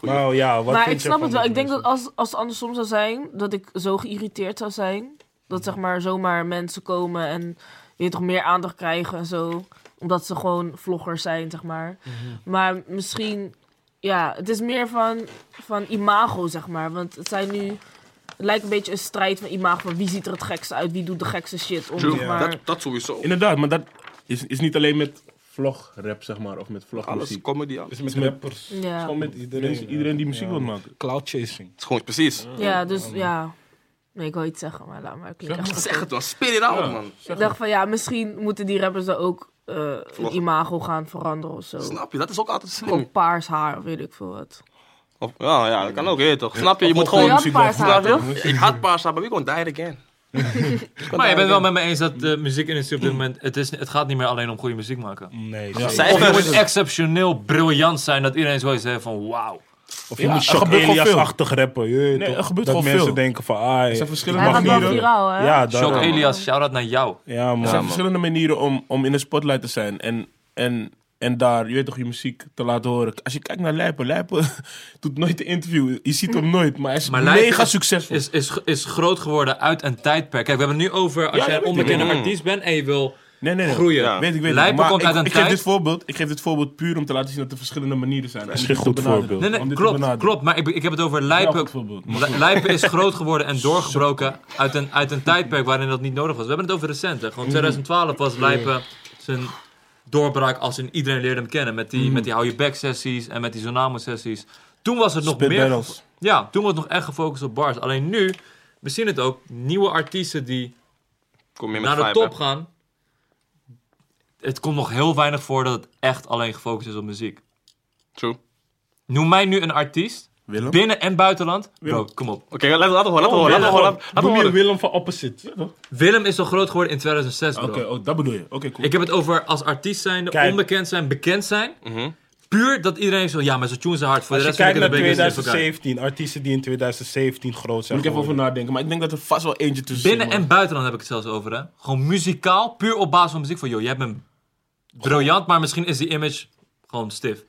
Speaker 3: Nou ja, wat
Speaker 4: maar
Speaker 3: vind
Speaker 4: ik
Speaker 3: je
Speaker 4: snap
Speaker 3: van
Speaker 4: het wel.
Speaker 3: die
Speaker 4: Ik denk dat
Speaker 3: mensen?
Speaker 4: als, als het andersom zou zijn, dat ik zo geïrriteerd zou zijn. Dat zeg maar zomaar mensen komen en je toch meer aandacht krijgen en zo. Omdat ze gewoon vloggers zijn, zeg maar.
Speaker 3: Mhm.
Speaker 4: Maar misschien, ja, het is meer van, van imago, zeg maar. Want het zijn nu, het lijkt een beetje een strijd van imago. Van wie ziet er het gekste uit, wie doet de gekste shit. Om, zeg maar,
Speaker 5: Dat, dat sowieso.
Speaker 2: Inderdaad, maar dat is, is niet alleen met vlograp, zeg maar, of met
Speaker 5: Alles
Speaker 2: vlogmuziek.
Speaker 5: comedy, alles.
Speaker 3: Dus
Speaker 5: Het
Speaker 3: met rappers.
Speaker 4: Ja.
Speaker 3: Gewoon met iedereen.
Speaker 2: Mensen- iedereen die muziek
Speaker 3: Ja.
Speaker 2: wil maken.
Speaker 3: Cloud chasing.
Speaker 5: is gewoon precies.
Speaker 4: Ja, dus ja. Nee, ik wil iets zeggen, maar laat maar. Ik klink echt
Speaker 5: Zeg het dan, spit it out, man.
Speaker 4: Ik dacht van ja, misschien moeten die rappers dan ook eh hun imago gaan veranderen of zo.
Speaker 5: Snap je, dat is ook altijd slim.
Speaker 4: Gewoon paars haar of weet ik veel wat.
Speaker 5: Of, ja, ja, dat kan ook, je weet toch. Snap je, je moet
Speaker 4: Je
Speaker 5: gewoon...
Speaker 4: had paars haar,
Speaker 5: Snap je?
Speaker 4: toch?
Speaker 5: Ik had paars, maar we gonna die again.
Speaker 1: Maar je bent wel met me eens dat de muziekindustrie op dit moment... Het, is, het gaat niet meer alleen om goede muziek maken.
Speaker 3: Nee.
Speaker 5: Zij-
Speaker 1: Of je
Speaker 5: Even-
Speaker 1: moet exceptioneel briljant zijn dat iedereen zoiets heeft van... Wauw.
Speaker 3: Of je moet Shock
Speaker 2: er gebeurt gewoon
Speaker 3: Elias-achtig rappen. je weet
Speaker 2: Nee,
Speaker 3: toch?
Speaker 2: er gebeurt
Speaker 3: dat
Speaker 2: gewoon
Speaker 3: mensen
Speaker 2: veel.
Speaker 3: denken van, ah,
Speaker 2: Er zijn verschillende
Speaker 4: Hij gaat wel
Speaker 2: manieren.
Speaker 4: viraal, hè?
Speaker 3: Ja,
Speaker 1: Shock
Speaker 3: daarom.
Speaker 1: Elias, shout-out naar jou.
Speaker 3: Ja,
Speaker 2: Er zijn
Speaker 3: man.
Speaker 2: verschillende manieren om, om in de spotlight te zijn. En, en, en daar, je weet toch, je muziek te laten horen. Als je kijkt naar Lijpen, Lijpen doet nooit de interview. Je ziet hem nooit, maar hij is
Speaker 1: Maar
Speaker 2: mega
Speaker 1: Lijpen is-
Speaker 2: succesvol.
Speaker 1: Is, is, is groot geworden uit een tijdperk. Kijk, we hebben het nu over als
Speaker 2: Ja,
Speaker 1: jij
Speaker 2: dat
Speaker 1: een
Speaker 2: weet ik.
Speaker 1: onbekende
Speaker 5: Mm.
Speaker 1: artiest bent en je wil...
Speaker 2: nee, nee, nee.
Speaker 1: groeien.
Speaker 2: Ja. Weet ik, weet ik.
Speaker 1: Lijpen
Speaker 2: Maar
Speaker 1: komt
Speaker 2: ik,
Speaker 1: uit een
Speaker 2: ik geef
Speaker 1: tijd-
Speaker 2: dit voorbeeld, Ik geef dit voorbeeld puur om te laten zien dat er verschillende manieren zijn. Dat
Speaker 3: is geen goed voorbeeld.
Speaker 1: Nee, nee, klopt, klopt. Maar ik, ik heb het over
Speaker 2: Ja,
Speaker 1: Lijpen.
Speaker 2: goed voorbeeld.
Speaker 1: Li- Lijpen is groot geworden en doorgebroken uit een, uit een tijdperk waarin dat niet nodig was. We hebben het over recent, hè.
Speaker 2: Mm.
Speaker 1: Gewoon 2012 was Lijpen zijn doorbraak als in iedereen leerde hem kennen. Met
Speaker 2: Mm.
Speaker 1: die, met die hou je back sessies en met die Zonamo sessies. Toen was het nog
Speaker 2: Spit
Speaker 1: meer...
Speaker 2: battles.
Speaker 1: Ja, toen was het nog echt gefocust op bars. Alleen nu, we zien het ook, nieuwe artiesten die
Speaker 5: Kom meer met
Speaker 1: naar de
Speaker 5: vibe, hè.
Speaker 1: top gaan. Het komt nog heel weinig voor dat het echt alleen gefocust is op muziek.
Speaker 5: True.
Speaker 1: Noem mij nu een artiest,
Speaker 2: Willem?
Speaker 1: binnen en buitenland. Bro, kom op.
Speaker 5: Oké, laten we horen, laten we horen, laten we horen. laten we
Speaker 3: Noem je
Speaker 5: horen.
Speaker 3: Willem van Opposite. Ja, toch?
Speaker 1: Willem is zo groot geworden in 2006, bro.
Speaker 2: Oké, oh, dat bedoel je. Oké, cool.
Speaker 1: Ik heb het over als artiest zijn,
Speaker 3: Kijk.
Speaker 1: onbekend zijn, bekend zijn.
Speaker 5: Mhm.
Speaker 1: Puur dat iedereen zo, ja, maar ze tunes zijn hard. Voor
Speaker 3: Als
Speaker 1: de
Speaker 3: je
Speaker 1: rest vind
Speaker 3: kijkt
Speaker 1: ik
Speaker 3: naar
Speaker 1: het een beetje een stuk
Speaker 3: 2017, artiesten die in 2017 groot zijn
Speaker 2: Moet ik even over
Speaker 3: geworden.
Speaker 2: nadenken. Maar ik denk dat er vast wel eentje tussen
Speaker 1: Binnen
Speaker 2: zit, man.
Speaker 1: en buitenland heb ik het zelfs over, hè. Gewoon muzikaal, puur op basis van muziek. Van, joh, jij bent briljant, maar misschien is die image gewoon stif.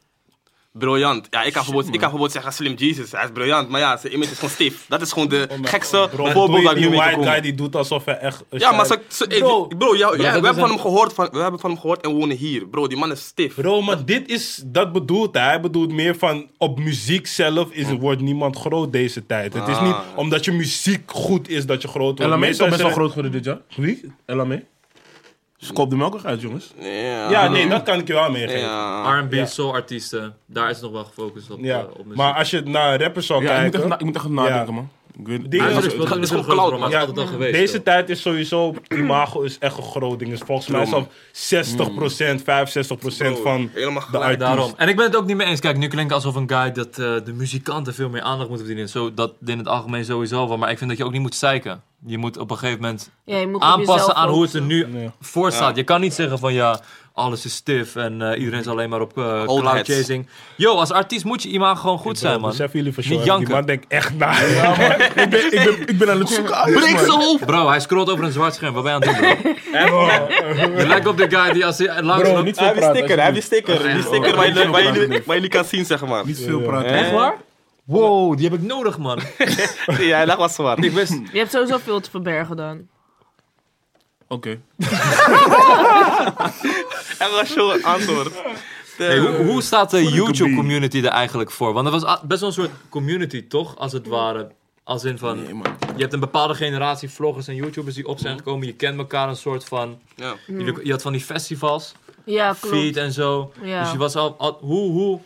Speaker 5: Briljant. Ja, ik kan, bijvoorbeeld, ik kan bijvoorbeeld zeggen Slim Jesus, hij is briljant. Maar ja, zijn image is gewoon stief. Dat is gewoon de gekste
Speaker 3: Bro, doe
Speaker 5: voorbeeld
Speaker 3: je
Speaker 5: dat ik nu
Speaker 3: die
Speaker 5: mee kan
Speaker 3: white guy
Speaker 5: komen.
Speaker 3: die doet alsof hij echt... een
Speaker 5: Ja, maar
Speaker 3: shine-
Speaker 5: ze, ze- eh,
Speaker 3: Bro.
Speaker 5: die- bro, jou- ja,
Speaker 1: dat
Speaker 5: we,
Speaker 1: is
Speaker 5: hebben van
Speaker 1: een-
Speaker 5: hem gehoord van, we hebben van hem gehoord en we wonen hier. Bro, die man is stief.
Speaker 3: Bro, maar dit is, dat bedoelt hij. Hij bedoelt meer van, op muziek zelf is, wordt niemand groot deze tijd. Het is niet omdat je muziek goed is dat je groot
Speaker 2: LME
Speaker 3: wordt.
Speaker 2: is
Speaker 3: Meestal
Speaker 2: al best wel
Speaker 3: er-
Speaker 2: groot geworden dit jaar.
Speaker 3: Wie?
Speaker 2: LME. Ze koopt de melk ook uit, jongens.
Speaker 5: Ja,
Speaker 2: Ah,
Speaker 3: Ja, nee, dat kan ik je wel meegeven. Ja,
Speaker 5: Ja.
Speaker 1: R&B, soul-artiesten, daar is het nog wel gefocust op, eh, op muziek.
Speaker 3: maar als je naar rappers zou
Speaker 2: Ja, ik moet
Speaker 3: kijken...
Speaker 2: echt, na- ik moet echt nadenken,
Speaker 3: Ja.
Speaker 2: man. Ik weet,
Speaker 1: Hij
Speaker 2: Ah,
Speaker 3: Die- Ja,
Speaker 1: is dus
Speaker 2: dat is-
Speaker 1: wel-
Speaker 5: dat
Speaker 1: dat
Speaker 5: is
Speaker 1: is een
Speaker 5: gewoon
Speaker 1: groot,
Speaker 5: clout,
Speaker 1: maar
Speaker 5: man.
Speaker 1: het is altijd al geweest.
Speaker 3: Deze
Speaker 1: joh.
Speaker 3: tijd is sowieso,
Speaker 5: Mm.
Speaker 3: imago is echt een groot ding. Is volgens mij is al 60%, 65% van
Speaker 5: helemaal
Speaker 3: de
Speaker 5: gelijk.
Speaker 3: artiest.
Speaker 1: Daarom. En ik ben het ook niet mee eens. Kijk, nu klinkt het alsof een guy dat eh, de muzikanten veel meer aandacht moeten verdienen. Zo, dat in het algemeen sowieso wel. Maar ik vind dat je ook niet moet zeiken. Je moet op een gegeven moment
Speaker 4: Ja, je moet op
Speaker 1: aanpassen
Speaker 4: jezelf
Speaker 1: aan hoe het er
Speaker 4: focussen.
Speaker 1: nu voor staat. Je kan niet zeggen van ja, alles is stif en eh, iedereen is alleen maar op eh cloud
Speaker 5: heads.
Speaker 1: chasing. Yo, als artiest moet je iemand gewoon goed zijn, man.
Speaker 3: Beseffen Dus jullie
Speaker 1: Niet
Speaker 3: verschil? Die
Speaker 1: janken.
Speaker 3: man denkt echt na.
Speaker 2: ik, ben, ik, ben, ik ben aan het zoeken. Ah,
Speaker 5: Breek zijn hoofd!
Speaker 1: Bro, hij scrolt over een zwart scherm. Wat ben je aan het doen, bro? Je lijkt op de guy die als hij langs
Speaker 3: Bro,
Speaker 1: loopt-
Speaker 3: niet
Speaker 5: Hij
Speaker 3: veel
Speaker 5: heeft
Speaker 3: praten.
Speaker 5: die sticker, hij heeft die sticker. Die sticker waar jullie- waar jullie- waar jullie kan zien, zeg maar.
Speaker 2: Niet veel praten.
Speaker 5: Hè?
Speaker 2: Echt waar?
Speaker 1: Eh, Wow, die heb ik nodig, man.
Speaker 5: ja, hij lag wel zwart.
Speaker 1: ik wist...
Speaker 4: Je hebt sowieso veel te verbergen dan.
Speaker 2: Oké.
Speaker 5: Hij was zo'n antwoord. De-
Speaker 1: Hey, hoe, hoe staat de
Speaker 2: bee.
Speaker 1: YouTube-community er eigenlijk voor? Want dat was a- best wel een soort community, toch? Als het ware. Als in van, je hebt een bepaalde generatie vloggers en YouTubers die op zijn gekomen. Je kent elkaar een soort van...
Speaker 5: Ja.
Speaker 1: Je, je had van die festivals,
Speaker 4: Ja,
Speaker 1: feed
Speaker 4: klopt.
Speaker 1: en zo.
Speaker 4: Ja.
Speaker 1: Dus je was al... al- hoe, hoe...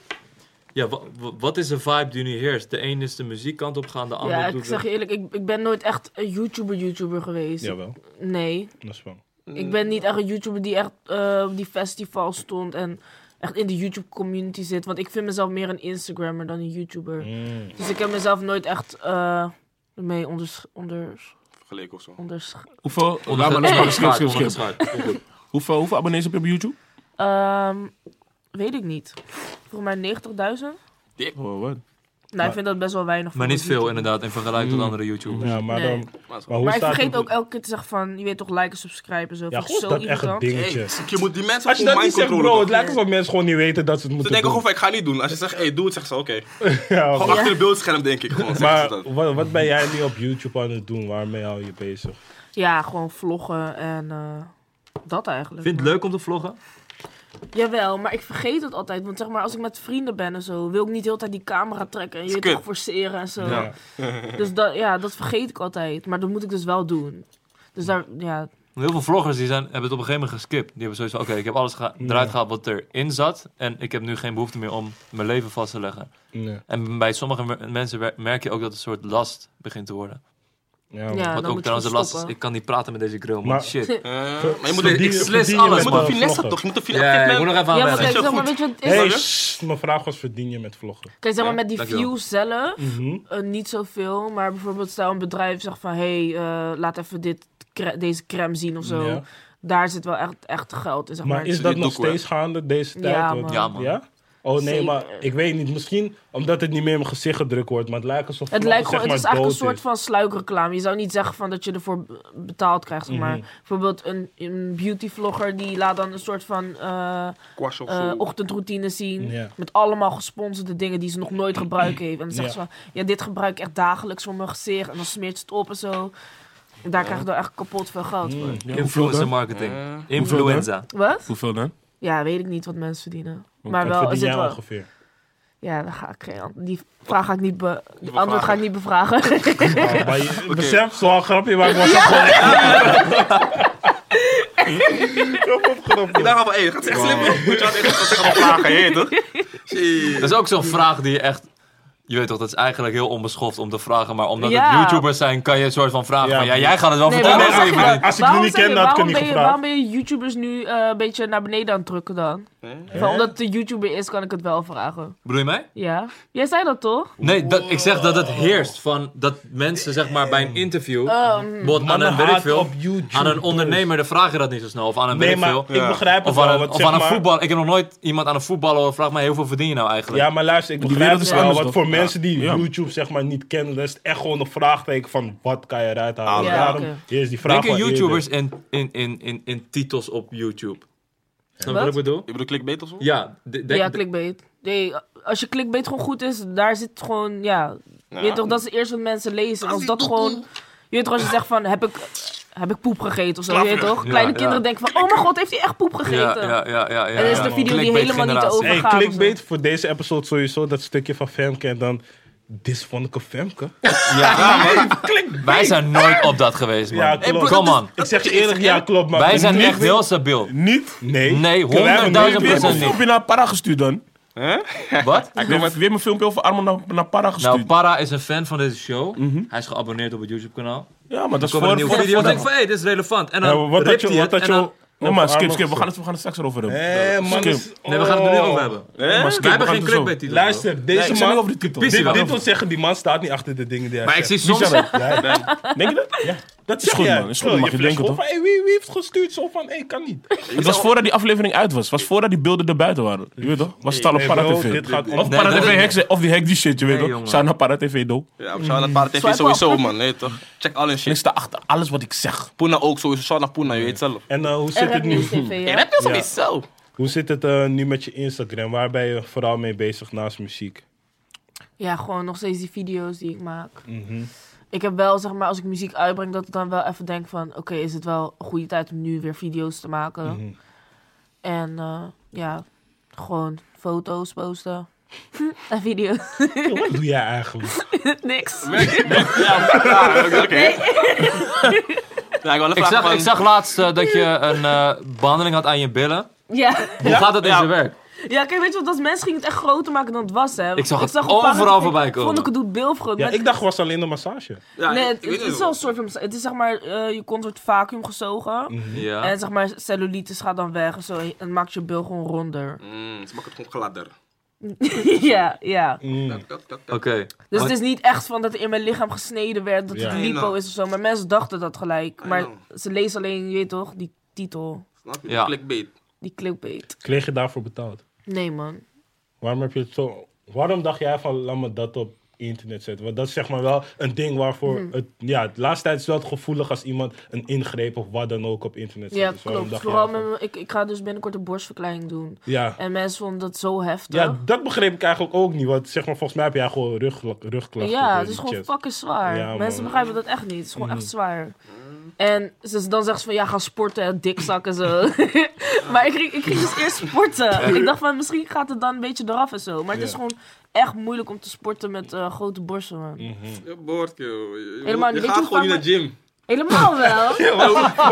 Speaker 1: Ja, wa- wa- wat is de vibe die nu heerst? De een is de muziekkant op gaan, de ander
Speaker 4: Ja, ik
Speaker 1: doet...
Speaker 4: zeg je eerlijk, ik, ik ben nooit echt een YouTuber-YouTuber geweest.
Speaker 3: Jawel,
Speaker 4: Nee.
Speaker 3: dat is wel.
Speaker 4: Ik ben niet echt een YouTuber die echt eh, op die festival stond en echt in de YouTube-community zit. Want ik vind mezelf meer een Instagrammer dan een YouTuber.
Speaker 3: Mm.
Speaker 4: Dus ik heb mezelf nooit echt eh mee onders onder
Speaker 5: Vergeleken of zo.
Speaker 4: onders
Speaker 2: Hoeveel, laat maar,
Speaker 1: Onderge-
Speaker 2: laat maar, skip,
Speaker 1: ondergeschaard,
Speaker 2: skip, skip.
Speaker 1: ondergeschaard.
Speaker 2: Hoeveel, hoeveel abonnees heb je op YouTube?
Speaker 4: Ehm, weet ik niet. Volgens mij 90.000. Nou,
Speaker 2: Oh, wat?
Speaker 4: ik vind dat best wel weinig.
Speaker 1: Maar
Speaker 4: voor
Speaker 1: niet
Speaker 4: een
Speaker 1: veel inderdaad, in vergelijking tot andere YouTubers.
Speaker 3: Ja, maar
Speaker 4: Nee.
Speaker 3: dan...
Speaker 5: Maar zo.
Speaker 3: Maar hoe
Speaker 4: Maar ik
Speaker 3: staat
Speaker 4: vergeet
Speaker 3: het-
Speaker 4: ook elke keer te zeggen van, je weet toch, liken, subscriben en zo.
Speaker 3: Ja,
Speaker 4: Vind ik
Speaker 3: god,
Speaker 4: zo
Speaker 3: dat echt een
Speaker 4: irritant.
Speaker 3: dingetje.
Speaker 5: Hey, je moet die mensen
Speaker 3: Als je
Speaker 5: gewoon
Speaker 3: dat niet
Speaker 5: mind
Speaker 3: zegt,
Speaker 5: controleren.
Speaker 3: bro, het
Speaker 5: toch?
Speaker 3: lijkt alsof mensen gewoon niet weten dat ze het
Speaker 5: Ze
Speaker 3: moeten
Speaker 5: denken
Speaker 3: doen.
Speaker 5: gewoon van, ik ga niet doen. Als je zegt, hey, doe het, zeggen ze, oké.
Speaker 3: Ja,
Speaker 5: Gewoon achter de beeldscherm, denk ik. Gewoon, zeggen
Speaker 3: maar
Speaker 5: ze dat.
Speaker 3: wat, wat ben jij nu op YouTube aan het doen? Waarmee hou je bezig?
Speaker 4: Ja, gewoon vloggen en eh, dat eigenlijk.
Speaker 1: Vind je het leuk om te vloggen?
Speaker 4: Jawel, maar ik vergeet het altijd. Want zeg maar, als ik met vrienden ben en zo, wil ik niet de hele tijd die camera trekken. En je
Speaker 5: Is
Speaker 4: weet toch
Speaker 5: kut.
Speaker 4: forceren en zo.
Speaker 1: Ja.
Speaker 4: Dus dat, ja, dat vergeet ik altijd. Maar dat moet ik dus wel doen. Dus daar, ja,
Speaker 1: Heel veel vloggers die zijn, hebben het op een gegeven moment geskipt. Die hebben zoiets van, oké, ik heb alles geha- eruit gehaald wat erin zat. En ik heb nu geen behoefte meer om mijn leven vast te leggen.
Speaker 3: Ja,
Speaker 1: En bij sommige mer- mensen wer- merk je ook dat het een soort last begint te worden.
Speaker 3: ja,
Speaker 4: ja
Speaker 1: Wat
Speaker 4: dan
Speaker 1: ook
Speaker 4: moet je
Speaker 1: trouwens de
Speaker 4: gewoon
Speaker 1: last is,
Speaker 4: stoppen.
Speaker 1: ik kan niet praten met deze grill, man.
Speaker 3: Maar-
Speaker 1: Shit.
Speaker 5: Eh, maar je moet,
Speaker 3: Verdien-
Speaker 5: ik,
Speaker 1: slis
Speaker 3: verdien je
Speaker 1: alles,
Speaker 3: met
Speaker 5: je moet een
Speaker 1: man.
Speaker 5: finesse
Speaker 3: vloggen?
Speaker 5: toch? Je moet een
Speaker 1: Ja,
Speaker 5: finesse.
Speaker 1: ik moet nog even aan
Speaker 4: Ja, maar
Speaker 1: wennen.
Speaker 4: kijk, zeg
Speaker 5: zo
Speaker 4: maar,
Speaker 5: goed.
Speaker 4: weet je wat het is?
Speaker 3: Hey,
Speaker 5: Sorry?
Speaker 3: sst, mijn vraag was, verdien je met vloggen?
Speaker 4: Kijk, zeg maar,
Speaker 5: Ja,
Speaker 4: met die
Speaker 1: dankjewel.
Speaker 4: views zelf,
Speaker 3: Mhm.
Speaker 4: eh, niet zoveel. Maar bijvoorbeeld, stel een bedrijf zegt van, hé, hey, eh, laat even dit, cre- deze crème zien of zo.
Speaker 3: Ja.
Speaker 4: Daar zit wel echt, echt geld in, zeg maar. Dus
Speaker 3: Maar is
Speaker 5: ze
Speaker 3: dat
Speaker 5: dit
Speaker 3: nog
Speaker 5: doek, hoor.
Speaker 3: steeds gaande deze
Speaker 4: Ja,
Speaker 3: tijd?
Speaker 4: man.
Speaker 3: Want-
Speaker 1: Ja, man.
Speaker 3: Ja? Oh nee,
Speaker 4: Zeker.
Speaker 3: maar ik weet niet. Misschien omdat het niet meer in mijn gezicht gedrukt wordt. Maar het lijkt alsof
Speaker 4: Het lijkt
Speaker 3: zeg
Speaker 4: gewoon, het is
Speaker 3: maar
Speaker 4: eigenlijk een
Speaker 3: dood
Speaker 4: soort van sluikreclame. Je zou niet zeggen van dat je ervoor b- betaald krijgt, zeg
Speaker 3: Mhm.
Speaker 4: maar. Bijvoorbeeld een, een beautyvlogger die laat dan een soort van eh,
Speaker 5: Kwash of
Speaker 4: eh,
Speaker 5: zo.
Speaker 4: ochtendroutine zien.
Speaker 3: Ja.
Speaker 4: Met allemaal gesponsorde dingen die ze nog nooit gebruikt heeft. En dan zegt
Speaker 3: Ja.
Speaker 4: ze van, ja, dit gebruik ik echt dagelijks voor mijn gezicht. En dan smeert ze het op en zo. En daar krijg je dan echt kapot veel geld voor.
Speaker 3: Mm, ja,
Speaker 1: Influencer marketing.
Speaker 5: Eh,
Speaker 1: Influenza.
Speaker 4: Wat?
Speaker 2: Hoeveel dan?
Speaker 4: Ja, weet ik niet wat mensen verdienen.
Speaker 3: Maar
Speaker 4: Maar
Speaker 3: wel,
Speaker 4: wel, er
Speaker 3: verdien
Speaker 4: zit
Speaker 3: jij
Speaker 4: wel...
Speaker 3: ongeveer?
Speaker 4: Ja, daar ga ik geen... ant- Die vraag ga ik niet... Be... Die
Speaker 5: Bevragen.
Speaker 4: antwoord ga ik niet bevragen.
Speaker 3: Ah, maar je beseft, zo'n grapje waar ik was
Speaker 5: Ik dacht al van, hé, dat gaat echt slim. hoor. Moet je wat echt wat gaan vragen, hé, toch? Shit.
Speaker 1: Dat is ook zo'n vraag die je echt... Je weet toch, dat is eigenlijk heel onbeschoft om te vragen. Maar omdat
Speaker 4: Ja.
Speaker 1: het YouTubers zijn, kan je een soort van vragen
Speaker 3: Ja,
Speaker 1: van... Ja,
Speaker 3: maar-
Speaker 1: jij gaat het wel
Speaker 4: Nee,
Speaker 1: vertellen.
Speaker 4: maar
Speaker 1: aan
Speaker 4: waarom
Speaker 1: je
Speaker 4: zeg je
Speaker 1: vriend.
Speaker 4: dat?
Speaker 3: Als ik
Speaker 4: Waarom
Speaker 3: nu niet
Speaker 4: zeg
Speaker 3: ken,
Speaker 4: je-
Speaker 3: dan had ik het niet
Speaker 4: waarom ben je-
Speaker 3: gevraagd.
Speaker 4: Waarom ben je YouTubers nu eh, een beetje naar beneden aan het drukken dan? Van, omdat de YouTuber is, kan ik het wel vragen.
Speaker 1: Bedoel je mij?
Speaker 4: Ja? Jij zei dat toch?
Speaker 1: Nee, dat, ik zeg dat het heerst van dat mensen zeg maar bij een interview,
Speaker 4: Oh, mm.
Speaker 1: bijvoorbeeld aan een, weet ik
Speaker 3: haat
Speaker 1: veel,
Speaker 3: op YouTube.
Speaker 1: aan een ondernemer, dan vraag je dat niet zo snel. Of aan een, weet
Speaker 3: Nee,
Speaker 1: ik
Speaker 3: maar
Speaker 1: veel,
Speaker 3: ik begrijp het
Speaker 1: of aan
Speaker 3: wel.
Speaker 1: een,
Speaker 3: want
Speaker 1: of
Speaker 3: zeg
Speaker 1: aan een
Speaker 3: maar-
Speaker 1: voetbal. Ik heb nog nooit iemand aan een voetballer horen vragen, maar heel veel verdien je nou eigenlijk?
Speaker 3: Ja, maar luister, ik begrijp
Speaker 2: wereld
Speaker 3: het
Speaker 2: is
Speaker 3: wel.
Speaker 2: anders
Speaker 3: Want
Speaker 2: dan-
Speaker 3: voor
Speaker 2: Ja.
Speaker 3: mensen die
Speaker 2: Ja.
Speaker 3: YouTube zeg maar niet kennen, dat is het echt gewoon een vraagteken van wat kan je eruit halen.
Speaker 4: Ja,
Speaker 3: Daarom
Speaker 4: oké.
Speaker 3: is die vraag
Speaker 1: Denken
Speaker 3: wel
Speaker 1: YouTubers in, in, in, in, in titels op YouTube? Snap je wat
Speaker 4: Wat?
Speaker 1: ik bedoel?
Speaker 5: Je bedoel clickbait of zo?
Speaker 1: Ja, de- denk-
Speaker 4: ja, clickbait. Nee, als je clickbait gewoon goed is, daar zit gewoon, ja...
Speaker 5: Ja.
Speaker 1: Nou,
Speaker 4: Weet toch, dat is het eerste wat mensen lezen. Als dat gewoon... Je weet toch, als je zegt van, heb ik, heb ik poep gegeten of zo, je weet toch?
Speaker 1: Ja,
Speaker 4: Kleine
Speaker 1: ja.
Speaker 4: kinderen denken van, oh mijn god, heeft hij echt poep
Speaker 1: ja,
Speaker 4: gegeten?
Speaker 1: ja, ja, ja, ja.
Speaker 4: En is de
Speaker 1: ja.
Speaker 4: video die
Speaker 1: Clickbait
Speaker 4: helemaal niet
Speaker 1: generatie.
Speaker 4: over-
Speaker 3: Hey,
Speaker 4: Gaaf,
Speaker 3: clickbait voor deze episode sowieso, dat stukje van Femke en dan... Dit vond ik een Femke.
Speaker 1: Ja, man. Wij zijn nooit op dat geweest, man.
Speaker 3: Ja, klopt.
Speaker 1: Come on.
Speaker 3: Ik zeg je eerlijk, ja klopt, maar...
Speaker 1: Wij zijn
Speaker 3: niet-
Speaker 1: echt heel stabiel.
Speaker 2: Niet?
Speaker 3: Nee.
Speaker 1: Nee,
Speaker 3: Kunnen wij hem
Speaker 1: 100.000%
Speaker 3: nu weer-
Speaker 2: Weer mijn
Speaker 1: niet.
Speaker 2: filmpje naar Para gestuurd dan?
Speaker 5: Hè?
Speaker 1: Wat?
Speaker 2: Ik heb weer mijn filmpje over Armand naar, naar Para
Speaker 1: Nou,
Speaker 2: gestuurd.
Speaker 1: Para is een fan van deze show. Hij is geabonneerd op het YouTube-kanaal.
Speaker 2: ja, maar dat is
Speaker 1: Er komen
Speaker 2: voor...
Speaker 1: nieuwe
Speaker 2: voor-
Speaker 1: video's. Ik
Speaker 2: voor-
Speaker 1: denk van, hé, dit is relevant. En
Speaker 3: Ja,
Speaker 1: dan
Speaker 3: maar wat had
Speaker 1: ript
Speaker 3: je...
Speaker 1: hij
Speaker 3: Wat
Speaker 1: het
Speaker 3: had
Speaker 1: en dan...
Speaker 3: je
Speaker 2: Nee, maar skip, skip. We
Speaker 3: over
Speaker 2: gaan, het, we gaan het straks over hebben.
Speaker 3: Hé, Eh, man.
Speaker 2: Skip.
Speaker 3: is-
Speaker 1: Nee, we gaan het er nu
Speaker 3: oh.
Speaker 1: over hebben.
Speaker 2: Nee, maar
Speaker 1: Wij
Speaker 2: skip, we
Speaker 1: hebben
Speaker 2: gaan
Speaker 1: geen
Speaker 2: het er zo over.
Speaker 1: clickbait-titel.
Speaker 3: Luister,
Speaker 2: Nee,
Speaker 3: deze
Speaker 2: ik zei
Speaker 3: man...
Speaker 2: niet over de titel.
Speaker 1: Pissie,
Speaker 3: Dit,
Speaker 1: waarom?
Speaker 3: dit wil zeggen, die man staat niet achter de dingen die hij
Speaker 1: Maar ik
Speaker 3: zegt.
Speaker 1: zie soms...
Speaker 2: Denk je dat? Ja. Dat is goed, man. Is goed, mag je denken, toch?
Speaker 3: Hé, wie, wie heeft gestuurd? Zo van, hé, kan niet.
Speaker 2: Het was voordat die aflevering uit was. was voordat die beelden er buiten waren. Je weet toch? Was het al op
Speaker 3: Hey,
Speaker 2: Para
Speaker 3: bro,
Speaker 2: TV.
Speaker 3: dit gaat
Speaker 2: Of
Speaker 3: om...
Speaker 1: Nee,
Speaker 2: Para
Speaker 1: dat
Speaker 2: TV
Speaker 1: is-
Speaker 2: heksen, of die hek die shit, je weet
Speaker 1: Nee,
Speaker 2: toch?
Speaker 1: jongen.
Speaker 2: Zou naar Para TV do.
Speaker 5: Ja, maar shout naar Para TV
Speaker 4: Swipe
Speaker 5: sowieso,
Speaker 4: up.
Speaker 5: man. Nee, toch? Check al hun
Speaker 2: En ik
Speaker 5: shit.
Speaker 2: sta achter alles wat ik zeg.
Speaker 5: Poena ook sowieso. Shout naar Poena, je weet zelf.
Speaker 3: En eh, hoe
Speaker 4: En
Speaker 3: zit het nu?
Speaker 4: TV,
Speaker 5: Ja,
Speaker 4: ja.
Speaker 5: dat is
Speaker 3: Ja.
Speaker 5: sowieso.
Speaker 3: Hoe zit het eh, nu met je Instagram? Waar ben je vooral mee bezig naast muziek?
Speaker 4: Ja, gewoon nog steeds die video's die ik maak.
Speaker 1: Mhm.
Speaker 4: Ik heb wel, zeg maar, als ik muziek uitbreng, dat ik dan wel even denk van... Oké, is het wel een goede tijd om nu weer video's te maken?
Speaker 3: Mhm.
Speaker 4: En eh, ja, gewoon foto's posten. en video's.
Speaker 3: Wat doe jij eigenlijk?
Speaker 4: Niks.
Speaker 5: Ja, oké. oké. Ja, ik, wil
Speaker 1: Ik zag, ik zag laatst eh, dat je een eh, behandeling had aan je billen.
Speaker 4: Ja.
Speaker 1: Hoe gaat dat in
Speaker 5: Ja.
Speaker 1: zijn werk?
Speaker 4: ja, kijk, weet je wat? Als mensen gingen het echt groter maken dan het was, hè.
Speaker 1: Ik zag het
Speaker 4: op een paar
Speaker 1: overal
Speaker 4: mensen-
Speaker 1: voorbij komen.
Speaker 4: Vond ik het doet beeldgroot.
Speaker 3: Ja,
Speaker 4: met-
Speaker 3: ik dacht was alleen een massage.
Speaker 4: nee, het, het is wel een soort van... Het is zeg maar, eh, je kont wordt vacuüm gezogen.
Speaker 1: Ja.
Speaker 4: En zeg maar, cellulitis gaat dan weg en zo. En het maakt je bil gewoon ronder.
Speaker 1: Mm,
Speaker 5: het maakt Mm, het gewoon gladder.
Speaker 4: ja, ja.
Speaker 3: Mm.
Speaker 5: Tak, tak, tak, tak.
Speaker 1: Oké.
Speaker 4: Dus
Speaker 1: Maar- nou.
Speaker 4: het is niet echt van dat er in mijn lichaam gesneden werd, dat
Speaker 3: Ja.
Speaker 4: het lipo is of zo. Maar mensen dachten dat gelijk.
Speaker 5: I
Speaker 4: Maar
Speaker 5: know.
Speaker 4: ze lezen alleen, je weet toch, die titel,
Speaker 5: Snap je?
Speaker 1: Ja.
Speaker 5: Clickbait.
Speaker 4: die clickbait.
Speaker 3: Kreeg je daarvoor betaald?
Speaker 4: Nee man.
Speaker 3: Waarom, heb je het zo, waarom dacht jij van, laat me dat op internet zetten? Want dat is zeg maar wel een ding waarvoor...
Speaker 4: Mhm.
Speaker 3: Het, ja, de laatste tijd is wel gevoelig als iemand een ingreep of wat dan ook op internet zet.
Speaker 4: Ja,
Speaker 3: Dus waarom
Speaker 4: klopt.
Speaker 3: dacht
Speaker 4: Vooral
Speaker 3: jij van-
Speaker 4: met mijn- ik, ik ga dus binnenkort een borstverkleining doen.
Speaker 3: Ja.
Speaker 4: En mensen vonden dat zo heftig.
Speaker 3: ja, dat begreep ik eigenlijk ook niet. Want zeg maar, volgens mij heb jij gewoon rug, rugklachten.
Speaker 4: Ja,
Speaker 3: door
Speaker 4: het is
Speaker 3: die
Speaker 4: gewoon
Speaker 3: chest.
Speaker 4: fucking zwaar.
Speaker 3: Ja, man. Mm.
Speaker 4: Mensen begrijpen dat echt niet. Het is gewoon echt zwaar. En ze, dan zeggen ze van ja, ga sporten en dikzakken zo. maar ik, ging- ik ging dus eerst sporten. Ik dacht van misschien gaat het dan een beetje eraf en zo. Maar het is
Speaker 3: Ja.
Speaker 4: gewoon echt moeilijk om te sporten met eh, grote borsten, man.
Speaker 3: Mm.
Speaker 5: Je boord, joh. Je, je,
Speaker 4: Helemaal
Speaker 5: je
Speaker 4: niet. Weet je
Speaker 5: gaat
Speaker 4: hoe
Speaker 5: gewoon niet
Speaker 4: vaak
Speaker 5: naar gym.
Speaker 4: Helemaal
Speaker 5: Oh,
Speaker 4: wel.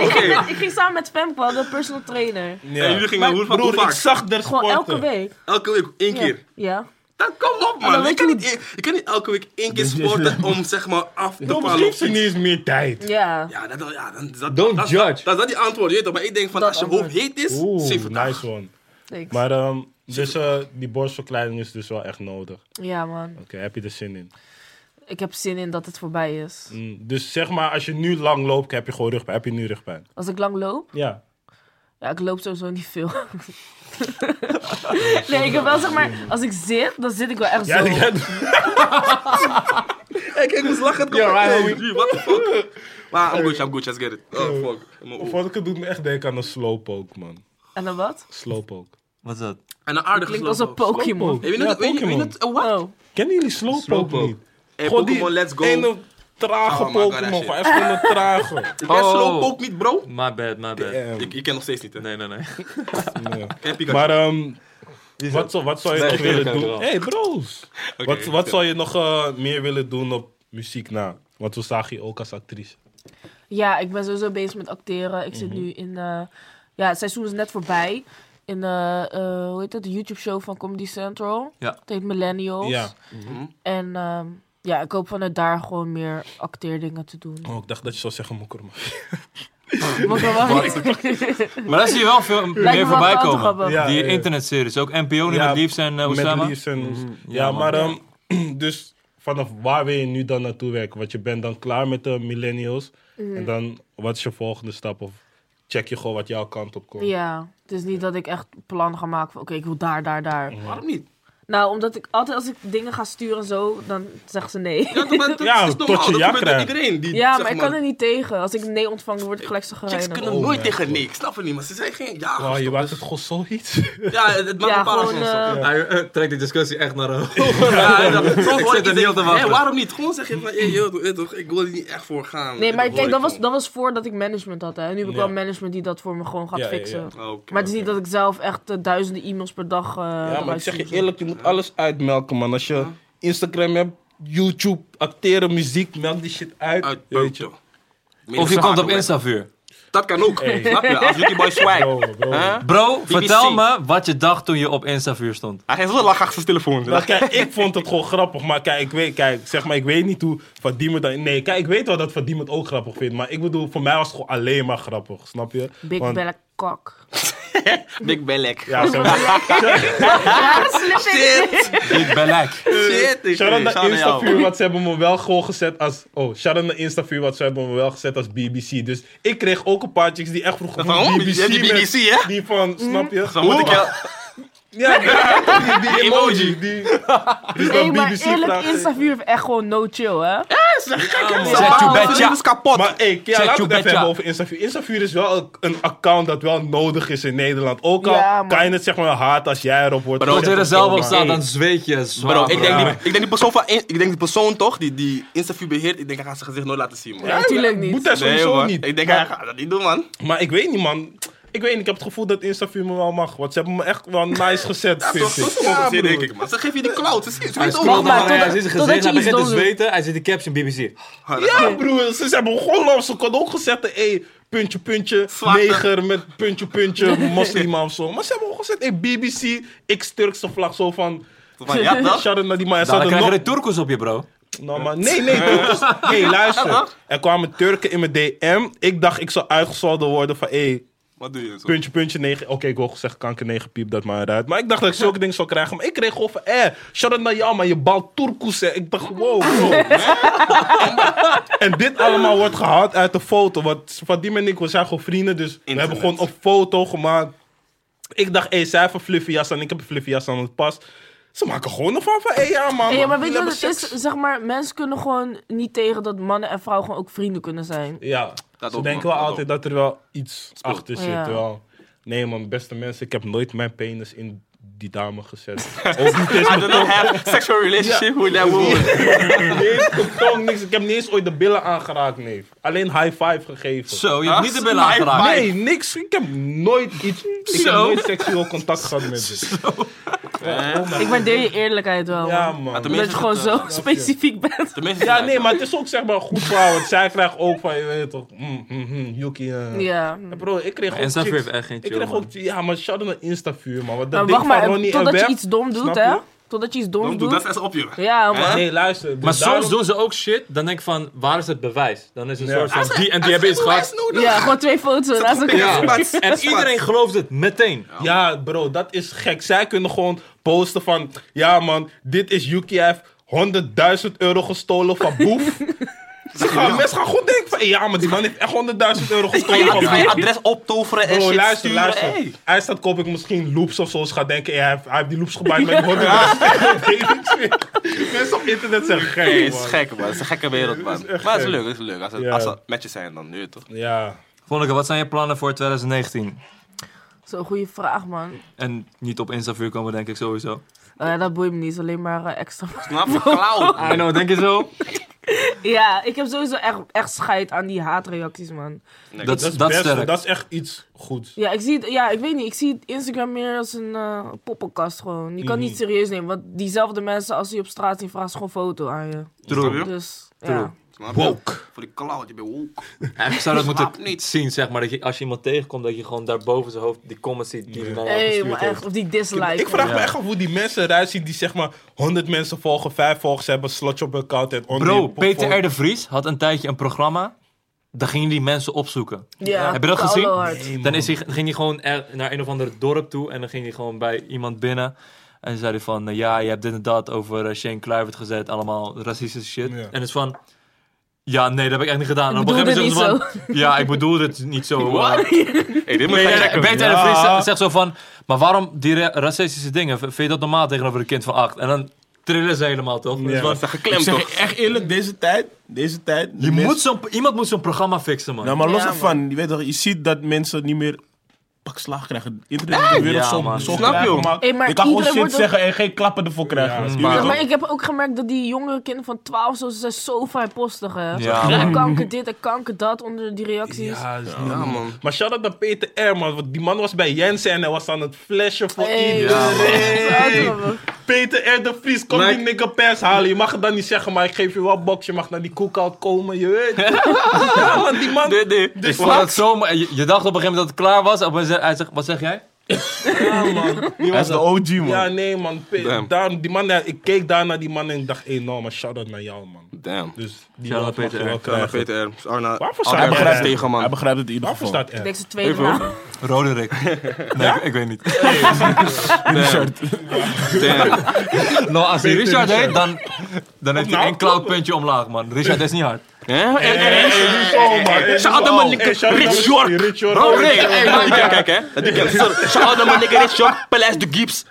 Speaker 4: ik, ging
Speaker 5: Oké.
Speaker 4: met- ik ging samen met Femke, de personal trainer.
Speaker 5: En jullie gingen hoe vaak? Hoe
Speaker 3: Broer, ik
Speaker 5: vaak?
Speaker 3: zag er
Speaker 4: Gewoon
Speaker 3: sporten.
Speaker 4: elke week.
Speaker 5: Elke week één
Speaker 4: Ja.
Speaker 5: keer.
Speaker 4: Ja.
Speaker 5: Dat, kom op,
Speaker 4: dan
Speaker 5: man. Je
Speaker 4: weet
Speaker 5: kan,
Speaker 4: je
Speaker 5: niet, je kan niet elke week één keer
Speaker 3: Dus je-
Speaker 5: sporten om zeg maar af te
Speaker 3: Dan
Speaker 5: vallen.
Speaker 3: begreep ze niet eens meer tijd.
Speaker 4: Ja.
Speaker 5: Ja, dat, ja dan, is dat,
Speaker 1: Don't
Speaker 5: dat, is-
Speaker 1: judge.
Speaker 5: Dat, is dat die antwoord, je weet toch? Maar ik denk van,
Speaker 4: Dat
Speaker 5: als je
Speaker 4: antwoord.
Speaker 5: hoofd heet is,
Speaker 3: Oeh,
Speaker 5: 70.
Speaker 3: nice one.
Speaker 4: Thanks.
Speaker 3: Maar ehm, dus, eh, die borstverkleining is dus wel echt nodig. Oké,
Speaker 4: Ja, man.
Speaker 3: heb je er zin in?
Speaker 4: Ik heb zin in dat het voorbij is.
Speaker 3: Mm, Dus zeg maar, als je nu lang loopt, heb je gewoon rugpijn. Heb je nu rugpijn?
Speaker 4: Als ik lang loop.
Speaker 3: Ja.
Speaker 4: Ja, ik loop sowieso niet veel. nee, ik heb wel zeg maar, als ik zit, dan zit ik wel echt
Speaker 3: Ja,
Speaker 4: zo.
Speaker 3: ja,
Speaker 5: Hey, kijk, ik moest lachen.
Speaker 3: Ja, maar hij-
Speaker 5: Hey, what the fuck? Maar I'm good, I'm good, let's get it. Oh, fuck. I'm a-
Speaker 3: Vond ik het doet me echt denken aan een slowpoke, man.
Speaker 4: En dan wat?
Speaker 3: Slowpoke.
Speaker 1: Wat is dat?
Speaker 5: En een aardige
Speaker 4: Klinkt als een
Speaker 5: slowpoke.
Speaker 4: Pokémon.
Speaker 3: Slowpoke.
Speaker 5: Hey, weet je
Speaker 3: Ja,
Speaker 5: dat- weet je- weet je
Speaker 3: Pokémon.
Speaker 5: dat- eh, What?
Speaker 4: Oh,
Speaker 3: Kennen jullie slowpoke,
Speaker 1: Slowpoke.
Speaker 3: niet?
Speaker 5: Hey,
Speaker 3: Gewoon die
Speaker 5: Pokémon, let's go.
Speaker 3: Ene trage
Speaker 5: Oh my God,
Speaker 3: Pokémon.
Speaker 5: dat
Speaker 3: Gewoon
Speaker 5: shit.
Speaker 3: echt gewoon een trage.
Speaker 5: Ik ken
Speaker 1: Oh.
Speaker 5: slowpoke niet, bro.
Speaker 1: My bad, my bad.
Speaker 3: Damn,
Speaker 5: Ik, ik ken nog steeds niet, hè.
Speaker 1: Nee, nee, nee.
Speaker 3: nee.
Speaker 5: Ik ken Pikachu.
Speaker 3: Maar ehm, wat, zou- wat zou je
Speaker 1: Nee,
Speaker 3: nog
Speaker 1: ik wil
Speaker 3: willen
Speaker 1: het
Speaker 3: doen?
Speaker 1: wel.
Speaker 3: hey, bros. wat wat zou je nog eh, meer willen doen op muziek na? Want we zagen je ook als actrice.
Speaker 4: Ja, ik ben sowieso bezig met acteren. Ik zit nu in, eh, ja, het seizoen is net voorbij. In, eh, eh, hoe heet dat, de YouTube-show van Comedy Central.
Speaker 1: Ja.
Speaker 4: Het heet Millennials.
Speaker 3: Ja.
Speaker 4: En ehm, ja, ik hoop vanuit daar gewoon meer acteerdingen te doen.
Speaker 3: Oh, ik dacht dat je zou zeggen moekerma.
Speaker 4: Maar ik wil wel niet-
Speaker 1: Maar daar zie je wel veel
Speaker 4: Lijkt
Speaker 1: meer
Speaker 4: me
Speaker 1: voorbij
Speaker 4: wel een
Speaker 1: komen.
Speaker 4: grappig.
Speaker 3: Ja,
Speaker 1: die
Speaker 3: ja, ja.
Speaker 1: internetseries. Ook NPO nu
Speaker 3: Ja,
Speaker 1: met Liefs en uh, Osama.
Speaker 3: Met liefst en Oes- Ja,
Speaker 1: Ja, man.
Speaker 3: maar ehm, dus vanaf waar wil je nu dan naartoe werken? Want je bent dan klaar met de millennials.
Speaker 4: Mm.
Speaker 3: En dan, wat is je volgende stap? Of check je gewoon wat jouw kant op komt?
Speaker 4: Ja, het is niet dat ik echt plannen ga maken van oké, ik wil daar, daar, daar.
Speaker 3: eh,
Speaker 5: Waarom niet?
Speaker 4: Nou, omdat ik altijd als ik dingen ga sturen en zo, dan zeggen ze nee.
Speaker 5: Ja, dat, dat
Speaker 3: Ja,
Speaker 5: is
Speaker 3: tot
Speaker 5: normaal.
Speaker 3: je
Speaker 5: Dat
Speaker 3: ja
Speaker 5: gebeurt bij
Speaker 3: krijgt.
Speaker 5: iedereen. Die,
Speaker 4: Ja,
Speaker 5: zeg
Speaker 4: maar ik kan er niet tegen. Als ik nee ontvang, dan word ik gelijk zo
Speaker 5: Chicks
Speaker 4: gereinigd.
Speaker 5: kunnen
Speaker 3: Oh
Speaker 5: nooit
Speaker 3: my
Speaker 5: tegen nee, ik snap het niet, maar ze zijn geen ja.
Speaker 3: Wauw, Ah, je maakt het gewoon zoiets.
Speaker 5: Ja, het het maakt
Speaker 4: Ja,
Speaker 5: een paar
Speaker 4: gewoon...
Speaker 5: soms. Ja,
Speaker 4: eh,
Speaker 1: Hij eh, trekt die discussie echt naar een
Speaker 5: ja, dat- soms hoor
Speaker 1: zit er
Speaker 5: iets
Speaker 1: niet op te
Speaker 5: en-
Speaker 1: wachten.
Speaker 5: Hé, waarom niet? Gewoon zeg je van, hey, joh, doe het toch, ik wil er niet echt voor gaan.
Speaker 4: Nee, maar
Speaker 5: hoor
Speaker 4: kijk,
Speaker 5: ik
Speaker 4: dat was,
Speaker 5: van.
Speaker 4: dat was voordat ik management had. Hè. Nu heb ik
Speaker 3: Ja.
Speaker 4: wel management die dat voor me gewoon gaat
Speaker 3: Ja, ja, ja.
Speaker 4: fixen.
Speaker 5: Oh, oké,
Speaker 4: Maar het is niet
Speaker 5: oké.
Speaker 4: dat ik zelf echt eh, duizenden e-mails per dag... eh
Speaker 3: Ja, maar ik
Speaker 4: eruit
Speaker 3: zeg je
Speaker 4: stuur.
Speaker 3: eerlijk, je moet alles uitmelken, man. Als je Instagram hebt, YouTube, acteren, muziek, melk die shit uit.
Speaker 5: Uit
Speaker 3: weet je.
Speaker 5: Peukje. Meer
Speaker 1: Of je
Speaker 5: zwaar
Speaker 1: komt op
Speaker 5: doen.
Speaker 1: Instavuur.
Speaker 5: Dat kan ook. Snap je? Als Lucky Boy swag.
Speaker 3: Bro, bro.
Speaker 5: Huh?
Speaker 1: Bro, vertel me wat je dacht toen je op Instavuur stond.
Speaker 5: Hij heeft wel lach achter zijn telefoon.
Speaker 3: Maar kijk, ik vond het gewoon grappig. Maar kijk, ik weet, kijk, zeg maar, ik weet niet hoe Van Diemen dan... Nee, kijk, ik weet wel dat Van Diemen het ook grappig vindt. Maar ik bedoel, voor mij was het gewoon alleen maar grappig. Snap je?
Speaker 4: Big
Speaker 3: Want-
Speaker 4: Black Cock.
Speaker 5: Big Belek.
Speaker 3: Ja, zo.
Speaker 5: Shit.
Speaker 1: Ik ben lek.
Speaker 5: Shit.
Speaker 3: Shout-out
Speaker 5: ik- shout-out
Speaker 3: naar
Speaker 5: jou.
Speaker 3: Instavuur, want ze hebben me wel gewoon gezet als... Oh, shout-out naar Instavuur, want ze hebben me wel gezet als BBC. Dus ik kreeg ook een paar chicks die echt vroegen
Speaker 5: Van, oh, je hebt die
Speaker 3: met-
Speaker 5: BBC, hè?
Speaker 3: Die van, snap je?
Speaker 5: Dan moet ik jou...
Speaker 3: Ja, die, die emoji. Die, dus
Speaker 4: Nee, maar
Speaker 3: BBC
Speaker 4: eerlijk,
Speaker 3: vraagt-
Speaker 4: Instavuur heeft echt gewoon no chill, hè?
Speaker 1: Oh, Zet je bedje.
Speaker 5: Mijn leven is kapot.
Speaker 3: Maar hey, Kia,
Speaker 1: Check
Speaker 3: laten we
Speaker 1: you
Speaker 3: het even
Speaker 1: betcha.
Speaker 3: hebben over Instaview. Instaview is wel een- een account dat wel nodig is in Nederland. Ook al
Speaker 4: Ja, man.
Speaker 3: kan je het zeg maar haat als jij erop wordt.
Speaker 5: Maar
Speaker 1: Als
Speaker 3: gezet
Speaker 1: je er
Speaker 3: of
Speaker 1: zelf
Speaker 3: zo,
Speaker 1: op
Speaker 3: maar-
Speaker 1: staat, dan zweet je zwaar.
Speaker 5: Bro, ik denk,
Speaker 1: bro.
Speaker 5: die, ik denk die persoon van, ik denk die persoon toch, die, die interview beheert, ik denk hij gaat zijn gezicht nooit laten zien, man.
Speaker 4: Ja, natuurlijk niet.
Speaker 3: Moet hij
Speaker 5: Nee,
Speaker 3: sowieso
Speaker 5: man.
Speaker 3: niet.
Speaker 5: Ik denk hij
Speaker 3: maar,
Speaker 5: gaat dat niet doen, man.
Speaker 3: maar ik weet niet, man. Ik weet niet, ik heb het gevoel dat Instaview me wel mag. Want ze hebben me echt wel nice gezet,
Speaker 5: Ja, toch,
Speaker 3: vind
Speaker 5: zo
Speaker 3: ik.
Speaker 5: sommige
Speaker 3: Ja,
Speaker 5: gezinnen,
Speaker 3: broer.
Speaker 5: denk ik, man. Ze geven je die clout, ze, ze
Speaker 1: Hij
Speaker 5: weten ook
Speaker 1: scrolt
Speaker 4: maar
Speaker 1: naar
Speaker 5: man.
Speaker 1: beneden,
Speaker 4: totdat-
Speaker 1: hij ziet zijn
Speaker 4: totdat
Speaker 1: gezicht, hij
Speaker 4: je iets
Speaker 1: begint te
Speaker 4: doet.
Speaker 1: zweten, hij zit de caption BBC.
Speaker 3: Ja, broer, ze, ze hebben gewoon los. Ze kon ook gezet, hé, hey, puntje, puntje,
Speaker 5: Zwarte.
Speaker 3: neger met puntje, puntje, moslima of zo. Maar ze hebben ook gezet, hey, BBC, X-Turkse vlag, zo van...
Speaker 5: Van, ja, toch?
Speaker 3: Shout out naar die man. Hij
Speaker 1: Dan
Speaker 3: zat er
Speaker 1: krijg je
Speaker 3: nog-
Speaker 1: de Turkos op je, bro.
Speaker 3: Nou, maar nee, nee, Turkers. Hey, luister. Er kwamen Turken in mijn DM. Ik dacht, ik zou uitgescholden worden van, hé, hey,
Speaker 5: Wat doe je zo?
Speaker 3: puntje, puntje, negen. Oké, ik wil gezegd kanker, negen, piep dat maar uit. Maar ik dacht dat ik zulke dingen zou krijgen. Maar ik kreeg gewoon van, eh, shout-out naar jou, maar je balt Turkoes, hè. Ik dacht, wow, bro. en dit allemaal wordt gehaald uit de foto. Want Vadim en ik, we zijn gewoon vrienden, dus we hebben gewoon een foto gemaakt. Ik dacht, hé, hey, zij heeft een fluffy jas aan, ik heb een fluffy jas aan, het past. Ze maken gewoon ervan van, hé, hey, ja, man.
Speaker 4: Hey, ja, maar weet je
Speaker 3: jullie
Speaker 4: wat het
Speaker 3: hebben
Speaker 4: is? Zeg maar, mensen kunnen gewoon niet tegen dat mannen en vrouwen gewoon ook vrienden kunnen zijn.
Speaker 3: Ja,
Speaker 5: Dat
Speaker 3: ze
Speaker 5: ook,
Speaker 3: denken
Speaker 5: man.
Speaker 3: wel
Speaker 5: Dat
Speaker 3: altijd dat er wel iets achter zit.
Speaker 4: Ja.
Speaker 3: Wel. Nee man, beste mensen, ik heb nooit mijn penis in die dame gezet. Ook niet eens
Speaker 5: I do not have sexual relationship with that woman.
Speaker 3: mijn neef, mijn tong, niks. Ik heb niet eens ooit de billen aangeraakt, neef. Alleen high five gegeven.
Speaker 1: Zo, je hebt
Speaker 5: Ah,
Speaker 1: niet de billen
Speaker 5: smile.
Speaker 1: aangeraakt.
Speaker 3: Nee, niks. Ik heb nooit iets. Ik heb nooit seksueel contact gehad met ze.
Speaker 4: Ik waardeer je eerlijkheid wel.
Speaker 3: Ja,
Speaker 4: man.
Speaker 3: man.
Speaker 5: tenminste-
Speaker 4: Dat je gewoon
Speaker 5: dat,
Speaker 4: zo specifiek bent.
Speaker 5: De mensen
Speaker 3: Ja,
Speaker 5: zijn
Speaker 3: nee,
Speaker 5: uit,
Speaker 3: maar het is ook zeg maar goed voor haar, Want zij krijgt ook van, je weet toch, mm, mm, mm, Yuki. eh.
Speaker 4: Ja.
Speaker 3: Bro, ik kreeg ook
Speaker 1: Instavuur
Speaker 3: chicks.
Speaker 1: heeft echt geen
Speaker 3: Ik
Speaker 1: chill,
Speaker 3: kreeg
Speaker 1: man.
Speaker 3: ook, ja, maar shout out naar Instavuur, man. Want dat
Speaker 4: Maar
Speaker 3: ding
Speaker 4: wacht maar,
Speaker 3: van Ronnie en
Speaker 4: totdat je
Speaker 3: Web,
Speaker 4: iets dom
Speaker 3: snap
Speaker 4: doet,
Speaker 3: je?
Speaker 4: hè? Totdat je iets dom
Speaker 5: Don't do- Dat
Speaker 4: doet.
Speaker 5: is op je.
Speaker 4: Ja, man.
Speaker 3: Nee, luister. dus
Speaker 1: Maar soms
Speaker 3: daarom-
Speaker 1: doen ze ook shit, dan denk ik van, waar is het bewijs? Dan is het
Speaker 3: Ja.
Speaker 1: een soort van, die en die hebben iets gehad.
Speaker 4: Ja, gewoon twee foto's naast elkaar.
Speaker 1: Ja. En iedereen gelooft het meteen.
Speaker 3: Ja, bro, dat is gek. Zij kunnen gewoon posten van... Ja, man, dit is Yuki. Hij heeft 100.000 euro gestolen van Boef. Ze gaan, Mensen gaan goed denken van... "Hey, Ja, maar die man heeft echt 100.000 euro gestolen van
Speaker 5: Ga je
Speaker 3: Boef.
Speaker 5: adres optoveren en
Speaker 3: Bro,
Speaker 5: shit
Speaker 3: luister,
Speaker 5: sturen.
Speaker 3: luister.
Speaker 5: Hey.
Speaker 3: Hij staat koop ik misschien loops of zo. Ze gaat denken, "Hey, hij, heeft, hij heeft die loops gebruikt met 100.000 euro. Weet ik veel. Mensen op internet zijn
Speaker 5: Hey,
Speaker 3: gek,
Speaker 5: het is
Speaker 3: man.
Speaker 5: gek, man. Het is een gekke wereld, man.
Speaker 3: echt
Speaker 5: Maar het is
Speaker 3: gek.
Speaker 5: leuk, het is leuk. Als het,
Speaker 3: Ja.
Speaker 5: als het matches zijn, dan nu toch.
Speaker 3: Ja.
Speaker 1: Vonneke, wat zijn je plannen voor 2019?
Speaker 4: Zo'n goede vraag, man.
Speaker 1: En niet op Instavuur komen, denk ik sowieso.
Speaker 4: Nou ja, dat boeit me niet, alleen maar eh, extra.
Speaker 5: Snap je? Cloud.
Speaker 1: I know, denk je zo?
Speaker 4: Ja, ik heb sowieso echt, echt scheid aan die haatreacties, man.
Speaker 1: Dat,
Speaker 3: Dat is,
Speaker 1: is- dat is
Speaker 3: best-
Speaker 1: sterk.
Speaker 3: dat is echt iets goeds.
Speaker 4: Ja, ik zie het, ja, ik weet niet, ik zie Instagram meer als een eh, poppenkast gewoon. Je kan niet serieus nemen, want diezelfde mensen als die op straat zien, vragen ze gewoon foto aan je.
Speaker 1: True.
Speaker 4: Dus,
Speaker 1: True.
Speaker 4: ja.
Speaker 5: Snap je?
Speaker 1: Woke.
Speaker 5: Voor die cloud, je bent woke.
Speaker 1: En ik zou dat
Speaker 5: Snap
Speaker 1: moeten
Speaker 5: niet.
Speaker 1: zien, zeg maar. Dat je, als je iemand tegenkomt, dat je gewoon daar boven zijn hoofd die comments ziet. Die dan
Speaker 4: Hé,
Speaker 1: hey,
Speaker 4: maar echt, of die dislike.
Speaker 3: Ik vraag
Speaker 1: Ja.
Speaker 3: me echt af hoe die mensen eruit zien die zeg maar 100 mensen volgen, 5 volgers hebben, slotje op hun account en onder
Speaker 1: Bro,
Speaker 3: die pop-
Speaker 1: Peter R. de Vries had een tijdje een programma. Daar gingen die mensen opzoeken.
Speaker 4: Ja,
Speaker 1: Heb je dat
Speaker 4: koude
Speaker 1: gezien?
Speaker 4: hard.
Speaker 3: Nee, man.
Speaker 1: Dan is hij, ging hij gewoon er- naar een of ander dorp toe en dan ging hij gewoon bij iemand binnen. En zei hij van, eh, ja, je hebt dit en dat over eh, Shane Kluivert gezet, allemaal racistische shit.
Speaker 3: Ja.
Speaker 1: En het is van, ja, nee, dat heb ik echt niet gedaan. En
Speaker 4: bedoelde
Speaker 1: zeggen
Speaker 4: niet
Speaker 1: ze van, ja, ik bedoel het niet zo.
Speaker 5: What?
Speaker 1: eh,
Speaker 5: Hey, dit moet je
Speaker 1: Peter
Speaker 5: checken.
Speaker 1: Peter
Speaker 3: Ja.
Speaker 1: de Vries eh, zegt- zegt zo van, maar waarom die ra- racistische dingen? V- Vind je dat normaal tegenover een kind van acht? En dan trillen ze helemaal, toch? Dus
Speaker 3: Ja.
Speaker 1: wat-
Speaker 5: Ze
Speaker 2: Ik
Speaker 5: geklemd,
Speaker 2: zeg
Speaker 5: toch?
Speaker 2: je echt eerlijk, deze tijd, deze tijd... de
Speaker 1: je
Speaker 2: mensen-
Speaker 1: moet zo'n- iemand moet zo'n programma fixen, man.
Speaker 2: Nou, maar los
Speaker 4: Ja,
Speaker 2: daarvan, je weet toch, je ziet dat mensen niet meer pak slaag krijgen. Iedereen is de wereld
Speaker 1: Ja,
Speaker 2: zo,
Speaker 1: man.
Speaker 2: zo
Speaker 5: Snap je,
Speaker 2: klein
Speaker 5: man.
Speaker 2: gemaakt.
Speaker 4: Hey, maar
Speaker 2: je kan gewoon
Speaker 4: iedereen
Speaker 2: shit
Speaker 4: wordt ook-
Speaker 2: zeggen en geen klappen ervoor krijgen.
Speaker 3: Ja,
Speaker 2: Je
Speaker 3: maar-
Speaker 2: weet toch?
Speaker 4: maar ik heb ook gemerkt dat die jongere kinderen van 12 zo, ze zijn zo vrijpostig, hè.
Speaker 1: Ja,
Speaker 4: En
Speaker 1: man.
Speaker 4: kanker dit en kanker dat onder die reacties.
Speaker 3: Ja, dat is niet
Speaker 5: Ja,
Speaker 3: normaal.
Speaker 5: man.
Speaker 3: Maar shout out naar Peter R, man. Want die man was bij Jensen en hij was aan het flashen voor
Speaker 4: Hey,
Speaker 3: iedereen.
Speaker 4: ja, man.
Speaker 3: Peter R. de Vries, kom die nigga pers halen. Je mag het dan niet zeggen, maar ik geef je wel box. Je mag naar die cookout komen, je weet. ja, man, die man.
Speaker 5: Dit, dit.
Speaker 1: Ik vond dat zo... mo- Je, je dacht op een gegeven moment dat het klaar was. Op een gegeven moment- hij zegt, wat zeg jij?
Speaker 3: Ja, man.
Speaker 2: Hij is de OG, man.
Speaker 3: Ja, nee, man. Pe-
Speaker 5: Damn.
Speaker 3: Daarom, die man, ja, ik keek daar naar die man en ik dacht, hé, nou, maar shout out naar jou, man.
Speaker 5: Damn.
Speaker 3: Dus die
Speaker 1: Shout
Speaker 3: man
Speaker 1: out
Speaker 3: mag je
Speaker 1: Peter Ah,
Speaker 3: wel
Speaker 1: R.
Speaker 5: Ja,
Speaker 3: krijgen.
Speaker 5: Peter R. Arna.
Speaker 3: Waarvoor
Speaker 5: Arna
Speaker 3: zou
Speaker 5: R.
Speaker 3: hij-
Speaker 5: Grijs tegen,
Speaker 2: Hij
Speaker 5: man.
Speaker 2: begrijpt het in ieder
Speaker 3: Waarvoor
Speaker 2: geval.
Speaker 3: staat
Speaker 4: Ik
Speaker 3: R?
Speaker 4: denk ze tweede
Speaker 5: Even hoor.
Speaker 4: vraag.
Speaker 1: Rode Rick. Nee, ik, ik weet niet.
Speaker 5: Damn.
Speaker 1: Nou, als hij
Speaker 3: Peter
Speaker 1: Richard heet, dan, dan heeft hij
Speaker 3: Nou,
Speaker 1: één klauwpuntje omlaag, man. Richard is niet hard.
Speaker 5: Hè? En- en-
Speaker 3: Hey, hey, hey, hey, hey, hey,
Speaker 5: Shout out
Speaker 3: hey,
Speaker 5: mijn
Speaker 3: hey,
Speaker 5: nigga
Speaker 3: shout out
Speaker 5: Rich
Speaker 3: naar
Speaker 5: York.
Speaker 3: Rich York.
Speaker 5: Bro, nee. Hey, nou, die ken- Kijk, hè. Dat die ken. Sorry. Shout out naar mijn nigga Rich York. Palace de Gibbs.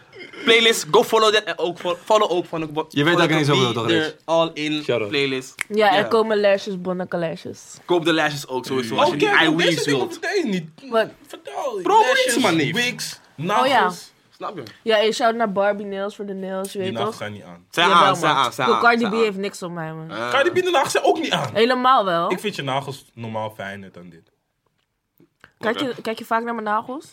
Speaker 5: playlist. Go follow that. En ook fo- follow ook van de bo-
Speaker 1: Je weet dat ik
Speaker 5: van
Speaker 1: ineens over wil,
Speaker 5: Be
Speaker 1: toch,
Speaker 5: There
Speaker 1: Rees?
Speaker 5: All in
Speaker 1: Shout-out.
Speaker 5: playlist.
Speaker 4: Ja,
Speaker 5: Ja.
Speaker 4: er komen lashes, bonneke lashes.
Speaker 5: Koop de lashes ook sowieso. Als
Speaker 2: Oh,
Speaker 5: je die
Speaker 2: kijk, deze
Speaker 5: eyeweaves
Speaker 2: dingen
Speaker 5: wilt.
Speaker 2: vertel je niet.
Speaker 4: Wat?
Speaker 2: Vertel je.
Speaker 5: Bro, hoe is het maar niet?
Speaker 2: wigs,
Speaker 4: Oh ja.
Speaker 2: nagels.
Speaker 5: Snap je?
Speaker 4: Ja, je shout naar Barbie Nails voor de nails, je
Speaker 3: Die
Speaker 4: weet
Speaker 3: nacht
Speaker 4: toch?
Speaker 3: gaan niet aan.
Speaker 5: Zijn
Speaker 4: Jawel,
Speaker 5: aan,
Speaker 4: man.
Speaker 5: zijn aan, zijn
Speaker 4: Yo,
Speaker 5: aan.
Speaker 4: Cardi
Speaker 5: zijn
Speaker 4: B
Speaker 5: aan.
Speaker 4: heeft niks op mij, man.
Speaker 5: Ah.
Speaker 2: Cardi B de nacht zijn ook niet aan.
Speaker 4: Helemaal wel.
Speaker 3: Ik vind je nagels normaal fijner dan dit.
Speaker 4: Kijk, je, kijk je vaak naar mijn nagels?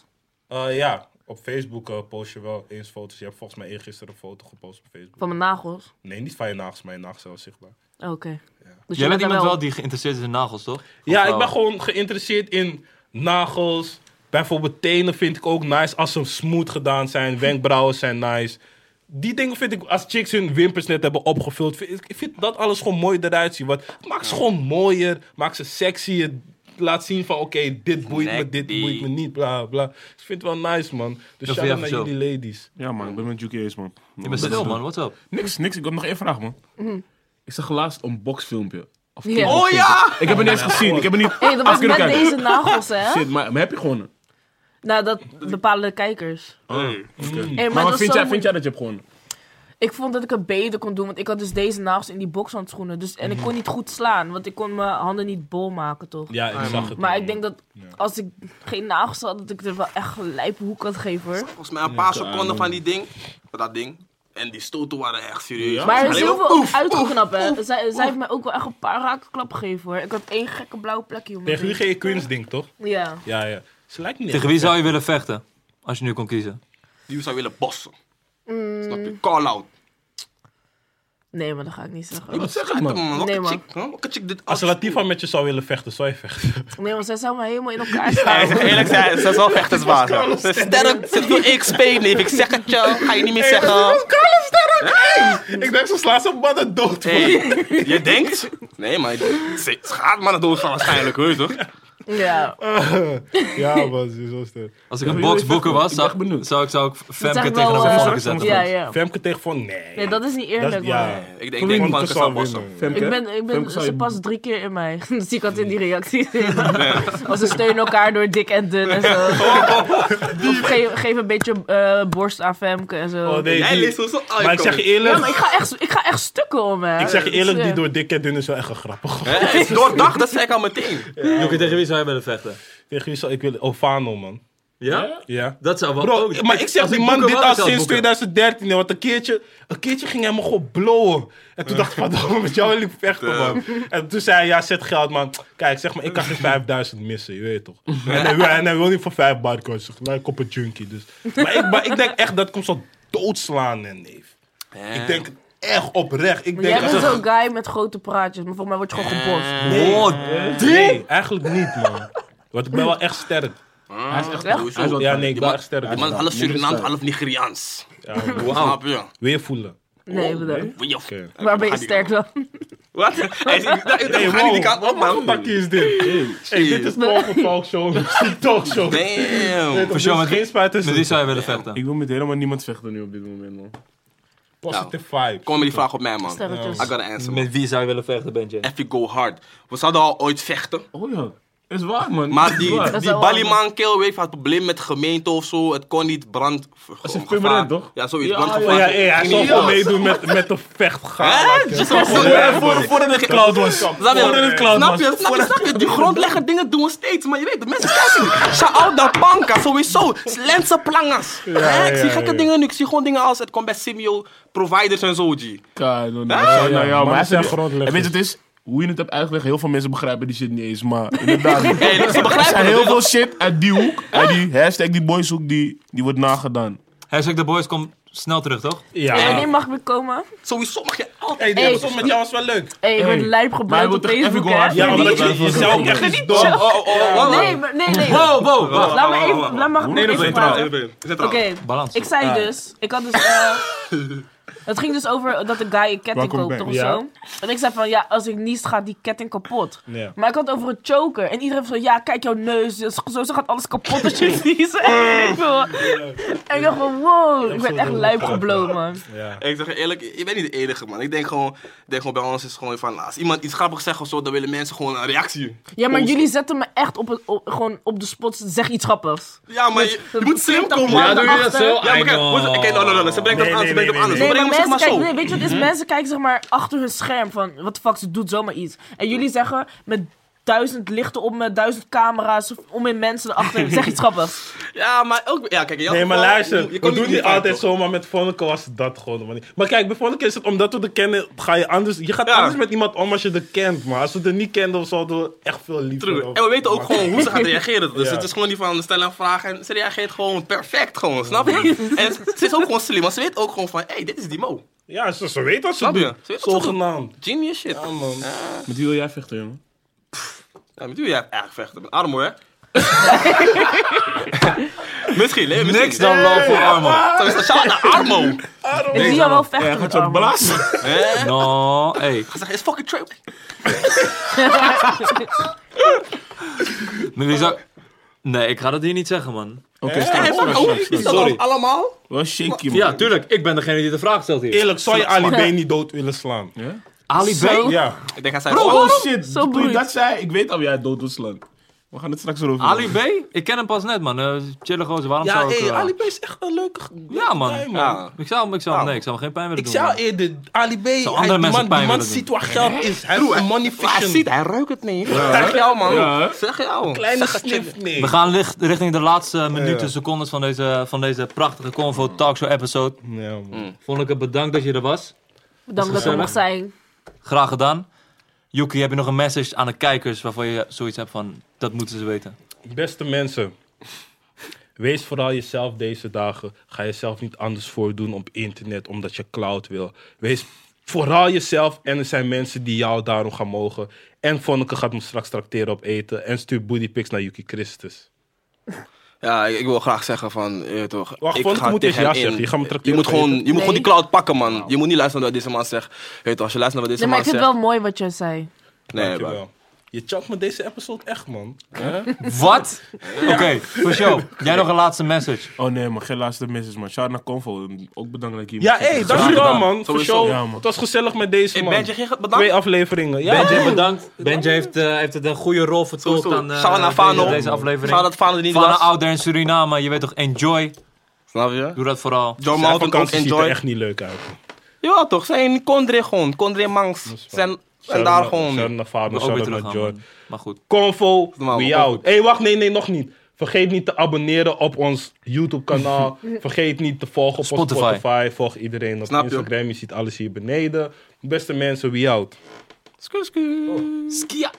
Speaker 3: Eh, ja, op Facebook eh, post je wel eens foto's. Je hebt volgens mij eergisteren een foto gepost op Facebook.
Speaker 4: Van mijn nagels?
Speaker 3: Nee, niet van je nagels, maar je nagels zijn wel zichtbaar.
Speaker 4: Oké. Dus je
Speaker 1: Jij bent
Speaker 4: daar
Speaker 1: iemand wel die geïnteresseerd is in nagels, toch?
Speaker 3: Ja,
Speaker 1: Of
Speaker 3: ik ben
Speaker 1: wel?
Speaker 3: gewoon geïnteresseerd in nagels. Bijvoorbeeld tenen vind ik ook nice als ze smooth gedaan zijn. Wenkbrauwen zijn nice. Die dingen vind ik, als chicks hun wimpers net hebben opgevuld, vind, ik- ik vind dat alles gewoon mooi eruit zien. Want het maakt ze gewoon mooier, maakt ze sexier. Laat zien van, oké, dit boeit me,
Speaker 5: Snack
Speaker 3: dit
Speaker 5: die.
Speaker 3: boeit me niet, bla bla. Dus ik vind het wel nice, man. Dus
Speaker 1: Dat
Speaker 3: shout
Speaker 1: vind
Speaker 3: out
Speaker 1: je
Speaker 3: naar
Speaker 1: even zo.
Speaker 3: jullie ladies.
Speaker 2: Ja, man, ik ben met UK's, man.
Speaker 1: Je bent stil, man. What's up?
Speaker 2: Niks, niks. Ik heb nog één vraag, man. Ik zag laatst een boxfilmpje. Of
Speaker 4: Ja.
Speaker 2: kickboxfilmpje.
Speaker 5: Oh ja!
Speaker 2: Ik heb het niet eens gezien. Ik heb het niet
Speaker 4: Hé, dat was
Speaker 2: af kunnen
Speaker 4: met
Speaker 2: kijken.
Speaker 4: deze nagels, hè?
Speaker 2: Shit, maar, maar heb je gewonnen?
Speaker 4: Nou, dat bepalen de kijkers.
Speaker 2: Oké.
Speaker 4: Hey,
Speaker 2: Maar,
Speaker 4: dat
Speaker 2: wat
Speaker 4: is
Speaker 2: vind,
Speaker 4: zo
Speaker 2: jij, vind
Speaker 4: moeilijk.
Speaker 2: jij dat je hebt gewonnen?
Speaker 4: Ik vond dat ik het beter kon doen, want ik had dus deze nagels in die bokshandschoenen. Dus, en
Speaker 2: Mm.
Speaker 4: ik kon niet goed slaan, want ik kon mijn handen niet bol maken, toch?
Speaker 3: Ja, ik zag het.
Speaker 4: Maar ik denk dat als ik geen nagels had, dat ik er wel echt een lijpe hoek had gegeven, hoor.
Speaker 5: Volgens mij een paar seconden van die ding. Van dat ding. En die stoten waren echt serieus.
Speaker 2: Ja.
Speaker 4: Maar er is
Speaker 5: Alleen
Speaker 4: heel
Speaker 5: maar
Speaker 4: veel
Speaker 5: oef,
Speaker 4: uitgeknapt, hè. Zij, zij heeft mij ook wel echt een paar raakklappen gegeven, hoor. Ik had één gekke blauwe plekje om mijn
Speaker 3: Tegen u
Speaker 4: been.
Speaker 3: geen Queens ding, toch?
Speaker 4: Ja.
Speaker 3: Ja, ja. Ze lijkt niet
Speaker 1: Tegen wie zou je willen vechten? Als je nu kon kiezen.
Speaker 5: Die zou willen bossen.
Speaker 4: Mm.
Speaker 5: Snap je? Call out.
Speaker 4: Nee, maar dat ga ik niet zeggen.
Speaker 2: Wat zeg
Speaker 5: Uit
Speaker 2: ik,
Speaker 5: de
Speaker 2: man?
Speaker 5: man.
Speaker 4: Nee,
Speaker 5: Lokke
Speaker 4: man.
Speaker 5: chick. huh? Lokke chick dit
Speaker 3: Als ze Latifa met je zou willen vechten, zou je vechten.
Speaker 4: Nee, want zij zou me helemaal in elkaar slaan.
Speaker 5: Eerlijk zijn, ze is wel vechtersbaas. hoor. Ze is Sterk, ze wil XP, neef. Ik zeg het jou. Ga je niet meer zeggen.
Speaker 3: ik denk, ze slaat zo'n mannen dood.
Speaker 5: Hey, je denkt? Nee, maar ze ze gaat maar naar doodslaan waarschijnlijk, hoor je toch?
Speaker 4: Ja.
Speaker 3: ja, man, ze is zo sterk.
Speaker 1: Als ik
Speaker 2: Ja,
Speaker 1: een
Speaker 2: maar jullie
Speaker 1: boxboeken
Speaker 2: vechten,
Speaker 1: was,
Speaker 2: ik
Speaker 1: zou,
Speaker 2: ben benieuwd.
Speaker 1: zou ik, zou ik
Speaker 4: zou
Speaker 1: Femke
Speaker 4: ik wel,
Speaker 1: tegenover
Speaker 4: eh,
Speaker 1: Valken
Speaker 2: ja,
Speaker 1: zetten.
Speaker 4: Ja, ja.
Speaker 3: Femke tegen Von, nee.
Speaker 4: Nee, dat is niet
Speaker 3: Dat is-
Speaker 4: eerlijk,
Speaker 3: ja.
Speaker 4: man.
Speaker 5: Ik denk, ik denk
Speaker 3: Femke
Speaker 5: Franke zou
Speaker 3: zou
Speaker 5: bossen.
Speaker 3: winnen.
Speaker 2: Femke?
Speaker 4: Ik ben, ik ben
Speaker 2: Femke zou
Speaker 4: ze
Speaker 2: je-
Speaker 4: past drie keer in mij. Dus ik had in die reacties. Want ze steunen elkaar door dik en dun en zo.
Speaker 3: Oh.
Speaker 4: Of geef, geef een beetje eh, borst aan Femke en zo.
Speaker 3: Oh, nee,
Speaker 5: Jij
Speaker 3: die-
Speaker 5: leest ons zo uit.
Speaker 3: Maar ik zeg je eerlijk,
Speaker 4: Ja, maar ik ga echt, ik ga echt stukken om, hè.
Speaker 3: ik zeg je eerlijk, die
Speaker 4: Ja.
Speaker 3: door dik en dun is wel echt een grappig.
Speaker 5: Doordacht, dat zei ik al meteen.
Speaker 1: Joeke, tegen wie zou je willen vechten?
Speaker 3: Tegen wie zou ik willen? Ovano, man.
Speaker 1: Ja?
Speaker 3: Ja.
Speaker 1: Dat zou wel...
Speaker 3: Bro,
Speaker 1: ook-
Speaker 3: maar ik zeg
Speaker 1: als
Speaker 3: die man
Speaker 1: boeken
Speaker 3: dit
Speaker 1: was,
Speaker 3: al
Speaker 1: zou ik
Speaker 3: sinds
Speaker 1: boeken.
Speaker 3: 2013. hè, Want een keertje, een keertje ging hij me gewoon blowen. En toen dacht ik, van, oh, met jou wil ik vechten, man. En toen zei hij, ja, zet geld, man. Kijk, zeg maar, ik kan geen 5000 missen, je weet toch. En hij, wil- en hij wil niet voor 5 barcodes. Ik zeg, nou, ik kop een junkie, dus. Maar ik, maar ik denk echt dat ik hem zal doodslaan, hè, neef. Ik denk het echt oprecht. Ik
Speaker 4: Maar Jij
Speaker 3: denk
Speaker 4: bent
Speaker 3: echt...
Speaker 4: zo'n guy met grote praatjes, maar volgens mij word je gewoon gebost.
Speaker 1: Oh,
Speaker 3: Nee, eigenlijk niet, man. Want ik ben wel echt sterk.
Speaker 5: Hij is echt
Speaker 4: Echt?
Speaker 5: sowieso.
Speaker 3: Ja, nee, ik ben
Speaker 5: man-
Speaker 3: echt sterk.
Speaker 5: Die man is half Surinaams, half Nigeriaans. Snap je?
Speaker 3: Weer voelen.
Speaker 4: Nee, bedankt.
Speaker 5: Wil je-
Speaker 4: Waar ben je
Speaker 5: Gaat die
Speaker 4: sterk dan?
Speaker 5: Wat? Hey, ik- ik- ik- ik Ga
Speaker 3: wow,
Speaker 5: niet die kant op,
Speaker 3: Wat
Speaker 5: man.
Speaker 3: pakje is dit? Hey, dit is Paul Talkshow. Talkshow.
Speaker 5: Damn.
Speaker 3: Er is
Speaker 1: show, met
Speaker 3: geen
Speaker 1: wie-
Speaker 3: spijt
Speaker 1: Met
Speaker 3: tussen.
Speaker 1: wie zou je willen vechten?
Speaker 2: Ik wil met helemaal niemand vechten nu op dit moment, man.
Speaker 3: Positive
Speaker 1: Nou.
Speaker 3: vibe.
Speaker 5: Kom met die vraag op mij, man.
Speaker 4: Sterretjes.
Speaker 5: I gotta answer, man.
Speaker 1: Met wie zou je willen vechten, Benji?
Speaker 5: Effie go hard. We zouden al ooit vechten.
Speaker 2: Oh ja, is waar, man.
Speaker 5: Maar die,
Speaker 4: is
Speaker 5: die
Speaker 4: wel
Speaker 5: Baliman Killwave had probleem met de gemeente of zo. Het kon niet brand. Dat
Speaker 2: is een permanent, toch?
Speaker 5: Ja, zoiets.
Speaker 2: Ja,
Speaker 5: brandgevaar.
Speaker 3: Oh ja, hey, hij
Speaker 5: Ging
Speaker 3: zal
Speaker 5: niet
Speaker 3: gewoon
Speaker 5: los.
Speaker 3: meedoen met, met de
Speaker 5: Hè? eh,
Speaker 3: vechtgala.
Speaker 5: Just zo- zo- ja, voor- Voordat het
Speaker 2: Cloud was.
Speaker 5: Snap je?
Speaker 2: Voordat het cloud
Speaker 5: snap
Speaker 2: was.
Speaker 5: je? Snap je? Snap je? Die grondlegger dingen doen we steeds, maar je weet, de mensen kijken. Shout-out naar Panka, sowieso. Lense plangers. Hè? ik
Speaker 3: ja,
Speaker 5: zie gekke
Speaker 3: ja.
Speaker 5: dingen nu. Ik zie gewoon dingen als het komt bij Simio, providers en zo, G.
Speaker 2: Kijk, nou,
Speaker 5: Ah,
Speaker 2: nou,
Speaker 3: ja,
Speaker 2: nou, ja,
Speaker 3: mannen
Speaker 2: maar hij
Speaker 3: zijn
Speaker 2: zegt-
Speaker 3: grondleggers.
Speaker 2: En weet je, het is hoe je het hebt uitgelegd. Heel veel mensen begrijpen die shit niet eens, maar inderdaad. Er
Speaker 5: Hey, dus ze begrijpen
Speaker 2: zijn
Speaker 5: het,
Speaker 2: heel
Speaker 5: hè?
Speaker 2: veel shit uit die hoek. Uit die hashtag, die boyshoek, die, die wordt nagedaan.
Speaker 1: Hashtag de boys komt snel terug, toch?
Speaker 4: Wanneer
Speaker 3: Ja.
Speaker 4: mag ik weer komen?
Speaker 5: Sowieso mag je
Speaker 3: Hey,
Speaker 5: altijd.
Speaker 3: die
Speaker 4: Hey.
Speaker 3: episode met jou was wel leuk.
Speaker 4: Hé, ik
Speaker 2: Hey.
Speaker 4: word lijp
Speaker 2: Maar hij
Speaker 4: gebruikt op
Speaker 2: wordt toch
Speaker 4: Facebook,
Speaker 2: even
Speaker 4: hè?
Speaker 2: gehad?
Speaker 3: Ja, omdat
Speaker 2: dat
Speaker 3: je
Speaker 2: was wel
Speaker 3: jezelf
Speaker 2: goed.
Speaker 3: echt
Speaker 2: Niet
Speaker 3: iets
Speaker 5: Oh,
Speaker 3: dom.
Speaker 5: oh, oh, oh, oh.
Speaker 4: Nee, maar- nee, nee.
Speaker 1: Wow, wow, wow.
Speaker 4: Laat me even, laat me
Speaker 2: Hoe
Speaker 4: even
Speaker 2: is het
Speaker 4: praten.
Speaker 5: Even, even, even, even,
Speaker 4: Oké,
Speaker 1: Balans.
Speaker 4: ik zei dus, ik had dus, eh, Het ging dus over dat een guy een ketting
Speaker 3: Welkom
Speaker 4: koopt
Speaker 3: back.
Speaker 4: of
Speaker 3: Ja.
Speaker 4: zo. En ik zei van, ja, als ik niest, gaat die ketting kapot.
Speaker 3: Ja.
Speaker 4: Maar ik had het over een choker. En iedereen van, ja, kijk jouw neus. dus Zo, zo gaat alles kapot als je niest. Ik wil- en ik dacht van, wow. Ik
Speaker 3: zo
Speaker 4: werd echt
Speaker 3: doen we
Speaker 4: lijp
Speaker 3: het.
Speaker 4: geblown, man.
Speaker 3: Ja.
Speaker 5: Ik zeg je eerlijk, je bent niet de enige man. Ik denk gewoon, ik denk gewoon bij ons is het gewoon van, als iemand iets grappigs zegt of zo, dan willen mensen gewoon een reactie.
Speaker 4: Ja, maar jullie zetten me echt op, het, op- gewoon op de spot. Zeg iets grappigs.
Speaker 5: Ja, maar je, je moet slim komen.
Speaker 4: Ja,
Speaker 5: man.
Speaker 4: doe je dat zo?
Speaker 1: Oh,
Speaker 5: Ja, maar kijk, hoe- oké, no, no, no, no, ze brengt
Speaker 3: Nee,
Speaker 5: dat aan,
Speaker 3: nee,
Speaker 5: ze brengt
Speaker 3: nee,
Speaker 5: dat aan.
Speaker 3: nee,
Speaker 4: Nee, maar
Speaker 5: Ze brengen hem
Speaker 4: mensen
Speaker 5: zeg maar
Speaker 4: kijken,
Speaker 5: zo.
Speaker 4: nee, weet je wat
Speaker 2: Mhm.
Speaker 4: het is? Mensen kijken zeg maar achter hun scherm van, wat de fuck, ze doet zomaar iets. En jullie zeggen met duizend lichten op, met duizend camera's, om in mensen erachter, zeg iets grappigs.
Speaker 5: Ja, maar ook, ja, kijk, in jouw
Speaker 3: Nee, maar
Speaker 5: geval,
Speaker 3: luister,
Speaker 5: je
Speaker 3: we
Speaker 5: kon
Speaker 3: doen
Speaker 5: niet
Speaker 3: niet altijd
Speaker 5: toch?
Speaker 3: zomaar met Vonneke was dat gewoon de manier. Maar kijk, bij Vonneke is het omdat we de kennen, ga je anders. Je gaat
Speaker 5: Ja.
Speaker 3: anders met iemand om als je de kent, maar als we de niet kenden, zouden we echt veel liever.
Speaker 5: True.
Speaker 3: op-
Speaker 5: En we weten ook gewoon hoe ze gaat reageren. Dus
Speaker 3: Ja.
Speaker 5: het is gewoon die van stellen en vragen. En ze reageert gewoon perfect, gewoon, snap je? En ze ze is ook gewoon slim, maar ze weet ook gewoon van, hé, hey, dit is die Mo.
Speaker 3: Ja, ze, ze weet wat ze
Speaker 5: Snap je?
Speaker 3: doet.
Speaker 5: Ze weet wat ze doet.
Speaker 3: Zogenaamd.
Speaker 5: Genius shit.
Speaker 3: Ja, man.
Speaker 2: Met wie wil jij vechten, jongen?
Speaker 5: Ja, met wie wil jij eigenlijk vechten? Met Armo, hè? misschien, hè? Misschien.
Speaker 1: Niks dan love voor Armo.
Speaker 5: Zo is dat, shout-out naar Armo.
Speaker 4: Ik zie jou wel vechten met Arman.
Speaker 5: Hè?
Speaker 1: No, hey.
Speaker 5: Hij zegt, is fucking trip.
Speaker 1: Maar wie zou- Nee, ik ga dat hier niet zeggen, man.
Speaker 2: Oké, okay,
Speaker 5: Hij
Speaker 2: sta
Speaker 5: heeft ook
Speaker 2: sta- sta-
Speaker 5: is dat
Speaker 3: Sorry.
Speaker 5: ons allemaal?
Speaker 2: Wel shaky, man.
Speaker 1: Ja, tuurlijk. Ik ben degene die de vraag stelt hier.
Speaker 3: Eerlijk, zou je Ali B niet dood willen slaan?
Speaker 2: Ja?
Speaker 1: Ali
Speaker 4: Zo.
Speaker 1: B?
Speaker 3: Ja.
Speaker 5: Ik denk, hij zei,
Speaker 2: Oh shit,
Speaker 4: Zo
Speaker 2: toen je
Speaker 4: boeiend.
Speaker 2: dat zei, ik weet al wie jij dood doet slaan. We gaan het straks erover
Speaker 1: Ali
Speaker 2: hebben.
Speaker 1: B? Ik ken hem pas net, man. Eh, chille gozer, waarom
Speaker 2: Ja,
Speaker 1: zou ik...
Speaker 2: hey,
Speaker 1: eh,
Speaker 2: Ali B is echt een leuke g-
Speaker 1: Ja, man.
Speaker 2: guy,
Speaker 5: Ja.
Speaker 1: Ik zou, hem- ik zou, hem-
Speaker 5: Nou,
Speaker 1: nee, ik zou hem geen pijn willen
Speaker 2: Ik
Speaker 1: doen.
Speaker 2: zou
Speaker 1: man.
Speaker 2: eerder Ali B. hij-
Speaker 1: andere
Speaker 2: die
Speaker 1: mensen
Speaker 2: man, die
Speaker 1: pijn
Speaker 2: man
Speaker 1: willen
Speaker 2: ziet waar geld is. Hij heeft een money
Speaker 5: Hij ziet,
Speaker 2: vision.
Speaker 5: hij ruikt het niet. Zeg jou, man. Zeg jou.
Speaker 2: Kleine
Speaker 5: zeg het
Speaker 2: sniff, nee.
Speaker 1: We gaan licht- richting de laatste minuten, secondes van deze, van deze prachtige Convo Talkshow episode.
Speaker 3: Ja, man.
Speaker 1: Vonneke, bedankt dat je er was.
Speaker 4: Bedankt dat ik er mocht zijn.
Speaker 1: Graag gedaan. Yuki, heb je nog een message aan de kijkers waarvan je zoiets hebt van, dat moeten ze weten?
Speaker 3: Beste mensen, wees vooral jezelf deze dagen. Ga jezelf niet anders voordoen op internet omdat je cloud wil. Wees vooral jezelf en er zijn mensen die jou daarom gaan mogen. En Vonneke gaat me straks tracteren op eten en stuur bodypics naar Yuki Christus.
Speaker 5: Ja, ik, ik wil graag zeggen van, je weet toch,
Speaker 3: Wacht,
Speaker 5: ik
Speaker 3: want ik moet
Speaker 5: tegen
Speaker 3: eens
Speaker 5: hem
Speaker 3: ja
Speaker 5: in.
Speaker 3: zeggen. Je Nou. gaat me
Speaker 5: je
Speaker 3: tracteren
Speaker 5: moet,
Speaker 3: op
Speaker 5: gewoon, je
Speaker 3: eten.
Speaker 5: moet gewoon die
Speaker 4: Nee.
Speaker 5: cloud pakken, man. Je moet niet luisteren naar wat deze man zegt. Je Weet toch, als je luistert naar wat
Speaker 4: Nee,
Speaker 5: deze
Speaker 4: maar
Speaker 5: man
Speaker 4: ik vind
Speaker 5: zegt...
Speaker 4: het wel mooi wat jij zei.
Speaker 5: Nee,
Speaker 3: Dankjewel.
Speaker 5: man.
Speaker 3: Je chokt me deze episode echt, man.
Speaker 1: Wat? Oké, voor show. Jij nog een laatste message.
Speaker 2: Oh nee, maar geen laatste misses, man. Shout naar Convo. en Ook bedankt dat ik hier
Speaker 3: Ja,
Speaker 2: mocht
Speaker 3: hé,
Speaker 2: zitten.
Speaker 3: dankjewel,
Speaker 1: gedaan.
Speaker 3: man. Voor
Speaker 5: Sowieso.
Speaker 3: show.
Speaker 2: Ja, man.
Speaker 3: Het was gezellig met deze
Speaker 5: Hey,
Speaker 3: man.
Speaker 5: Benji, geen bedankt.
Speaker 3: Twee afleveringen. Ja,
Speaker 1: Benji, bedankt. Benji heeft, eh, heeft het een goede rol vertolkt aan eh,
Speaker 5: Shout-out naar
Speaker 1: deze-
Speaker 5: Fano.
Speaker 1: deze
Speaker 5: Shout-out
Speaker 1: aflevering.
Speaker 5: dat Fano er niet
Speaker 1: Van
Speaker 5: was.
Speaker 1: out there in Suriname, je weet toch, enjoy.
Speaker 5: Snap je?
Speaker 1: Doe dat vooral.
Speaker 5: John
Speaker 3: Zijn
Speaker 5: Mountain ook
Speaker 3: vakantie ziet er
Speaker 5: enjoy.
Speaker 3: echt niet leuk uit.
Speaker 5: Ja toch, zijn Condre gewoon. Condre Mangs. Zijn, zijn daar
Speaker 3: Zijn
Speaker 5: gewoon.
Speaker 3: naar
Speaker 1: We
Speaker 3: vader,
Speaker 1: ook weer
Speaker 3: shout-out naar
Speaker 1: terug
Speaker 3: Joy.
Speaker 1: Maar goed.
Speaker 3: Convo,
Speaker 5: Normaal,
Speaker 3: we
Speaker 5: maar
Speaker 3: out.
Speaker 5: goed.
Speaker 3: Hé, hey, wacht, nee, nee, nog niet. Vergeet niet te abonneren op ons YouTube-kanaal. Vergeet niet te volgen op Spotify.
Speaker 1: Spotify.
Speaker 3: Spotify. Volg iedereen op
Speaker 5: Snap je?
Speaker 3: Instagram. Je ziet alles hier beneden. Beste mensen, we out.
Speaker 5: Skur, skur.
Speaker 1: Skia.